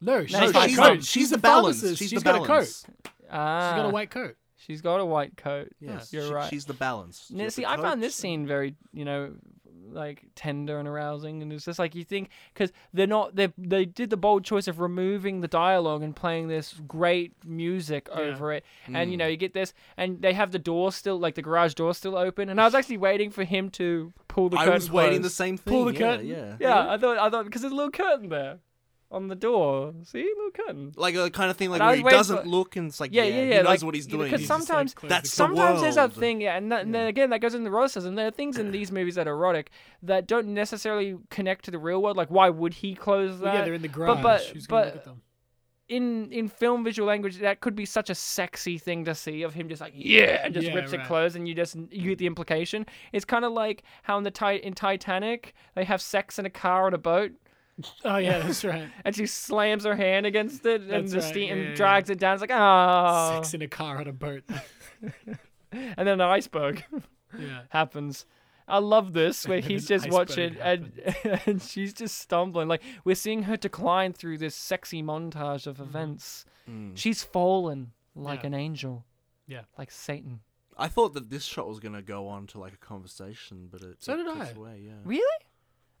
No, she's,
she's
got a
the
coat.
coat.
She's
a
the balance.
pharmacist.
She's
she's
the
got a coat.
balance.
She's
Ah,
got a white coat.
she's got a white coat.
Yes,
you're
she-
right.
She's the balance.
Now,
She's
see,
the
I found
coach.
this scene very, you know, like tender and arousing, and it's just like you think because they're not they they did the bold choice of removing the dialogue and playing this great music over it, and you
Mm.
know you get this, and they have the door still like the garage door still open, and I was actually waiting for him to pull the
I
curtain.
was waiting the
closed.
same thing.
Pull the
yeah,
curtain.
Yeah.
Yeah, I thought I thought because there's a little curtain there, on the door. See, little curtain.
Like a kind of thing like
And I
where
was
he
waiting
doesn't
for-
look and it's like
Yeah,
yeah,
yeah,
he
yeah,
knows
like-
what he's
you know,
doing.
'cause
He's
some-
just-
sometimes
close
That's the
sometimes there's a
world.
thing, yeah, and, that, and then again that goes into eroticism. There are things in these movies that are erotic that don't necessarily connect to the real world. Like, why would he close that?
Well, yeah, they're in the
But
garage.
but
Who's gonna
but
look at them?
in in film visual language, that could be such a sexy thing to see of him just like yeah, and just
Yeah,
rips it
right.
closed, and you just you get the implication. It's kind of like how in the ti- in Titanic they have sex in a car on a boat,
Oh yeah, that's right.
and she slams her hand against it and
That's
the
right,
steam
yeah, yeah, yeah.
and drags it down. It's like ah,
Sex in a car on a boat.
and then an iceberg.
Yeah.
happens. I love this where he's
An
just watching and,
iceberg
and she's just stumbling. Like we're seeing her decline through this sexy montage of events. She's fallen like
Mm-hmm. Yeah.
an angel.
Yeah.
Like Satan.
I thought that this shot was gonna go on to like a conversation, but it
So
it
did
cuts
I.
Away, yeah.
Really?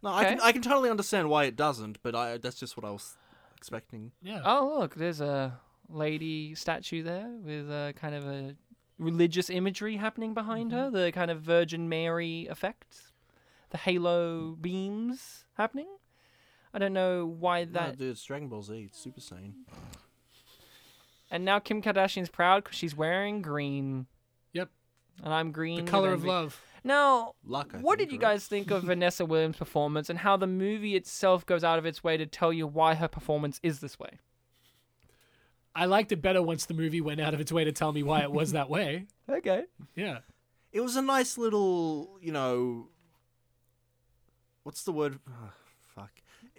No, I can
Mm, Okay.
I can totally understand why it doesn't, but I that's just what I was expecting.
Yeah.
Oh look, there's a lady statue there with a kind of a religious imagery happening behind
Mm-hmm.
her, the kind of Virgin Mary effect. The halo beams happening. I don't know why
That
that
dude, it's Dragon Ball Z, it's Super Saiyan.
And now Kim Kardashian's proud because she's wearing green.
Yep.
And I'm green.
The
with
color of
envy.
love.
Now,
Luck. I
what
think,
did you
right?
guys think of Vanessa Williams' performance and how the movie itself goes out of its way to tell you why her performance is this way?
I liked it better once the movie went out of its way to tell me why it was that way.
Okay.
Yeah.
It was a nice little, you know. What's the word? Ah, fuck.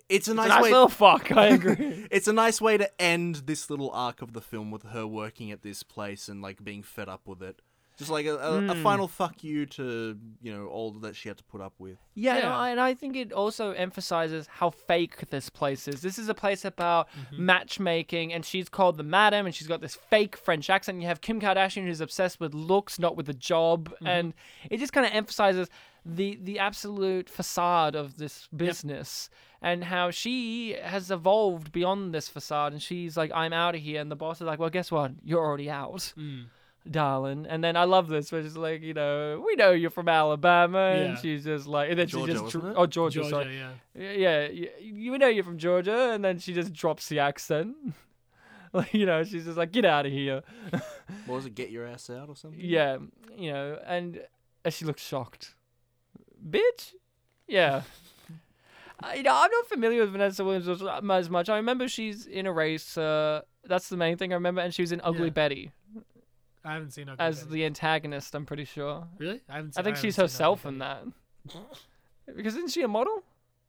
It's a nice,
Nice
way.
little fuck. I agree.
it's a nice way to end this little arc of the film with her working at this place and like being fed up with it. Just like a, a, a final fuck you to you know all that she had to put up with.
Yeah, and
Yeah.
I- and I think it also emphasizes how fake this place is. This is a place about
Mm-hmm.
matchmaking, and she's called the madam, and she's got this fake French accent. And you have Kim Kardashian, who's obsessed with looks, not with the job,
Mm-hmm.
and it just kind of emphasizes the the absolute facade of this business and how she has evolved beyond this facade. And she's like, "I'm out of here," and the boss is like, "Well, guess what? You're already out."
Mm.
Darling, and then I love this, which is like, you know, we know you're from Alabama, and
Yeah.
she's just like, and then
Georgia,
she just
wasn't
dro-
it?
oh Georgia,
Georgia,
sorry.
yeah.
Yeah, yeah, y- you know you're from Georgia, and then she just drops the accent. like you know, she's just like, get out of here.
What was it? Get your ass out or something?
Yeah, you know, and and she looks shocked. Bitch. Yeah. Uh, you know, I'm not familiar with Vanessa Williams as- uh, as much. I remember she's in a race. Uh, that's the main thing I remember, and she was in Ugly
Yeah.
Betty
I haven't seen Ugly
as
Betty.
the antagonist. I'm pretty sure.
Really? I haven't.
I
Seen,
think
haven't
she's
seen
herself
Ugly
in
Betty.
that. because isn't she a model?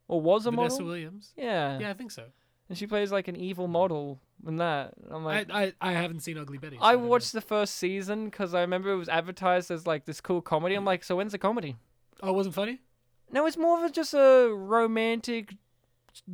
Or was a
Vanessa
model?
Williams.
Yeah.
Yeah, I think so.
And she plays like an evil model in that. I'm
I,
like, I,
I, I haven't seen Ugly Betty. so don't know.
watched the first season because I remember it was advertised as like this cool comedy. I'm like, so when's the comedy?
Oh, it wasn't funny.
No, it's more of a, just a romantic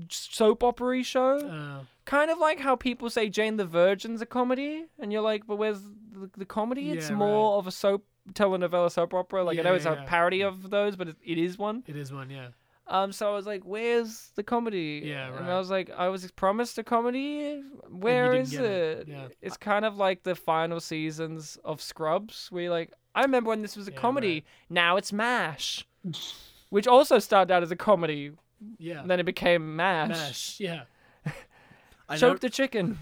s- soap opera show.
Uh,
kind of like how people say Jane the Virgin's a comedy, and you're like, but where's the, the comedy? it's
Yeah,
more of a soap telenovela soap opera. Like I
Yeah,
know it's
yeah,
a
yeah.
parody of those, but it, it is one.
it is one. Yeah.
Um, so I was like, "Where's the comedy?"
Yeah,
And
right.
I was like, "I was promised a comedy. Where
didn't
is
get it.
it?"
Yeah.
It's kind of like the final seasons of Scrubs, where you're like, "I remember when this was a
Yeah,
comedy. Now it's Mash," which also started out as a comedy,
Yeah.
and then it became Mash.
Mash. Yeah.
I know-
Choke the chicken.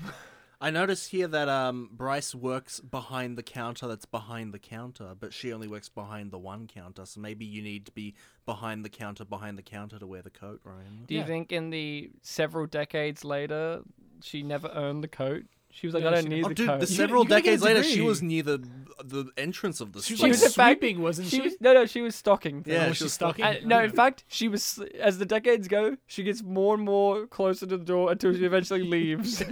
I notice here that um, Bryce works behind the counter that's behind the counter, but she only works behind the one counter, so maybe you need to be behind the counter, behind the counter to wear the coat, Ryan.
Do you
Yeah.
think in the several decades later, she never earned the coat? She was like,
No,
"I don't
she
need
never-
Oh,
the
dude,
coat."
the
You-
several
you gotta get
decades
a
later, she
degree.
was near the the entrance of this.
She was
She
like
was a fag-
sweeping, wasn't she?
she was no, no. She was stocking.
yeah,
was
she
she
was
stalking?
Uh, no, in fact, she was as the decades go, she gets more and more closer to the door until she eventually leaves.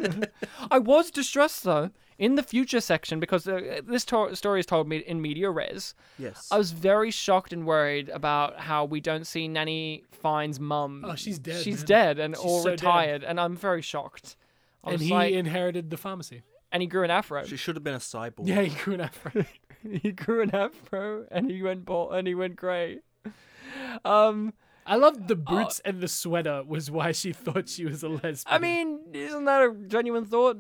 I was distressed though in the future section because uh, this to- story is told me in media res.
Yes.
I was very shocked and worried about how we don't see Nanny Fine's mum.
Oh, she's dead,
She's
man.
dead and
She's
all
so dead.
retired, and I'm very shocked. I
and
was
he
like-
inherited the pharmacy.
and he grew an afro.
She should have been a cyborg.
Yeah, he grew an afro.
he grew an afro, and he went bald, and he went grey. Um.
I loved the boots and the sweater was why she thought she was a lesbian.
I mean, isn't that a genuine thought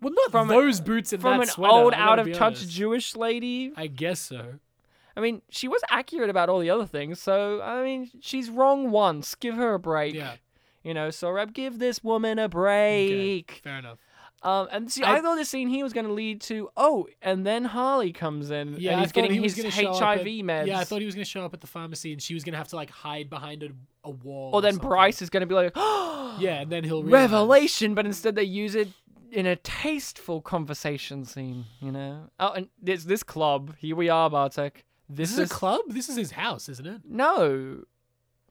well, not
from a-
those boots and
from an
that sweater.
old,
I gotta
out of
be
touch
honest.
Jewish lady?
I guess so.
I mean, she was accurate about all the other things, so I mean, she's wrong once. Give her a break.
Yeah.
You know, so Rab, give this woman a break.
Okay, fair enough.
Um, and see, I,
I-
thought this scene here was going to lead to oh, and then Harley comes in
Yeah,
and
I
he's
thought
getting
he was
his
gonna show up
HIV
at-
meds.
Yeah, I thought he was gonna show up at the pharmacy and she was gonna have to like hide behind a, a wall.
or then
something.
Bryce is going to be like, oh,
Yeah, and then he'll realize.
revelation, but instead they use it in a tasteful conversation scene, you know. Oh, and there's this club. Here we are, Bartek. This,
This is a club? This is his house, isn't it?
No,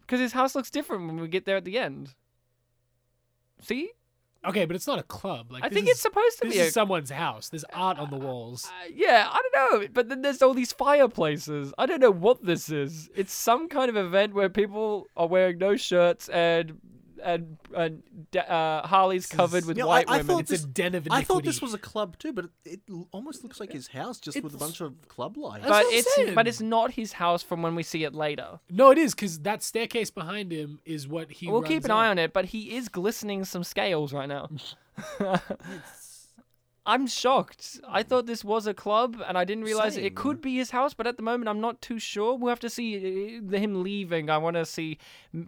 because his house looks different when we get there at the end. See,
Okay, but it's not a club. Like
I
this
think
is-
it's supposed to
this
be. A,
is someone's house. There's art on the walls.
uh, yeah, I don't know, but then there's all these fireplaces. I don't know what this is. It's some kind of event where people are wearing no shirts and and and da- uh, Harley's covered with
Yeah, I-
white
I
women.
thought
It's
this-
a den of iniquity.
I thought this was a club too, but it, it l- almost looks like his house just with a bunch of club lights.
That's
but
what I'm
it's
saying.
but it's not his house from when we see it later.
No, it is because that staircase behind him is what he.
we'll keep
runs
an eye
up.
on it, but he is glistening some scales right now. I'm shocked. I thought this was a club, and I didn't realize it
Same.
could be his house. But at the moment, I'm not too sure. We'll have to see uh, him leaving. I want to see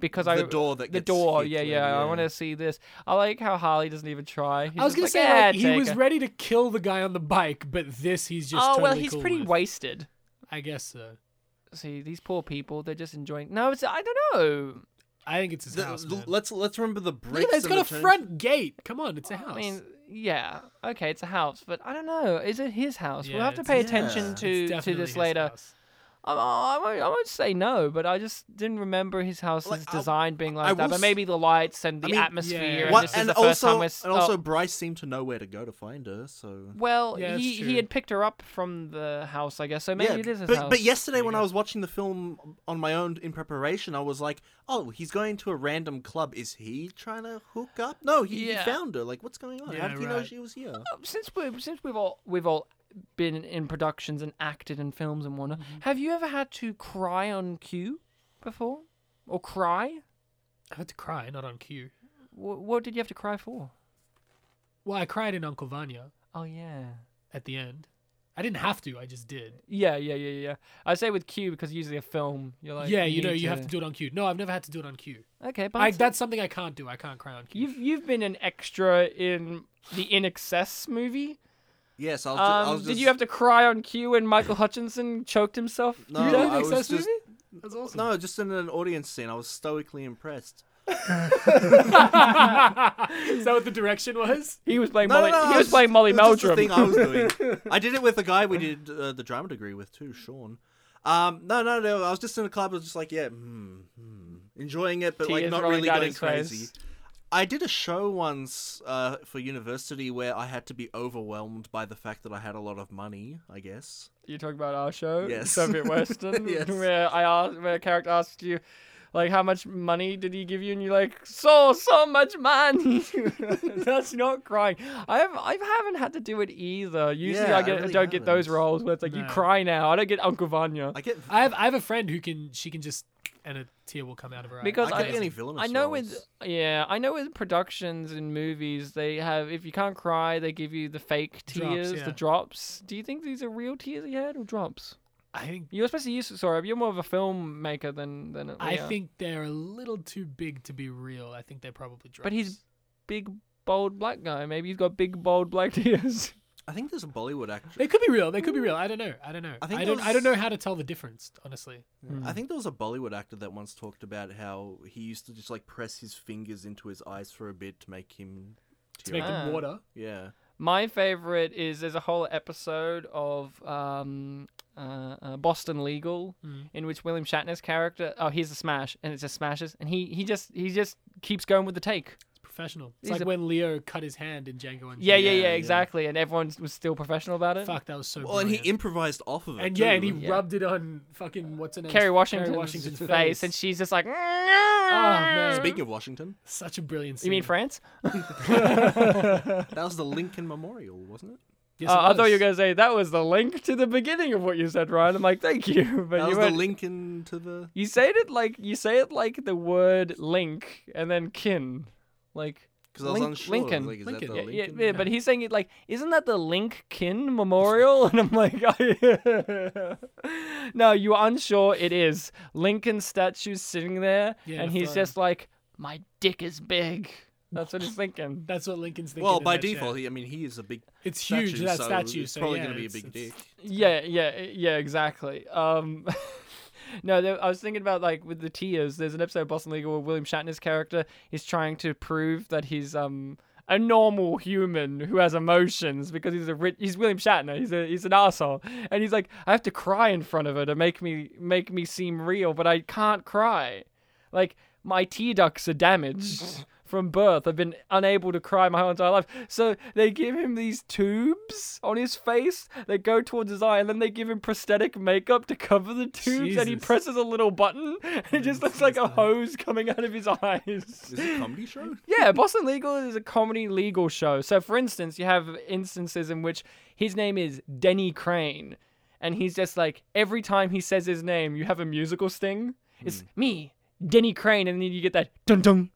because I
The door that
the
gets
door.
hit
yeah,
when- uh,
yeah, I
yeah.
want to see this. I like how Harley doesn't even try. He's
I was
just
gonna
like,
say
"Yeah,
like, he
take
was
her."
ready to kill the guy on the bike, but this he's just.
oh well,
totally
he's
cool
pretty
with.
wasted.
I guess so.
See these poor people. They're just enjoying. No, it's I don't know.
I think it's his
The-
house.
the-
man.
let's let's remember the
Look
bricks.
at that, it's
and
got a
the turn-
front gate. Come on, it's a house.
I mean, yeah, okay, it's a house, but I don't know. Is it his house? we'll
Yeah,
have to
it's-
pay
yeah.
attention
It's
to
It's
to
definitely
this
his
later.
house.
I, I, won't, I won't say no, but I just didn't remember his house's
Like, I-
design being like
I
that.
will
But
s-
maybe the lights and the
mean,
atmosphere.
yeah.
And
What-
this is
and
the first time
also,
we're. s-
and also,
oh,
Bryce seemed to know where to go to find her. So
well,
Yeah, that's
he
true.
he had picked her up from the house, I guess. So maybe
yeah,
it is his
but,
house.
But yesterday, when I was watching the film on my own in preparation, I was like, "Oh, he's going to a random club. Is he trying to hook up? No, he, he
Yeah.
found her. Like, what's going on? How
Yeah,
did he know
right.
she was here?
Um, since we since we've all we've all been in productions and acted in films and whatnot,
Mm-hmm.
have you ever had to cry on cue before, or cry?
I had to cry, not on cue.
Wh- what did you have to cry for?
Well, I cried in Uncle Vanya
Oh yeah.
at the end. I didn't have to. I just did.
Yeah, yeah, yeah, yeah. I say with cue because usually a film, you're like
yeah, you know,
need
you have to do it on cue. No, I've never had to do it on cue.
Okay, but
I, that's something I can't do. I can't cry on cue.
you've you've been an extra in the In Excess movie.
Yes, I was.
Um,
ju- I was
Did
just-
you have to cry on cue when Michael Hutchinson choked himself?
No,
to death?
I was just.
That's awesome.
No, just in an audience scene. I was stoically impressed.
Is that what the direction was?
he was playing
No,
Molly.
no, no,
he
it
was
just-
playing Molly
it was
Meldrum.
just the thing I was doing. I did it with a guy we did uh, the drama degree with too, Sean. Um, no, no, no. I was just in a club. I was just like, yeah, hmm, hmm. enjoying it, but
Tears
like not
rolling
really
down
going
his face.
crazy. I did a show once uh, for university where I had to be overwhelmed by the fact that I had a lot of money. I guess.
You're talking about our show,
Yes.
Soviet Western,
Yes.
where I asked, where a character asked you, like, how much money did he give you, and you're like, so so much money. That's not crying. I have I haven't had to do it either. Usually
Yeah,
I
I
get
really
don't get those
haven't.
roles where it's like you
No.
cry now. I don't get Uncle Vanya.
I get.
I have I have a friend who can she can just and a tear will come out of her eye.
Because
I
I-
get any villainous
I know
roles.
with yeah, I know with productions and movies they have if you can't cry they give you the fake
Drops,
tears,
yeah.
the drops. Do you think these are real tears he had or drops?
I think
You're supposed to use sorry, you're more of a filmmaker than than
I
we are.
think they're a little too big to be real. I think they're probably drops.
But he's big, bold black guy. Maybe he's got big, bold black tears.
I think there's a Bollywood actor.
they could be real. They could be real. I don't know. I don't know. I,
I think
don't.
those-
I don't know how to tell the difference. Honestly,
I think there was a Bollywood actor that once talked about how he used to just like press his fingers into his eyes for a bit to make him.
to
tear
make
up.
Ah.
them water.
Yeah.
My favorite is there's a whole episode of um, uh, uh, Boston Legal in which William Shatner's character oh he's a smash and it just smashes and he he just he just keeps going with the take.
It's professional. It's
He's
like
a-
when Leo cut his hand in Django and
Yeah, yeah,
Yeah,
yeah,
yeah.
exactly. And everyone was still professional about it.
Fuck, that was so.
Well, and he
brilliant.
improvised off of it.
and yeah, and he
too.
Yeah.
rubbed it on fucking what's her name?
Kerry Washington's,
Washington's
face,
face.
and she's just like. Oh
man.
Speaking of Washington,
Such a brilliant. Scene.
You mean France?
that was the Lincoln Memorial, wasn't it?
Yes,
Uh,
it
I thought you were
was.
gonna say that was the link to the beginning of what you said, Ryan. I'm like, thank you, but
That
you
was the
went-
Lincoln to the.
You say it like you say it like the word link and then kin, like
Because I was
Link-
unsure.
Lincoln.
Like, is
Lincoln.
That
yeah,
the
yeah,
Lincoln?
yeah, But he's saying it like, isn't that the link kin memorial? And I'm like, no, you're unsure. It is Lincoln statue's sitting there,
Yeah,
and
I
he's
thought-
just like, my dick is big. That's what he's thinking.
That's what Lincoln's thinking.
Well,
in
by
that show.
default, he, I mean, he is a big.
it's
statue,
huge. That
so
statue.
It's
so
probably
yeah,
going to be a
it's-
big
it's-
dick.
Yeah, yeah, yeah, exactly. Um, no, there, I was thinking about like with the tears. There's an episode of Boston Legal where William Shatner's character is trying to prove that he's um a normal human who has emotions because he's a rich, he's William Shatner. He's a he's an asshole, and he's like, I have to cry in front of her to make me make me seem real, but I can't cry. Like my T ducts are damaged from birth. I've been unable to cry my whole entire life. So they give him these tubes on his face that go towards his eye, and then they give him prosthetic makeup to cover the tubes. And he
Jesus.
presses a little button, and it just looks like a hose coming out of his eyes.
Is it a comedy show?
Yeah, Boston Legal is a comedy legal show. So, for instance, you have instances in which his name is Denny Crane, and he's just like every time he says his name, you have a musical sting. It's me, Denny Crane, and then you get that dun dun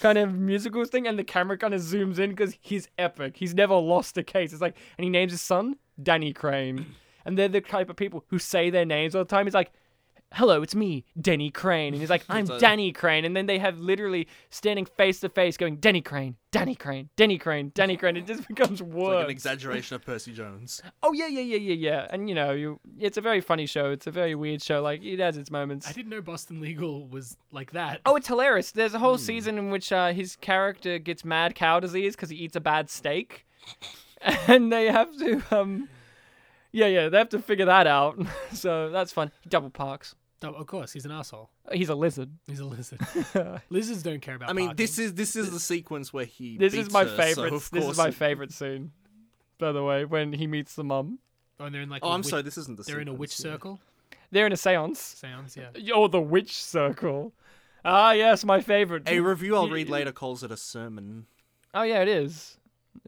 kind of musical sting, and the camera kind of zooms in because he's epic. He's never lost a case. It's like, and he names his son Danny Crane, and they're the type of people who say their names all the time. He's like. Hello, it's me, Denny Crane. And he's like, I'm
It's a-
Danny Crane. And then they have literally standing face to face going, Denny Crane, Danny Crane, Denny Crane, Danny Crane. It just becomes
It's like an
worse.
exaggeration of Percy Jones.
oh, yeah, yeah, yeah, yeah, yeah. And, you know, you, it's a very funny show. It's a very weird show. Like, it has its moments.
I didn't know Boston Legal was like that.
Oh, it's hilarious. There's a whole
Hmm.
season in which uh, his character gets mad cow disease because he eats a bad steak. and they have to, um, yeah, yeah, they have to figure that out. so that's fun. He double parks.
No, of course, he's an asshole.
He's a lizard.
He's a lizard. Lizards don't care about.
I mean,
parking.
this is this is the sequence where he.
This is
beats
my
her,
favorite.
So of
this
course
is my
it-
favorite scene. By the way, when he meets the mum,
Oh, and they're in like.
Oh,
a
I'm
witch-
sorry. This isn't the.
They're in a
sequence,
witch
yeah.
circle.
they're in a séance.
Sounds yeah.
Uh,
Oh, the witch circle. Ah, yes, my favorite.
A review I'll read later calls it a sermon.
Oh yeah, it is.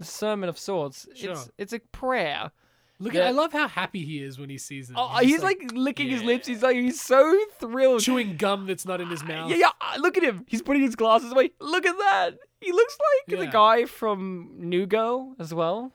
A sermon of sorts. It's
Sure.
it's a prayer.
Look,
Yeah.
at, I love how happy he is when he sees them.
Oh,
just,
he's like, licking his lips. He's like he's so thrilled.
chewing gum that's not in his mouth.
Yeah, yeah. ah, Look at him. He's putting his glasses away. Look at that. He looks like the
Yeah.
guy from New Girl as well.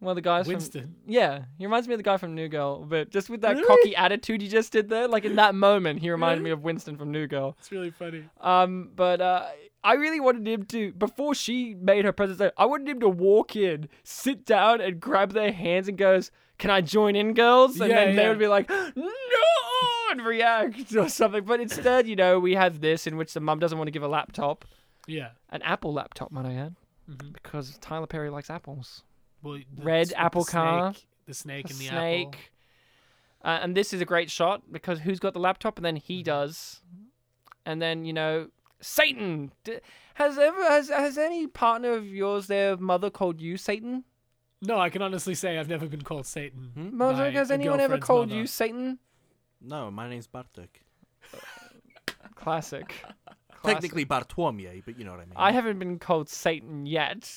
One of the guys from
Winston.
Yeah, he reminds me of the guy from New Girl, but just with that
Really?
cocky attitude you just did there, like in that moment, he reminded me of Winston from New Girl.
It's really funny.
Um, but uh, I really wanted him to before she made her presence. I wanted him to walk in, sit down, and grab their hands and goes, "Can I join in, girls?" And
Yeah,
then they
yeah.
would be like, "No!" and react or something. But instead, you know, we have this in which the mum doesn't want to give a laptop,
Yeah.
an Apple laptop, might I add,
Mm-hmm.
because Tyler Perry likes apples.
Well, the-
Red
with the
apple car,
snake- The snake
the
and the
snake.
apple.
Uh, and this is a great shot because who's got the laptop and then
Mm-hmm.
he does, and then you know Satan D- has ever has has any partner of yours their mother called you Satan?
No, I can honestly say I've never been called Satan. by
Mozart, has
a
anyone ever
girlfriend's
called
mother.
you Satan?
No, my name's Bartek.
Classic. Classic.
Technically Bartłomiej, but you know what I mean.
I haven't been called Satan yet.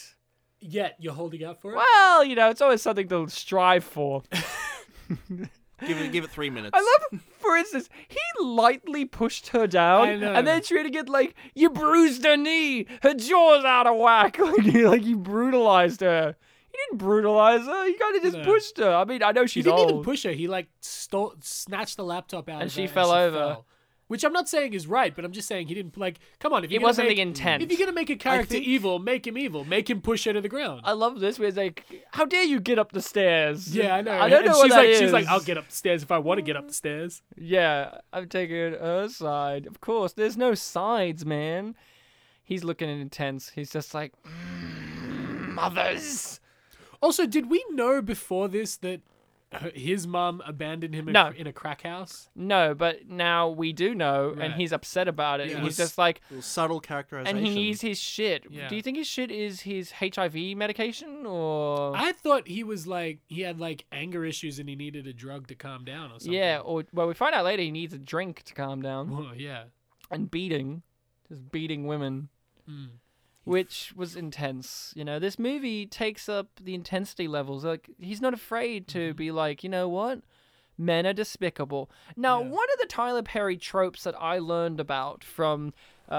Yet you're holding out for it.
Well, you know, it's always something to strive for.
give it give it three minutes.
I love, for instance, he lightly pushed her down,
I know.
and then she had to get like, you bruised her knee, her jaw's out of whack, like you, like you brutalized her. You didn't brutalize her. You kind of just
No.
pushed her. I mean, I know
He
she's
didn't
old.
even push her. He like stole, snatched the laptop out,
And
of
she
her, and
fell over.
fell. Which I'm not saying is right, but I'm just saying he didn't like. Come on, if
it
you're gonna
wasn't
make,
the intent.
If you're gonna make a character
think-
evil, make him evil. Make him push her to the ground.
I love this. Where it's like, how dare you get up the stairs?
yeah, I know.
I don't
and
know
she's
what that
like, she's like,
is.
I'll get up the stairs if I want to get up the stairs.
Yeah, I'm taking her side. Of course, there's no sides, man. He's looking intense. He's just like, "Mm, mothers.
Also, did we know before this that her- his mom abandoned him in,
No.
in a crack house?
No, but now we do know, and
Right.
he's upset about it.
Yeah.
And he's
It was-
just like,
Little subtle characterization.
and he needs his shit.
Yeah.
Do you think his shit is his HIV medication or?
I thought he was like he had like anger issues and he needed a drug to calm down or something.
yeah, or well, we find out later he needs a drink to calm down
Well, yeah.
and beating, just beating women,
Mm.
which was intense. You know, this movie takes up the intensity levels. Like he's not afraid to
Mm-hmm.
be like, you know what, men are despicable. Now,
Yeah.
one of the Tyler Perry tropes that I learned about from uh,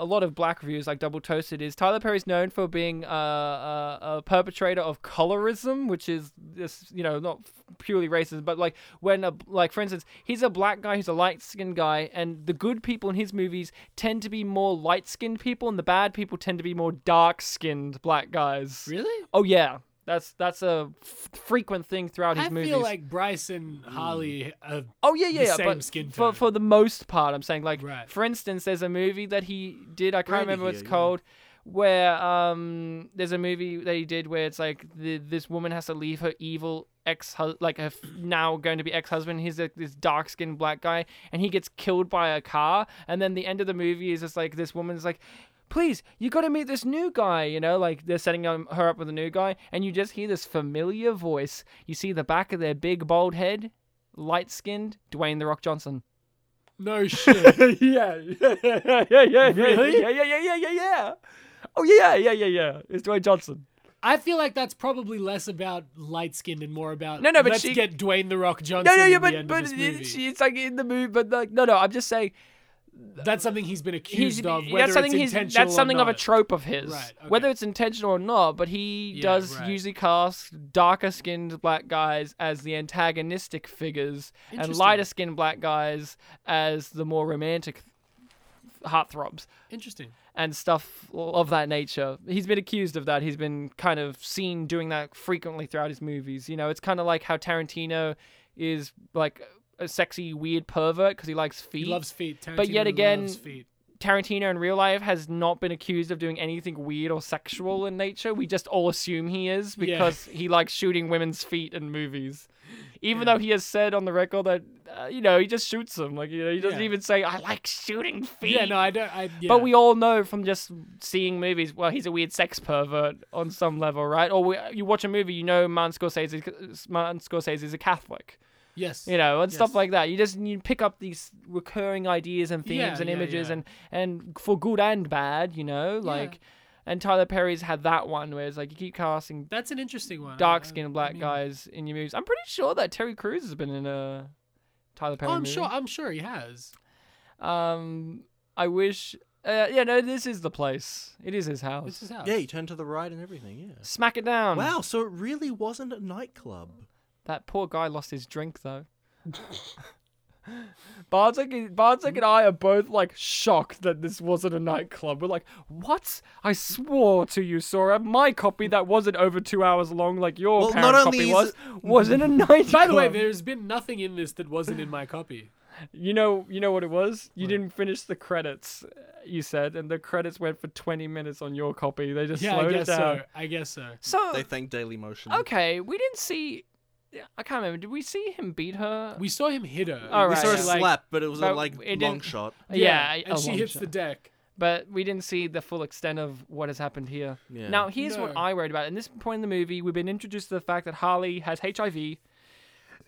a lot of black reviews, like Double Toasted, is Tyler Perry's known for being uh, a, a perpetrator of colorism, which is this, you know, not purely racism, but like when, a, like for instance, he's a black guy who's a light skinned guy, and the good people in his movies tend to be more light skinned people, and the bad people tend to be more dark skinned black guys.
Really?
Oh yeah. That's that's a f- frequent thing throughout his
I
movies.
feel like Bryce and Holly. Uh,
Oh yeah, yeah,
the
yeah.
same
but
skin
for
tone.
for the most part, I'm saying like,
Right.
for instance, there's a movie that he did. I can't
Brady
remember what it's
here, yeah.
called, where um there's a movie that he did where it's like the, this woman has to leave her evil ex like her f- now going to be ex-husband he's like this dark-skinned black guy and he gets killed by a car and then the end of the movie is just like this woman's like please you got to meet this new guy you know like they're setting um, her up with a new guy and you just hear this familiar voice you see the back of their big bald head light-skinned Dwayne the Rock Johnson
No shit.
yeah, yeah, yeah, yeah, yeah,
Really?
yeah, yeah, yeah, yeah, yeah, yeah. Oh yeah, yeah, yeah, yeah. It's Dwayne Johnson.
I feel like that's probably less about light skinned and more about
No, no, but
let's
she-
get Dwayne the Rock Johnson.
No, no, yeah,
in the
but
end
but
of this movie.
it, she, it's like in the movie, but like no, no. I'm just saying
that's something he's been accused
he's
of. Whether
that's something
it's
he's
intentional
that's something
or
of a
not.
trope of his,
Right, okay.
whether it's intentional or not. But he
Yeah,
does
right.
usually cast darker skinned black guys as the antagonistic figures and
Interesting.
lighter skinned black guys as the more romantic heartthrobs.
Interesting.
and stuff of that nature. He's been accused of that. He's been kind of seen doing that frequently throughout his movies. You know, it's kind of like how Tarantino is like a sexy, weird pervert because he likes feet.
He loves feet. Tarantino
But yet again-
loves feet.
Tarantino in real life has not been accused of doing anything weird or sexual in nature. We just all assume he is
Yeah.
because he likes shooting women's feet in movies. Even though he has said on the record that, uh, you know, he just shoots them. Like, you know, he doesn't
Yeah.
even say, I like shooting feet.
Yeah, no, I don't. I, yeah.
But we all know from just seeing movies, well, he's a weird sex pervert on some level, right? Or we, you watch a movie, you know Martin Scorsese, Martin Scorsese is a Catholic,
yes,
you know, and stuff
Yes.
like that. You just you pick up these recurring ideas and themes
Yeah,
and
yeah,
images,
yeah.
and and for good and bad, you know, like. And Tyler Perry's had that one where it's like you keep casting
that's an interesting one. I-
dark
I- Uh, I
skinned black
mean-
guys in your movies. I'm pretty sure that Terry Crews has been in a Tyler Perry
Oh, I'm
movie.
sure. I'm sure he has.
Um, I wish. Uh, yeah, no, this is the place. It is his house.
This is how.
Yeah, you turn to the right and everything. Yeah.
Smack it down.
Wow, so it really wasn't a nightclub.
That poor guy lost his drink though. Bartek, Bartek and I are both like shocked that this wasn't a nightclub. We're like, what? I swore to you, Sora, my copy that wasn't over two hours long, like your
Well,
parent
not only
copy
is
was,
it-
wasn't a nightclub.
By the way, there's been nothing in this that wasn't in my copy.
you know, you know what it was. You didn't finish the credits, uh, you said, and the credits went for twenty minutes on your copy. They just
Yeah, I
slowed
guess
it down.
so. I guess so.
So
They thank Daily Motion.
Oh. okay, we didn't see. I can't remember. Did we see him beat her?
We saw him hit her.
All
We
right.
saw a
She,
like-
slap, but it was a
but
like
it
long
didn't-
shot.
yeah, a
and she
long
hits
shot.
the deck.
but we didn't see the full extent of what has happened here.
Yeah.
Now, here's what
No.
I worried about. At this point in the movie, we've been introduced to the fact that Harley has HIV,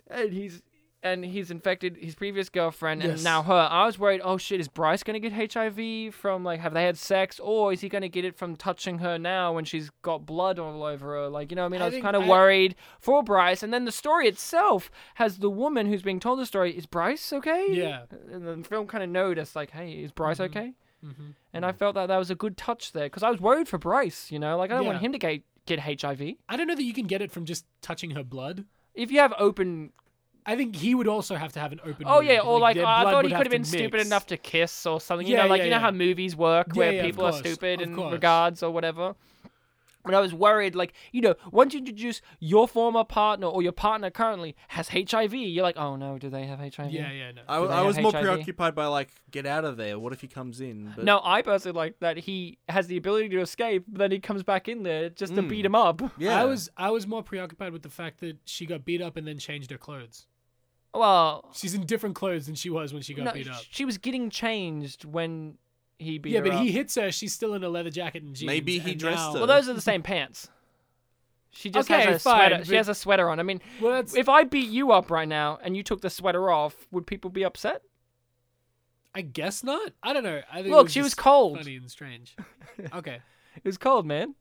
and he's and he's infected his previous girlfriend and
Yes.
now her. I was worried. Oh shit, is Bryce gonna get HIV from like have they had sex, or is he gonna get it from touching her now when she's got blood all over her? Like you know, what I mean, I,
I
was
think-
kind of
I-
worried for Bryce. And then the story itself has the woman who's being told the story is Bryce okay?
Yeah.
and the film kind of noticed like hey is bryce
Mm-hmm.
okay and i felt that that was a good touch there because i was worried for bryce you know like i don't want
Yeah.
him to get, get hiv
I don't know that you can get it from just touching her blood.
if you have open
I think he would also have to have an open.
oh yeah
wound,
or like,
their
i
blood
thought he
would
could
have
have been
to
stupid
mix.
enough to kiss or something you
Yeah,
know like
yeah,
you know
yeah.
how movies work
Yeah,
where
yeah, of
people are
course,
stupid
of
in
course.
regards or whatever but I was worried, like, you know, once you introduce your former partner or your partner currently has HIV, you're like, oh no, do they have HIV?
Yeah, yeah, no.
I,
Do they
I
have
was more
HIV?
preoccupied by like, get out of there. What if he comes in? But
No, I personally like that he has the ability to escape, but then he comes back in there just to
Hmm.
beat him up.
yeah,
I was I was more preoccupied with the fact that she got beat up and then changed her clothes.
Well,
She's in different clothes than she was when she got
no,
beat up.
she was getting changed when he beat
yeah,
her
but
up.
he hits her. She's still in a leather jacket and jeans.
Maybe he
and
dressed
now-
her.
Well, those are the same pants. She just
Okay,
has a
fine,
sweater. She
but-
has a sweater on. I mean,
Well, that's,
if I beat you up right now and you took the sweater off, would people be upset?
I guess not. I don't know. I think it
Look, she was
just
cold.
Funny and strange. Okay,
It was cold, man.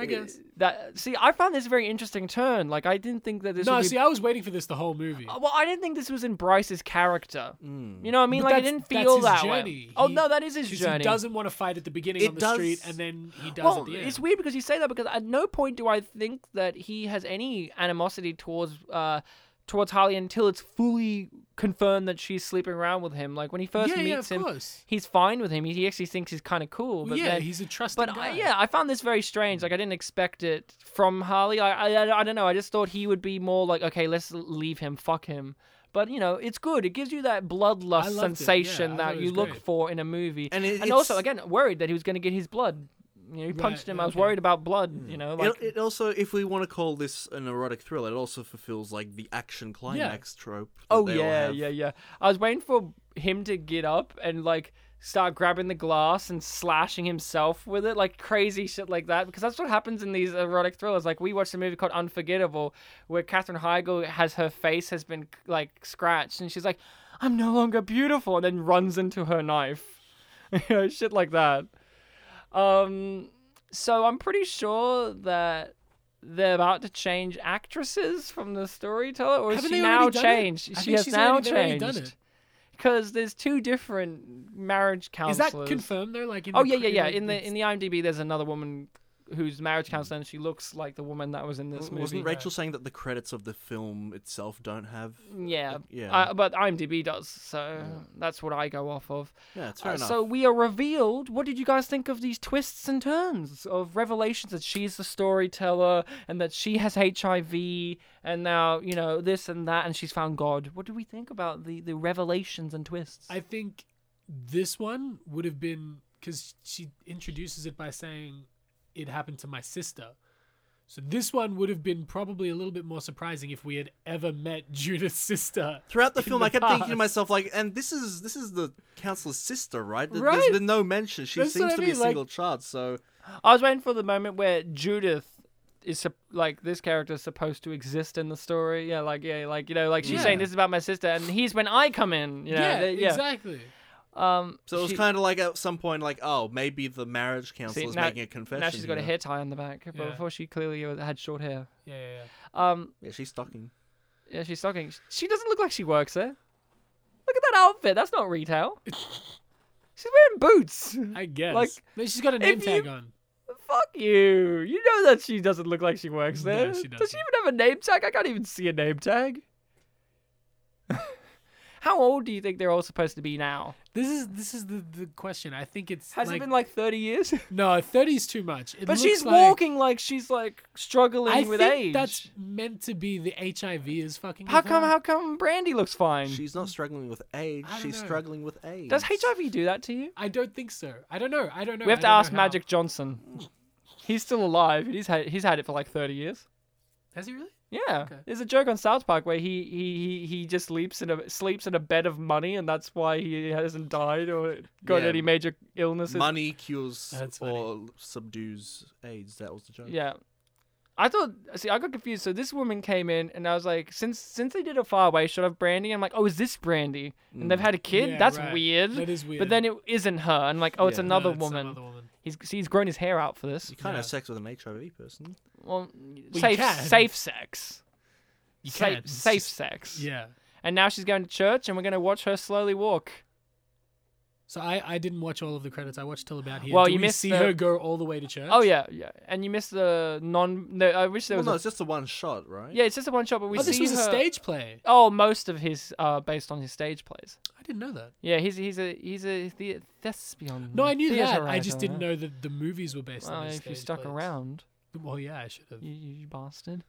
I guess.
That see, I found this a very interesting turn. Like, I didn't think that this.
no,
would be...
see, I was waiting for this the whole movie.
Uh, Well, I didn't think this was in Bryce's character.
Mm.
You know what I mean?
But
like, I
that's-
didn't
that's
feel
his
that
journey.
way. Oh
He-
no, that is his
'Cause
journey.
He doesn't want to fight at the beginning
It
on the
does-
street, and then he does
well,
at the end.
it's weird because you say that because at no point do I think that he has any animosity towards uh towards Harley until it's fully confirmed that she's sleeping around with him. Like when he first
yeah, yeah,
meets
of
him,
course.
he's fine with him. He, he actually thinks he's kind of cool. But
yeah,
then,
he's a trusted
but
guy.
I, yeah, I found this very strange. Like I didn't expect it from Harley. I, I I don't know. I just thought he would be more like okay, let's leave him, fuck him. But you know, it's good. It gives you that
I
bloodlust
loved it. Yeah,
sensation
I thought
that
it
you
was
look
great.
for in a movie.
And it-
and also,
it's-
again, worried that he was going to get his blood You know, he
Right,
punched him. I was
okay. Hmm.
worried about blood. You know, like
it, it also, if we want to call this an erotic thriller, it also fulfills like the action climax trope. that
Oh
they all
yeah,
have.
yeah, yeah. I was waiting for him to get up and like start grabbing the glass and slashing himself with it, like crazy shit like that. Because that's what happens in these erotic thrillers. Like we watched a movie called Unforgettable, where Katherine Heigl has her face has been like scratched, and she's like, "I'm no longer beautiful," and then runs into her knife, You know, shit like that. Um, so I'm pretty sure that. They're about to change actresses from the storyteller, or is
Haven't
she
they
now
already done it?
changed?
I
she
think
has
she's
now
already- they've already
changed
done it.
because there's two different marriage
Is
counselors.
that confirmed though? Like, in
Oh
the
yeah,
cre-
yeah, yeah.
like,
In the
it's-
in the IMDb, there's another woman who's marriage counselor, and she looks like the woman that was in this
W-
movie.
Wasn't Rachel saying that the credits of the film itself don't have?
Yeah,
Yeah.
Uh, but IMDb does, so that's what I go off of.
Yeah, it's fair
Uh,
enough.
so we are revealed. What did you guys think of these twists and turns of revelations that she's the storyteller and that she has HIV and now you know this and that and she's found God? What do we think about the the revelations and twists?
I think this one would have been because she introduces it by saying it happened to my sister. So this one would have been probably a little bit more surprising if we had ever met Judith's sister.
Throughout the
in
film,
the
I kept thinking to
past.
myself, like, and this is this is the counselor's sister, right? Th-
Right.
There's been no mention. She
That's what
seems
I
to be a
mean, like-
single child, so
I was waiting for the moment where Judith is sup- like this character is supposed to exist in the story. Yeah, like yeah, like you know, like she's saying
Yeah.
this is about my sister, and he's when I come in. You know,
yeah,
th- yeah.
exactly.
Um,
so it was
she-
kind of like at some point, like, oh, maybe the marriage
see,
counselor's
now-
making a confession.
Now she's got a
here.
hair tie on the back, but
Yeah.
before she clearly had short hair.
Yeah, yeah, yeah.
Um,
Yeah, she's stalking.
yeah, she's talking. She doesn't look like she works there. Look at that outfit. That's not retail. she's wearing boots.
I guess.
Like,
no, she's got a
if
name tag
you-
on.
Fuck you. You know that she doesn't look like she works
No,
there.
she
Does she
doesn't.
even have a name tag? I can't even see a name tag. How old do you think they're all supposed to be now?
This is this is the, the question. I think it's
Has
like,
it been like 30 years?
no, thirty's too much. It
but
looks
she's
like-
walking like she's like struggling
I
with
think
age.
that's meant to be the HIV is fucking.
How
with
come
her.
how come Brandy looks fine?
She's not struggling with age.
I don't
She's
know.
struggling with age.
Does HIV do that to you?
I don't think so. I don't know. I don't know.
we have
I
to
don't know
ask
how.
Magic Johnson. He's still alive. and He's had he's had it for like 30 years.
Has he really?
Yeah,
Okay.
there's a joke on South Park where he he he, he just sleeps in a sleeps in a bed of money, and that's why he hasn't died or got
Yeah.
any major illnesses.
Money cures
That's funny.
or subdues AIDS. That was the joke.
Yeah, I thought. See, I got confused. So this woman came in, and I was like, since since they did a faraway shot of Brandy, I'm like, oh, is this Brandy? And
Mm.
they've had a kid.
Yeah,
that's
right.
weird.
That is weird.
But then it isn't her. And I'm like, oh, it's
Yeah. No,
another
it's some
woman.
other woman.
He's see, he's grown his hair out for this.
You can't
Yeah.
have sex with an HIV person.
Well,
you
safe
can.
safe sex.
You
safe
can't. It's
safe
just-
sex.
Yeah.
And now she's going to church, and we're going to watch her slowly walk.
So I, I didn't watch all of the credits. I watched till about here.
Well,
Do
you
we
missed
see
the-
her go all the way to church.
Oh yeah, yeah. And you missed the non. No, I wish there
Well,
was.
no,
a-
it's just the one shot, right?
Yeah, it's just a one shot, but we
oh,
see
this was
her.
a stage play.
Oh, most of his are based on his stage plays.
I didn't know that.
Yeah, he's he's a he's a the- thespian.
No, I knew that. I just
theaterite,
didn't
yeah.
know that the movies were based
Well,
on. these
if you
stage
stuck
plays.
around,
Well, yeah, I should have.
you, you bastard,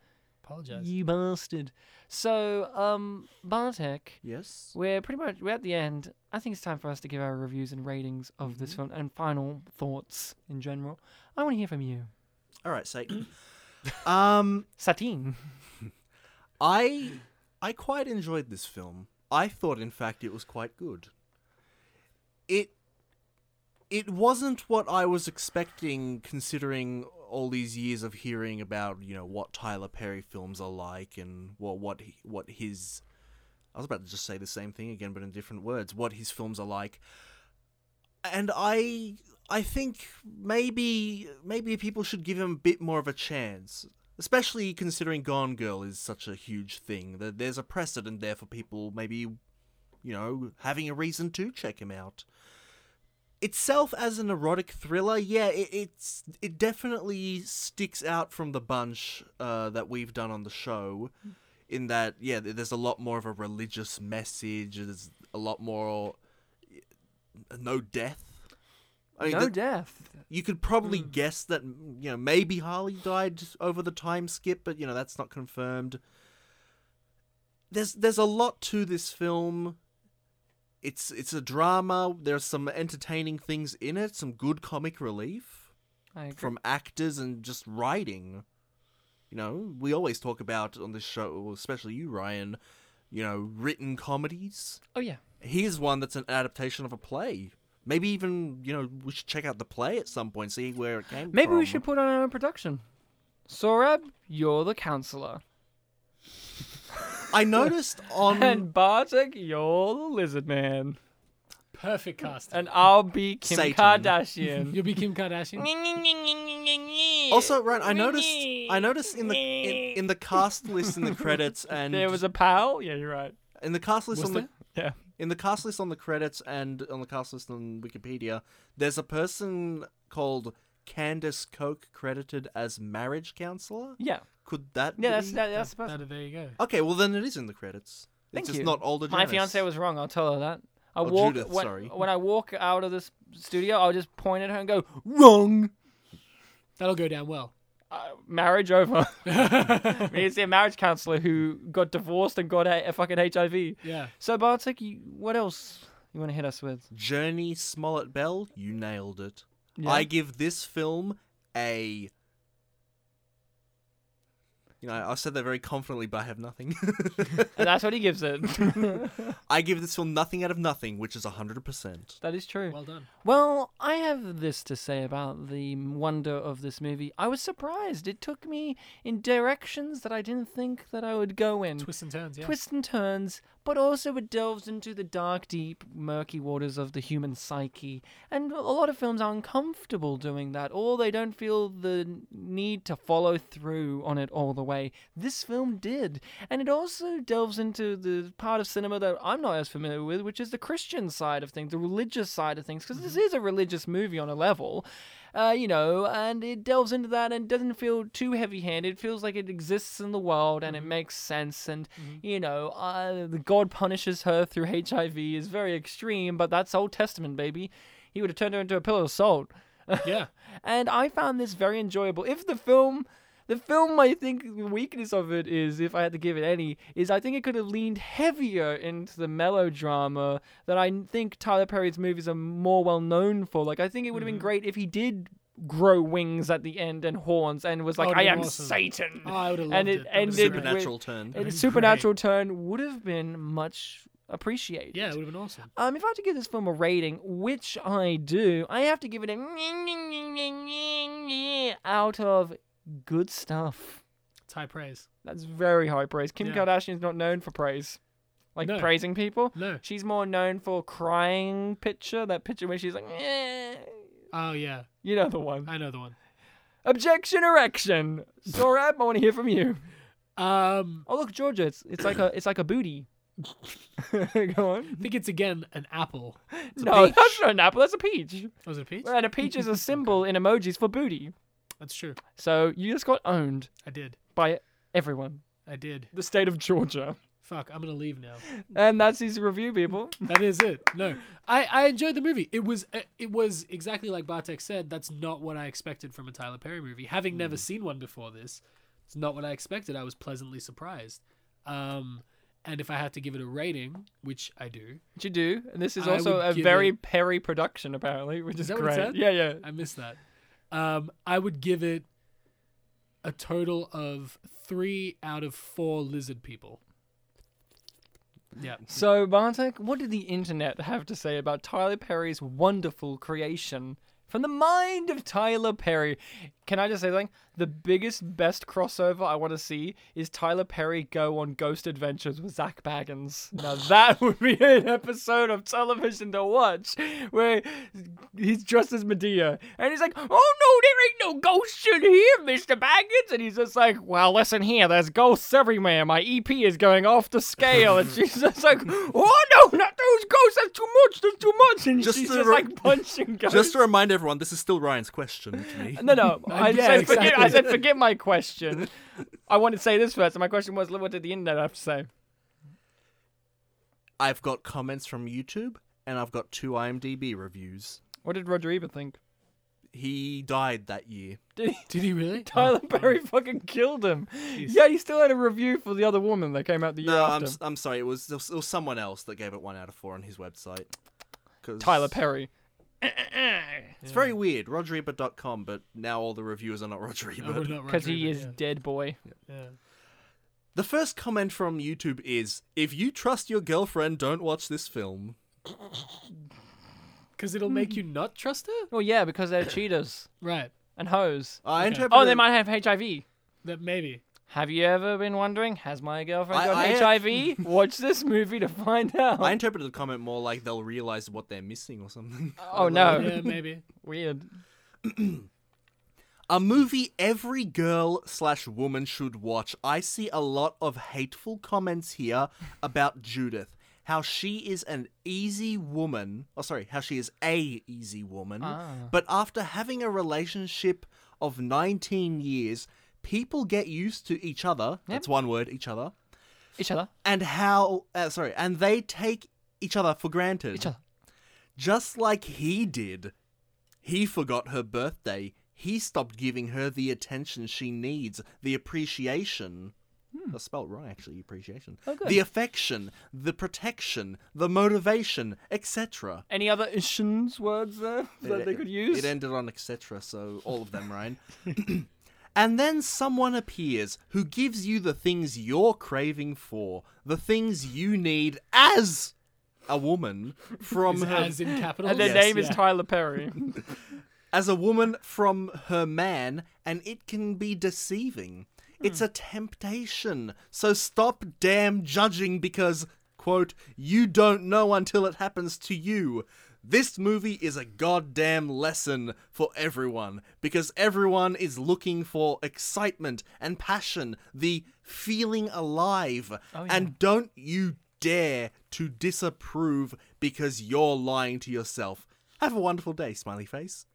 Apologize.
you bastard. So, um, Bartek,
Yes.
we're pretty much we're at the end. I think it's time for us to give our reviews and ratings of this film and final thoughts in general. I want to hear from you,
All right, Satan. um,
Satine.
I I quite enjoyed this film. I thought, in fact, it was quite good. It it wasn't what I was expecting, considering all these years of hearing about you know what Tyler Perry films are like and what what he, what his I was about to just say the same thing again, but in different words. What his films are like, and I I think maybe maybe people should give him a bit more of a chance, especially considering Gone Girl is such a huge thing. That there's a precedent there for people maybe, you know, having a reason to check him out. Itself as an erotic thriller, yeah, it, it's it definitely sticks out from the bunch uh, that we've done on the show. In that, yeah, th- there's a lot more of a religious message. There's a lot more no death. I
no
that-
death.
you could probably
Hmm.
guess that you know maybe Harley died over the time skip, but you know that's not confirmed. There's there's a lot to this film. It's it's a drama. There's some entertaining things in it, some good comic relief.
I agree.
from actors and just writing. You know, we always talk about on this show, well, especially you, Ryan, you know, written comedies.
oh yeah.
Here's one that's an adaptation of a play. Maybe even, you know, we should check out the play at some point, see where it came
Maybe
from.
we should put on our own production. Sorab, you're the counselor,
I noticed on.
and Bartek, you're the lizard man,
Perfect casting.
and I'll be Kim
Satan.
Kardashian.
You'll be Kim Kardashian.
Also, Ryan, I noticed. I noticed in the in, in the cast list in the credits and
there was a pal. Yeah, you're right.
in the cast list
Was
on the
there?
Yeah.
in the cast list on the credits and on the cast list on Wikipedia, there's a person called Candace Koch credited as marriage counselor.
Yeah.
Could that?
Yeah, that's
be-
that, that's the
Now
person.
that- there you go.
Okay, well then it is in the credits.
Thank
it's just
you.
not older.
My
Janice.
fiance was wrong. I'll tell her that. I
Oh,
walk
Judith,
when,
sorry.
when I walk out of this studio, I'll just point at her and go, "Wrong."
That'll go down well.
Uh, marriage over.
yeah.
it's a marriage counselor who got divorced and got a, a fucking HIV. So Bartek, you, what else you want to hit us with?
Journey Smollett Bell. You nailed it.
Yeah.
I give this film a. You know, I said that very confidently, but I have nothing.
And that's what he gives it.
I give this film nothing out of nothing, which is 100%.
that is true.
Well done.
Well, I have this to say about the wonder of this movie. I was surprised. It took me in directions that I didn't think that I would go in.
Twists and turns. Yeah.
Twists and turns, but also it delves into the dark, deep, murky waters of the human psyche. And a lot of films are uncomfortable doing that, or they don't feel the need to follow through on it all the way. This film did. And it also delves into the part of cinema that I'm not as familiar with, which is the Christian side of things, the religious side of things, because this
Mm-hmm.
is a religious movie on a level uh, you know, and it delves into that and doesn't feel too heavy-handed. It feels like it exists in the world and it makes sense. And you know, uh, the God punishes her through HIV is very extreme, but that's Old Testament, baby. He would have turned her into a pillar of salt.
yeah.
And I found this very enjoyable. If the film, the film, I think the weakness of it is, if I had to give it any, is I think it could have leaned heavier into the melodrama that I think Tyler Perry's movies are more well known for. Like, I think it would have
Mm-hmm.
been great if he did grow wings at the end and horns and was like,
would've
I
been
am
Oh, awesome.
Satan.
Oh, I would have loved
And
it.
it
That would've been
ended
great.
with-
Supernatural turn.
a
been
supernatural turn would have been much appreciated.
Yeah, it would have been awesome.
Um, if I had to give this film a rating, which I do, I have to give it a out of good stuff.
It's high praise.
That's very high praise. Kim
Yeah.
Kardashian's not known for praise, like
No.
praising people.
No.
She's more known for crying picture, that picture where she's like, "Eh."
Oh yeah,
you know the one.
I know the one.
Objection, erection. Sorab, I want to hear from you.
Um,
Oh look, Georgia, it's it's like a it's like a booty. Go on.
I think it's again an apple.
no,
peach.
that's not an apple. That's a peach.
Was it a peach?
And a peach is a symbol in emojis for booty.
That's true.
So you just got owned
I did.
by everyone.
I did.
The state of Georgia.
Fuck. I'm gonna leave now.
And that's his review, people.
That is it. No, I, I enjoyed the movie. It was uh, it was exactly like Bartek said. That's not what I expected from a Tyler Perry movie. Having never
Hmm.
seen one before this, it's not what I expected. I was pleasantly surprised. Um, and if I had to give it a rating, which I do,
What you do. And this is
I
also
would
a
give
very
it-
Perry production, apparently, which is,
that what it
great.
said?
Yeah, yeah.
I miss that. Um, I would give it a total of three out of four lizard people. Yeah.
So, Bartek, what did the internet have to say about Tyler Perry's wonderful creation? From the mind of Tyler Perry. Can I just say something? The biggest, best crossover I want to see is Tyler Perry go on ghost adventures with Zach Baggins. Now, that would be an episode of television to watch where he's dressed as Medea and he's like, Oh no, there ain't no ghosts in here, Mr. Baggins. And he's just like, Well, listen here, there's ghosts everywhere. My EP is going off the scale. And she's just like, Oh no, not those ghosts. That's too much. That's too much. And
Just
she's
to
just
re-
like punching ghosts.
Just to remind everyone, this is still Ryan's question to me.
No, no. I,
Yeah,
said, forget, I
exactly.
said, forget my question. I wanted to say this first, and my question was, what did the internet have to say?
I've got comments from YouTube, and I've got two IMDb reviews.
What did Roger Ebert think?
He died that year.
Did he,
Did he really? Oh,
Tyler Perry fucking killed him. Yeah, he still had a review for the other woman that came out the year
No, I'm,
after.
s- I'm sorry. It was, it was someone else that gave it one out of four on his website. 'Cause-
Tyler Perry.
It's very weird. RogerEbert.com, but now all the reviewers are not
Oh,
Roger
oh,
Ebert.
Because he is dead boy.
The first comment from YouTube is if you trust your girlfriend, don't watch this film.
Because it'll make
Hmm.
you not trust her?
Well, yeah, because they're cheaters
Right.
and hoes.
I interpret
Oh, they might have HIV.
That maybe.
Have you ever been wondering, has my girlfriend
I-
got
I-
HIV? Watch this movie to find out.
I interpreted the comment more like they'll realize what they're missing or something.
oh no,
Yeah, maybe.
weird.
A movie every girl slash woman should watch. I see a lot of hateful comments here about Judith. How she is an easy woman. Oh, sorry, how she is a easy woman.
Ah.
But after having a relationship of 19 years, people get used to each other. That's one word, each other.
Each other.
And how, uh, sorry, and they take each other for granted.
Each other.
Just like he did. He forgot her birthday. He stopped giving her the attention she needs, the appreciation.
Hmm.
That's spelled right, actually. Appreciation.
Oh,
The affection, the protection, the motivation, etc.
Any other ishins words there that they could use?
It ended on etc. So all of them, Ryan. and then someone appears who gives you the things you're craving for, the things you need as a woman from
Is
her
as in capitals.
and their
Yes,
name is Tyler Perry.
as a woman from her man, and it can be deceiving. It's a temptation. So stop damn judging because, quote, you don't know until it happens to you. This movie is a goddamn lesson for everyone because everyone is looking for excitement and passion, the feeling alive. And don't you dare to disapprove because you're lying to yourself. Have a wonderful day, smiley face.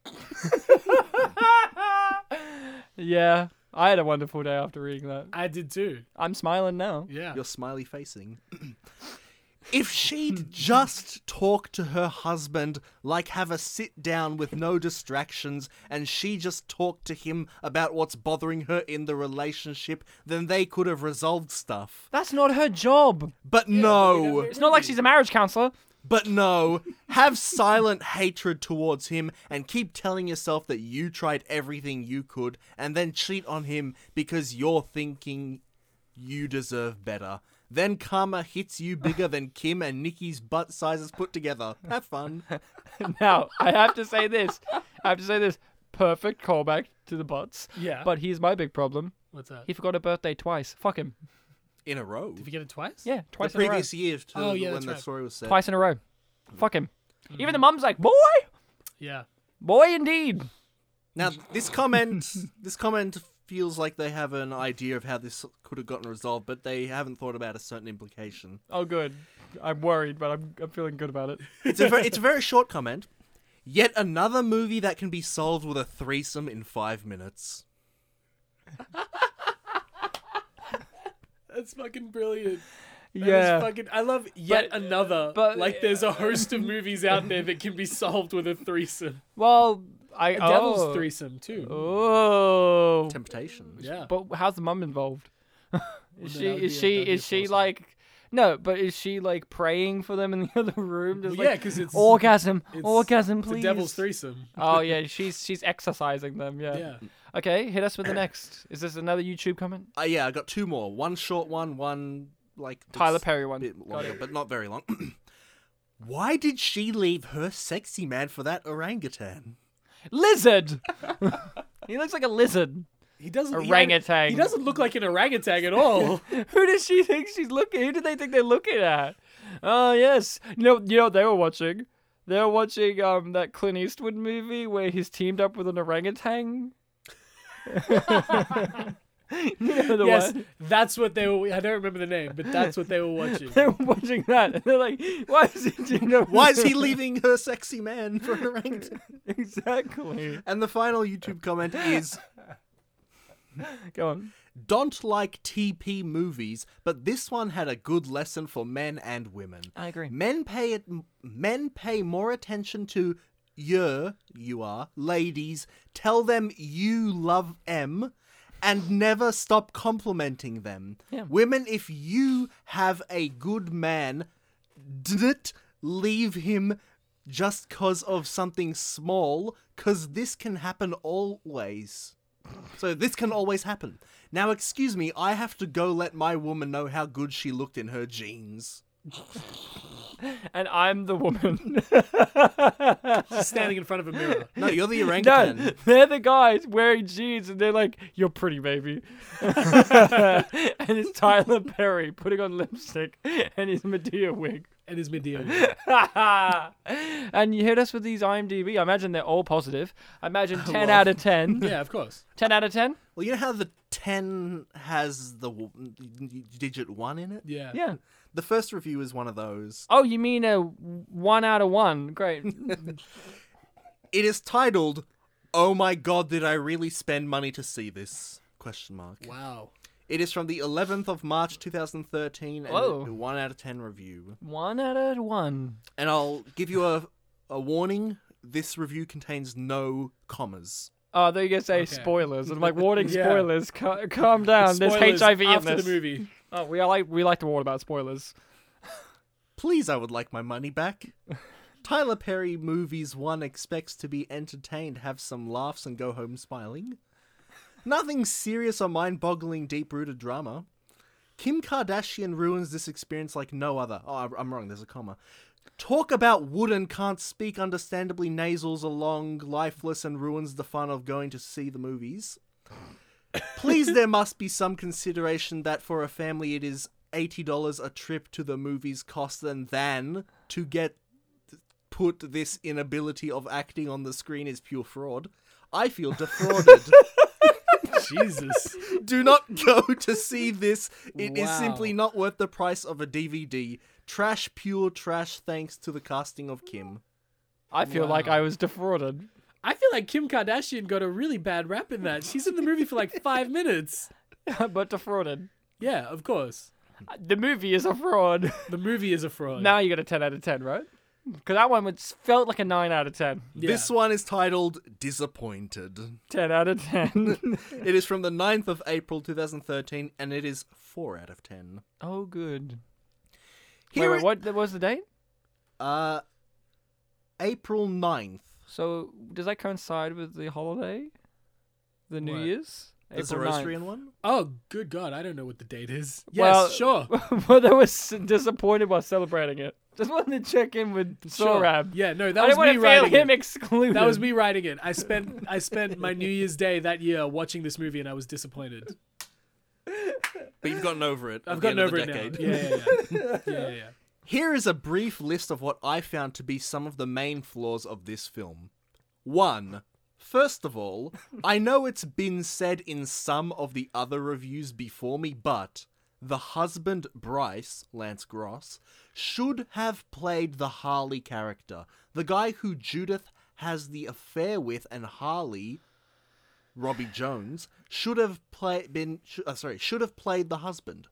yeah, I had a wonderful day after reading that.
I did too.
I'm smiling now.
Yeah.
You're smiley facing. if she'd just talk to her husband, like have a sit down with no distractions, and she just talked to him about what's bothering her in the relationship, then they could have resolved stuff.
That's not her job.
But no,
It's not like she's a marriage counselor.
but no, have silent hatred towards him and keep telling yourself that you tried everything you could and then cheat on him because you're thinking you deserve better. Then karma hits you bigger than Kim and Nikki's butt sizes put together. Have fun.
Now, I have to say this. I have to say this. Perfect callback to the butts.
Yeah.
But here's my big problem.
What's that?
He forgot her birthday twice. Fuck him.
In a row.
Did we get it twice?
Yeah,
The
twice in
previous year to
Oh, yeah,
when
that's
the
right.
story was
a row.
set.
Twice in a row. Fuck him. Even the mum's like, boy,
Yeah.
boy, indeed.
Now this comment this comment feels like they have an idea of how this could have gotten resolved, but they haven't thought about a certain implication.
Oh, good. I'm worried, but I'm, I'm feeling good about it.
It's a, very, it's a very short comment. Yet another movie that can be solved with a threesome in five minutes.
That's fucking brilliant. That is
yeah.
fucking, I love yet
But- uh,
another.
but-
like, there's a host of movies out there that can be solved with a threesome.
well, I.
A devil's
oh.
threesome, too.
Oh.
Temptation.
Yeah.
But how's the mum involved? is
then
she
that would
is
be a-
she
that'd be
is
a
she
foursome.
like no, but is she like praying for them in the other room? Just
Well, yeah,
like,
'cause it's-
orgasm,
it's-
orgasm,
it's a
please.
devil's threesome.
oh yeah, she's she's exercising them. Yeah.
Yeah.
Okay, hit us with the next. Is this another YouTube comment?
Uh, yeah, I got two more. One short one, one like that's
Tyler Perry one.
a bit longer, but not very long. Why did she leave her sexy man for that orangutan?
Lizard. he looks like a lizard.
He doesn't he-
Orangutan.
He doesn't look like an orangutan at all.
Who does she think she's looking? Who do they think they're looking at? Oh yes, you know, you know what they were watching. They were watching um that Clint Eastwood movie where he's teamed up with an orangutan. you know the
yes,
one.
that's what they were. I don't remember the name, but that's what they were watching.
They were watching that, and they're like, "Why is he teamed up?"
Why is
with-
he leaving her sexy man for an orangutan?
exactly?
And the final YouTube comment is
Go on.
don't like TP movies, but this one had a good lesson for men and women.
I agree.
Men pay it, men pay more attention to your you are ladies. Tell them you love em, and never stop complimenting them. Women, if you have a good man, did leave him just cause of something small, cause this can happen always. So this can always happen. Now, excuse me, I have to go let my woman know how good she looked in her jeans.
and I'm the woman.
standing in front of a mirror.
No, you're the
no,
orangutan.
they're the guys wearing jeans, and they're like, "You're pretty, baby," and it's Tyler Perry putting on lipstick and his Medea wig.
And his Medea.
and you hit us with these IMDb. I imagine they're all positive. I imagine 10 out of 10.
yeah, of course.
10 out of 10?
Well, you know how the 10 has the w- digit 1 in it?
Yeah.
Yeah.
The first review is one of those.
Oh, you mean a 1 out of 1. Great.
It is titled, Oh My God, Did I Really Spend Money to See This? Question mark.
Wow.
It is from the 11th of March 2013 and
Whoa.
a 1 out of 10 review.
1 out of 1.
And I'll give you a, a warning this review contains no commas.
Oh, they're going to say
Okay.
spoilers. I'm like, warning
Yeah.
spoilers. Ca- calm down. Um, There's
Spoilers
HIV in
after
this.
the movie.
Oh, we, are like, we like to warn about spoilers.
Please, I would like my money back. Tyler Perry movies one expects to be entertained, have some laughs, and go home smiling. Nothing serious or mind boggling, deep rooted drama. Kim Kardashian ruins this experience like no other. Oh, I'm- I'm wrong, there's a comma. Talk about wood and can't speak, understandably nasals are long, lifeless, and ruins the fun of going to see the movies. Please, there must be some consideration that for a family it is $80 a trip to the movies cost than than to get put this inability of acting on the screen is pure fraud. I feel defrauded.
Jesus.
Do not go to see this. It is
Wow.
simply not worth the price of a DVD. Trash, pure trash, thanks to the casting of Kim.
I feel like I was defrauded.
I feel like Kim Kardashian got a really bad rap in that. She's in the movie for like five minutes.
but defrauded.
Yeah, of course.
The movie is a fraud.
The movie is a fraud.
now you got a 10 out of 10, right? Because that one was, felt like a 9 out of 10.
Yeah.
This one is titled Disappointed.
10 out of 10.
It is from the 9th of April 2013 and it is 4 out of 10.
oh, good.
Here
wait,
it-
wait, what, what was the date?
Uh, April 9th.
So does that coincide with the holiday, the New
What?
Year's?
The
April 9th.
Zoroastrian one?
Oh, good God. I don't know what the date is.
Well-
Yes, sure.
well, they were s- disappointed while celebrating it. Just wanted to check in with
Sure.
Sorab.
Yeah, no,
I
that was
didn't want to
me
feel
writing
him
it.
excluded.
That was me writing it. I spent I spent my New Year's Day that year watching this movie and I was disappointed.
But you've gotten over it.
I've
at the end
gotten
of
over
the
it now.
decade.
Yeah, yeah, yeah. yeah, yeah, yeah.
Here is a brief list of what I found to be some of the main flaws of this film. 1. First of all, I know it's been said in some of the other reviews before me, but the husband, Bryce, Lance Gross, should have played the Harley character, the guy who Judith has the affair with, and Harley, Robbie Jones, should have play, been sh- uh, sorry, should have played the husband.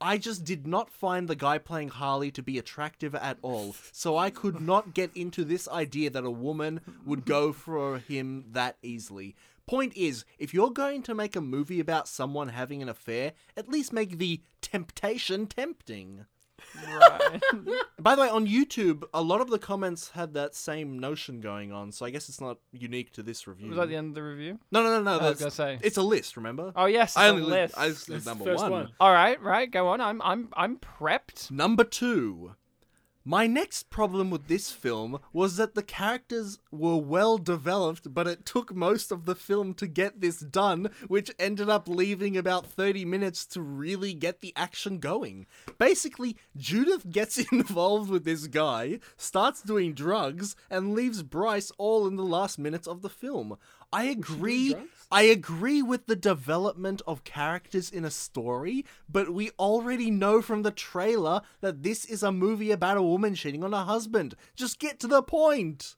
I just did not find the guy playing Harley to be attractive at all, so I could not get into this idea that a woman would go for him that easily. Point is, if you're going to make a movie about someone having an affair, at least make the temptation tempting.
Right.
By the way, on YouTube, a lot of the comments had that same notion going on, so I guess it's not unique to this review.
was that the end of the review?
No, no, no, no.
I was
that's-
gonna say.
it's a list. Remember?
Oh yes,
I
the
only
list.
I just
That's
listed
the
number
first
one.
one.
All right, right, go on. I'm, I'm, I'm prepped.
Number two. My next problem with this film was that the characters were well developed, but it took most of the film to get this done, which ended up leaving about 30 minutes to really get the action going. Basically, Judith gets involved with this guy, starts doing drugs, and leaves Bryce all in the last minutes of the film. I agree. I agree with the development of characters in a story, but we already know from the trailer that this is a movie about a woman cheating on her husband. Just get to the point.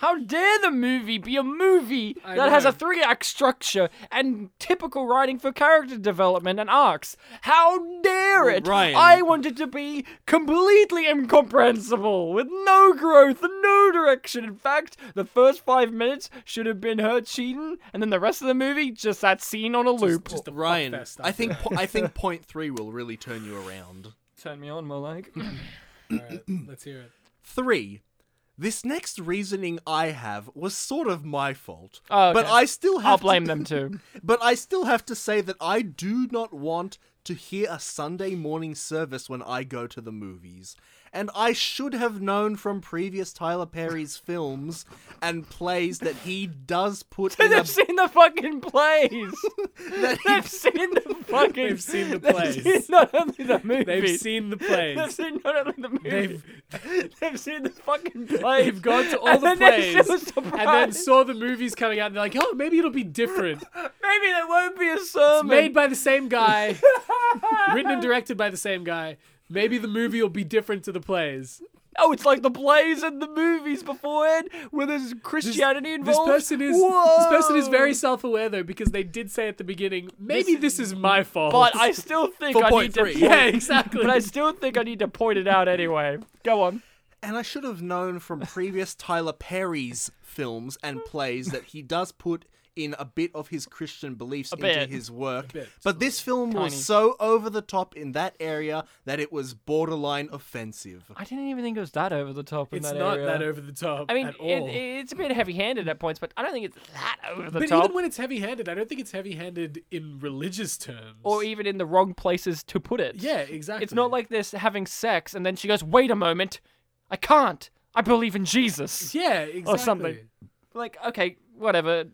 How dare the movie be a movie
I
that has a
know.
three act structure and typical writing for character development and arcs? How dare it!
Ryan.
I want it to be completely incomprehensible, with no growth and no direction. In fact, the first five minutes should have been her cheating, and then the rest of the movie just that scene on a loop.
Just a
Ryan,
fuckfest
I
after
think po- I think point three will really turn you around.
Turn me on, more like.
that. All right, let's hear it.
Three. This next reasoning I have was sort of my fault.
Oh,
But
okay.
I still have
I'll
to-
blame them too.
But I still have to say that I do not want to hear a Sunday morning service when I go to the movies. And I should have known from previous Tyler Perry's films and plays that he does put in a,
They've seen the fucking plays.
that he
They've seen the fucking.
They've seen the
they've
plays.
seen not only the movies.
They've seen the
They've
plays.
seen not only the movies.
They've
They've, seen the fucking plays.
they've gone to all
And
the
then they're
plays
so
and then
surprised.
saw the movies coming out and they're like, oh, maybe it'll be different.
Maybe there won't be a sermon.
Made by the same guy, written and directed by the same guy. Maybe the movie will be different to the plays.
oh, it's like the plays and the movies beforehand, where there's Christianity
This
involved.
person is this person is very self-aware though because they did say at the beginning, maybe this, is my fault.
But I still think
For
I need
point three.
to.
yeah, exactly.
But I still think I need to point it out anyway. Go on.
And I should have known from previous Tyler Perry's films and plays that he does put in a bit of his Christian beliefs into
bit.
his work.
bit,
But this film
Tiny.
was so over the top in that area that it was borderline offensive.
I didn't even think it was that over the top in
it's
that
not
area.
that over the top
I mean,
at
it,
all.
it's a bit heavy-handed at points, but I don't think it's that over the
but
top,
even when it's heavy-handed, I don't think it's heavy-handed in religious terms.
or even in the wrong places to put it.
yeah, exactly.
It's not like this having sex and then she goes, "Wait a moment, I can't. I believe in Jesus."
yeah, exactly.
or something. Like, okay, whatever.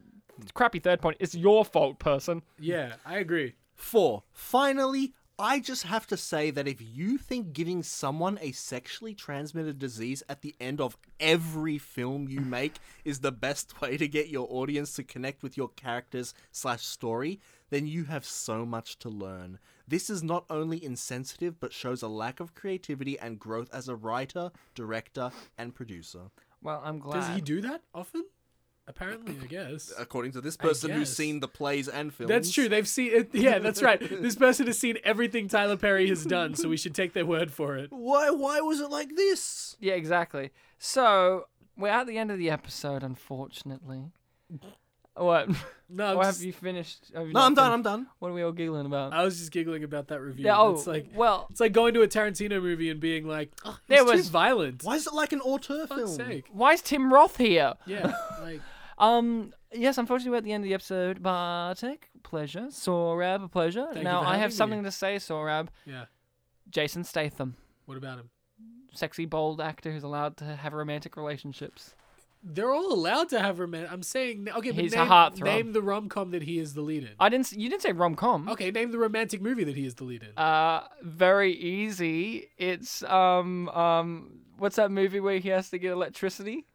Crappy third point. It's your fault, person.
Yeah, I agree.
Four, finally, I just have to say that if you think giving someone a sexually transmitted disease at the end of every film you make is the best way to get your audience to connect with your characters slash story, then you have so much to learn. This is not only insensitive, but shows a lack of creativity and growth as a writer, director, and producer.
Well, I'm glad.
Does he do that often? Apparently, I guess.
According to this person who's
guess.
seen the plays and films.
That's true. They've seen it. Yeah, that's right. This person has seen everything Tyler Perry has done, so we should take their word for it.
Why, why was it like this?
Yeah, exactly. So we're at the end of the episode, unfortunately. What?
No, I'm
Or
just-
have you finished? have you
No,
not
I'm done,
finished?
I'm done.
What are we all giggling about?
I was just giggling about that review.
yeah. Oh,
it's like
well.
it's like going to a Tarantino movie and being like, oh,
There
there was
was-
too violent.
Why is it like an auteur
For fuck's
film?
sake.
Why is Tim Roth here?
Yeah, like
Um. Yes, unfortunately, we're at the end of the episode. Bartek, pleasure. Sorab, a pleasure.
you
now
for
I
having
have
me.
something to say, Sorab.
yeah.
Jason Statham,
What about him?
sexy bold actor who's allowed to have romantic relationships.
They're all allowed to have romance. I'm saying okay, but
He's a
name,
heartthrob. Um,
name the rom com that he is the lead in.
I didn't. s- You didn't say rom com.
Okay, name the romantic movie that he is the lead in.
Uh, very easy. It's um um. What's that movie where he has to get electricity?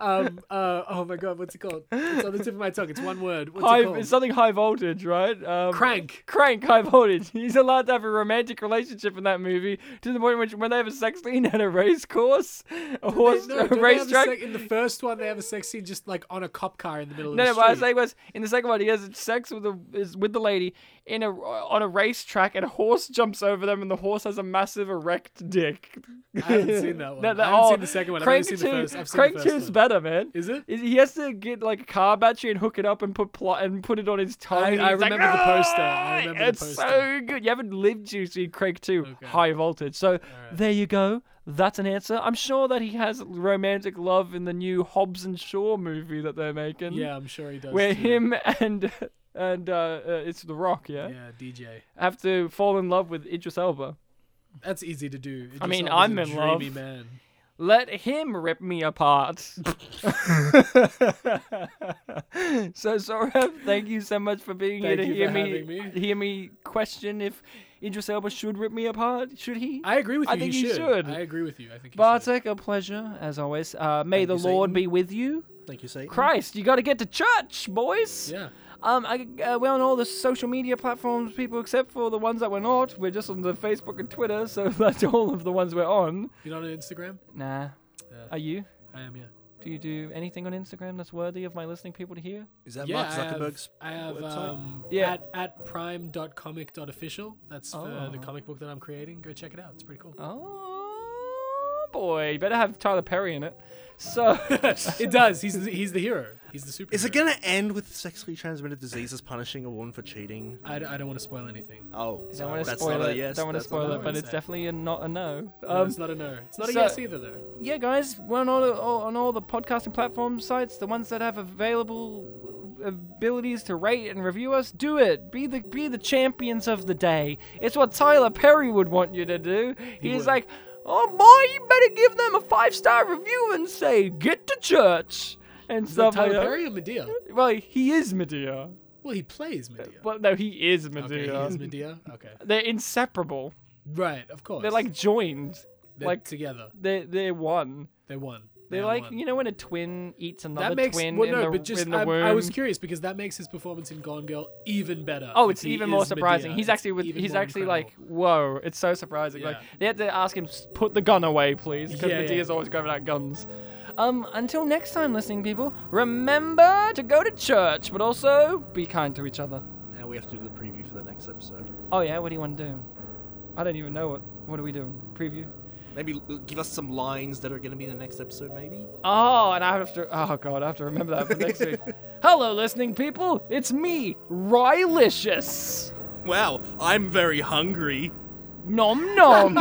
um, uh, oh my god, what's it called? It's on the tip of my tongue. It's one word. What's
High,
it called?
it's something high voltage, right? Um,
Crank.
Crank, high voltage. He's allowed to have a romantic relationship in that movie to the point in which when they have a sex scene at a race course, a horse,
No,
a
don't they have
racetrack.
sec- in the first one, they have a sex scene just like on a cop car in the middle of
No,
the
no.
street.
What I was saying was, in the second one, he has sex with the is with the lady in a uh, on a racetrack, and a horse jumps over them, and the horse has a massive erect dick.
I haven't seen that one.
No, no,
I haven't
oh,
seen the second one. I've
Crank
only seen the
two-
first. I've seen
Crank
the
two's
first one.
better, man.
Is it?
Is- He has to get like a car battery and hook it up and put pl- and put it on his tongue.
I-
and
I
he's like,
remember the poster. I
"Ah!"
remember the
it's
poster.
so good. You haven't lived to see Craig 2
Okay.
High Voltage. So
right.
there you go. That's an answer. I'm sure that he has romantic love in the new Hobbs and Shaw movie that they're making.
Yeah, I'm sure he does.
Where
too.
him and and uh, uh, it's The Rock, yeah?
Yeah, DJ.
have to fall in love with Idris Elba.
That's easy to do. Idris
I mean,
Elba's
I'm
a
in
dreamy
love.
Man.
Let him rip me apart. so Sorab, thank you so much for being
Thank
here to
you
hear
for
me,
having me.
hear me question if Idris Elba should rip me apart. Should he?
I agree with you.
I think
he
you
should.
should.
I agree with you. I think he should.
Bartek, a pleasure as always. Uh, may
Thank
the
you,
Lord
Satan.
be with you.
Thank you, Satan.
Mm-hmm. Christ, you got to get to church, boys.
Yeah.
Um, I, uh, we're on all the social media platforms, people, except for the ones that we're not. We're just on the Facebook and Twitter, so that's all of the ones we're on.
You're not on Instagram?
Nah.
Yeah.
Are you?
I am, yeah.
Do you do anything on Instagram that's worthy of my listening people to hear?
Is that
yeah,
Mark
I have-
Zuckerberg's?
I have,
website?
um,
Yeah.
at, at prime.comic.official. That's uh, the
Oh.
comic book that I'm creating. Go check it out. It's pretty cool.
Oh boy, better have Tyler Perry in it. So
it does. He's the, he's the hero. He's the superhero.
Is it gonna end with sexually transmitted diseases punishing a woman for cheating?
I, d- I don't want to spoil anything.
Oh,
Don't want to
that's
spoil
not
it.
a yes.
don't want to
that's not
spoil
a
it, but
no.
it's definitely a not a no.
No,
Um,
it's not a no. It's not a
so-
yes either, though.
yeah, guys, we're on all, the, all on all the podcasting platform sites, the ones that have available abilities to rate and review us. Do it. Be the be the champions of the day. It's what Tyler Perry would want you to do. He's
would.
like, oh boy, you better give them a five star review and say get to church and
Is that
stuff like
Tyler
that.
Perry or Medea?
Well, he is Medea.
Well, he plays Medea.
Well, no, he is
Okay,
Medea.
he is Medea. Okay.
They're inseparable.
Right, of course.
They're like joined.
They're
like-
together.
They're they're one.
They won.
They're
are
like
one.
you know when a twin eats another
that makes
twin
well,
in,
no,
the,
but just
in the
I,
womb.
I was curious because that makes his performance in Gone Girl even better.
Oh,
if
it's
he
even more
is
surprising.
Medea.
He's
It's
actually with,
even
he's
more
actually
incredible.
like, whoa! It's so surprising. Like
Yeah.
they had to ask him, "S- put the gun away, please, because
Yeah, yeah.
Medea's always grabbing out guns. Um, until next time, listening people, remember to go to church, but also be kind to each other.
Now we have to do the preview for the next episode.
Oh yeah, what do you want to do? I don't even know what. What are we doing? Preview.
Maybe l- give us some lines that are gonna be in the next episode. Maybe.
Oh, and I have to. Oh god, I have to remember that for next week. Hello, listening people. It's me, Rylicious.
Wow, I'm very hungry.
Nom nom.